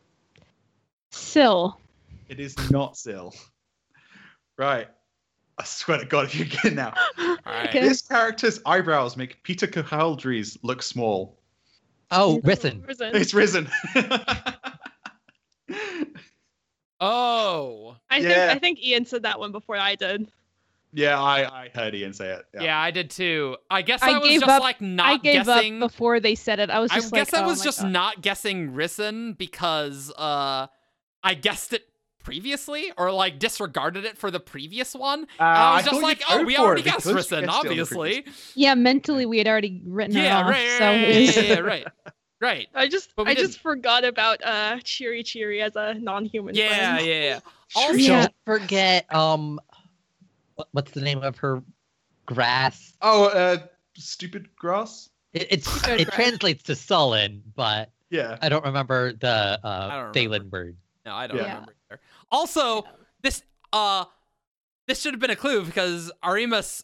Sill?
It is not Sil. Right. I swear to God, if you get it now.
All right.
Okay.
This character's eyebrows make Peter Capaldi's look small.
Oh, listen.
[laughs] Risen.
It's risen. [laughs]
Oh.
I think
Yeah.
I think Ian said that one before I did.
yeah, I, I heard Ian say it.
Yeah. I did too. I guess I,
I
was
gave
just
up-
like not
I gave
guessing.
up before they said it. I was
I
just
guess
like,
I
oh
was
my
just
God.
not guessing Risen because uh I guessed it previously or like disregarded it for the previous one.
Uh,
And I was
thought
just
you
like, oh,
voted
we
for
already
it
got
because you guessed it on
Srisson,
the
obviously.
Yeah, mentally we had already written it
Yeah,
off.
right,
so [laughs] it
right,
was-
yeah, yeah, right, right.
I just
But we
I just forgot about uh Cheery Cheery as a non-human
Yeah,
friend.
yeah, yeah.
Don't
Yeah.
forget um, what- what's the name of her grass?
Oh, uh, stupid grass.
It, it's
Stupid
it
grass.
translates to sullen, but
Yeah.
I don't remember the
I don't
uh,
remember.
Thalen word.
No, I don't
Yeah.
remember either. Also, this uh this should have been a clue because Arimus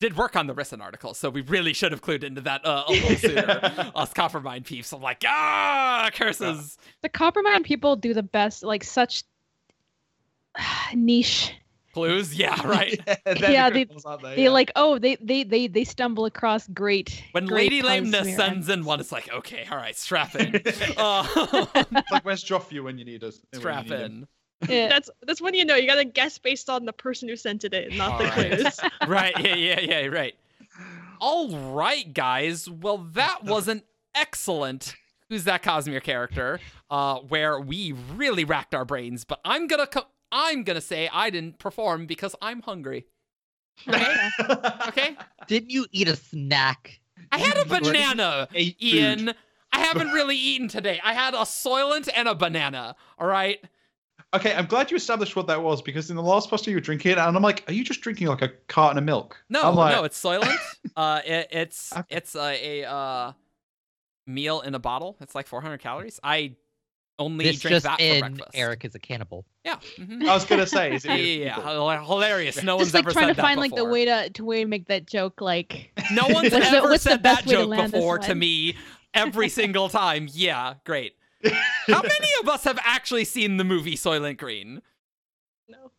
did work on the Risson article, so we really should have clued into that uh, a
[laughs]
little sooner. Us Coppermine peeps, I'm like, ah, curses.
the Coppermine people do the best, like such [sighs] niche.
Clues?
[laughs]
Yeah, [laughs]
[laughs]
right.
they're
Yeah,
the
they-
good ones, aren't they?
They
Yeah.
like, oh, they they they they stumble across great.
When
great
Lady
puns
Lameness
here.
sends in one, it's like, okay, all right, strap [laughs] in.
[laughs]
uh,
It's like where's Joffrey when you need us? when you
strap
need him? [laughs]
in. [laughs]
Yeah.
[laughs] That's that's when you know you gotta guess based on the person who sent it in, not the
Alright.
quiz.
right. Yeah, yeah, yeah, right. All right, guys. Well, that was an excellent Who's That Cosmere character uh, where we really racked our brains, but I'm going to co- I'm going to say I didn't perform because I'm hungry. Okay?
[laughs]
okay?
Didn't you eat a snack?
I had a
You were-
banana,
Ate food.
Ian. I haven't really eaten today. I had a Soylent and a banana, all right?
Okay, I'm glad you established what that was because in the last pasta you were drinking it, and I'm like, are you just drinking like a carton of milk?
No,
I'm like,
no, it's
[laughs]
Soylent. uh, it, it's
Okay.
it's uh, a uh, meal in a bottle. It's like 400 calories. I only
This
drink
just
that for
in,
breakfast.
Eric is a cannibble.
Yeah.
[laughs]
mhm.
I was gonna
[laughs]
say, is it
Yeah, yeah,
people?
yeah. Hila- Hilarious. No one's
Just like
ever
trying
said
to
that
find like the
before.
way to to way to make that joke like
[laughs] No
[laughs]
one's
What's the-
ever
what's the
said
best
that
way to
joke
land this
before to
one?
me every single time. Yeah, great.
[laughs]
How many of us have actually seen the movie Soylent Green?
No.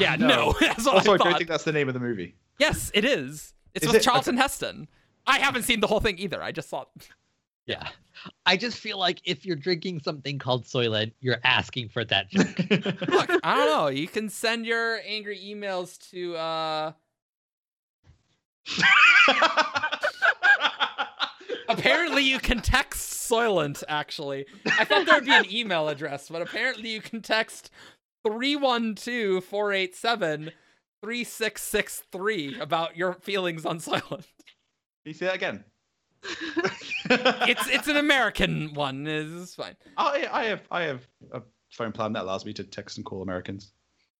Yeah, no. [laughs]
No.
That's what
Also,
I
I don't
thought.
think that's the name of the movie.
Yes, it is. It's
Is
with
it?
Charlton Heston. I haven't seen the whole thing either. I just saw
Yeah. I just feel like if you're drinking something called Soylent, you're asking for
[laughs]
that joke.
Look, I don't know. You can send your angry emails to uh [laughs] apparently you can text Soylent actually. I thought there'd be an email address, but apparently you can text 312-487-3663 about your feelings on Soylent.
Can you say that
[laughs]
again?
It's it's an American one. It's fine.
I, I have I have a phone plan that allows me to text and call
[laughs]
Americans.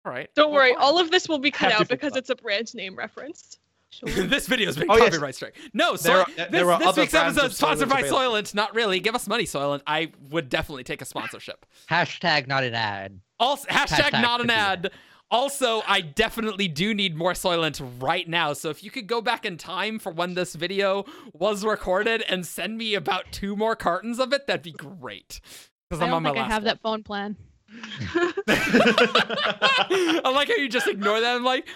All right.
Don't
Well,
worry,
fine.
all of this will be
Have
cut
to
out
think
because
about
it's a brand name reference.
[laughs] this video's been
Oh, yes.
copyright strike. No,
There
so
are-
this,
there are
this
other
week's
brands
episode
of
is sponsored
Soylent
by
available.
Soylent. Not really. Give us money, Soylent. I would definitely take a sponsorship.
Hashtag not an ad.
Also, [laughs] hashtag,
Hashtag
not an
could be
ad. Also, I definitely do need more Soylent right now. So if you could go back in time for when this video was recorded and send me about two more cartons of it, that'd be great. Because
I
I'm
don't
on my
think I
last
have
one.
that phone plan.
[laughs]
[laughs]
I like how you just ignore that. I'm like,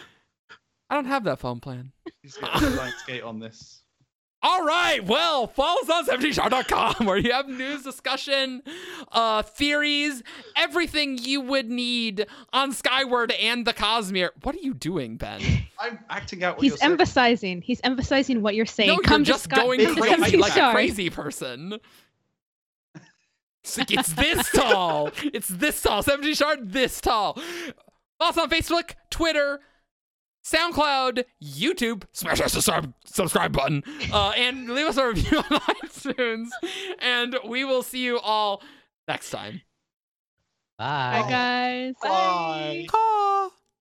I don't have that phone plan.
He's got a blind skate on this.
All right, well, fallsonseventyshot.com where you have news, discussion, uh, theories, everything you would need on Skyward and the Cosmere. What are you doing, Ben?
I'm acting out what
He's
you're saying.
emphasizing. He's emphasizing what you're saying.
no,
come
you're
to
just
Sky-
going
come to
crazy
Computer
like a
Shard.
crazy person. It's, like, it's
[laughs]
this tall. It's this tall. 70 Shard, this tall. Also on Facebook, Twitter, SoundCloud, YouTube. Smash that subscribe, subscribe button. Uh, and leave us a review [laughs] on iTunes. And we will see you all next time.
Bye.
Bye [laughs] guys.
Bye.
Caw.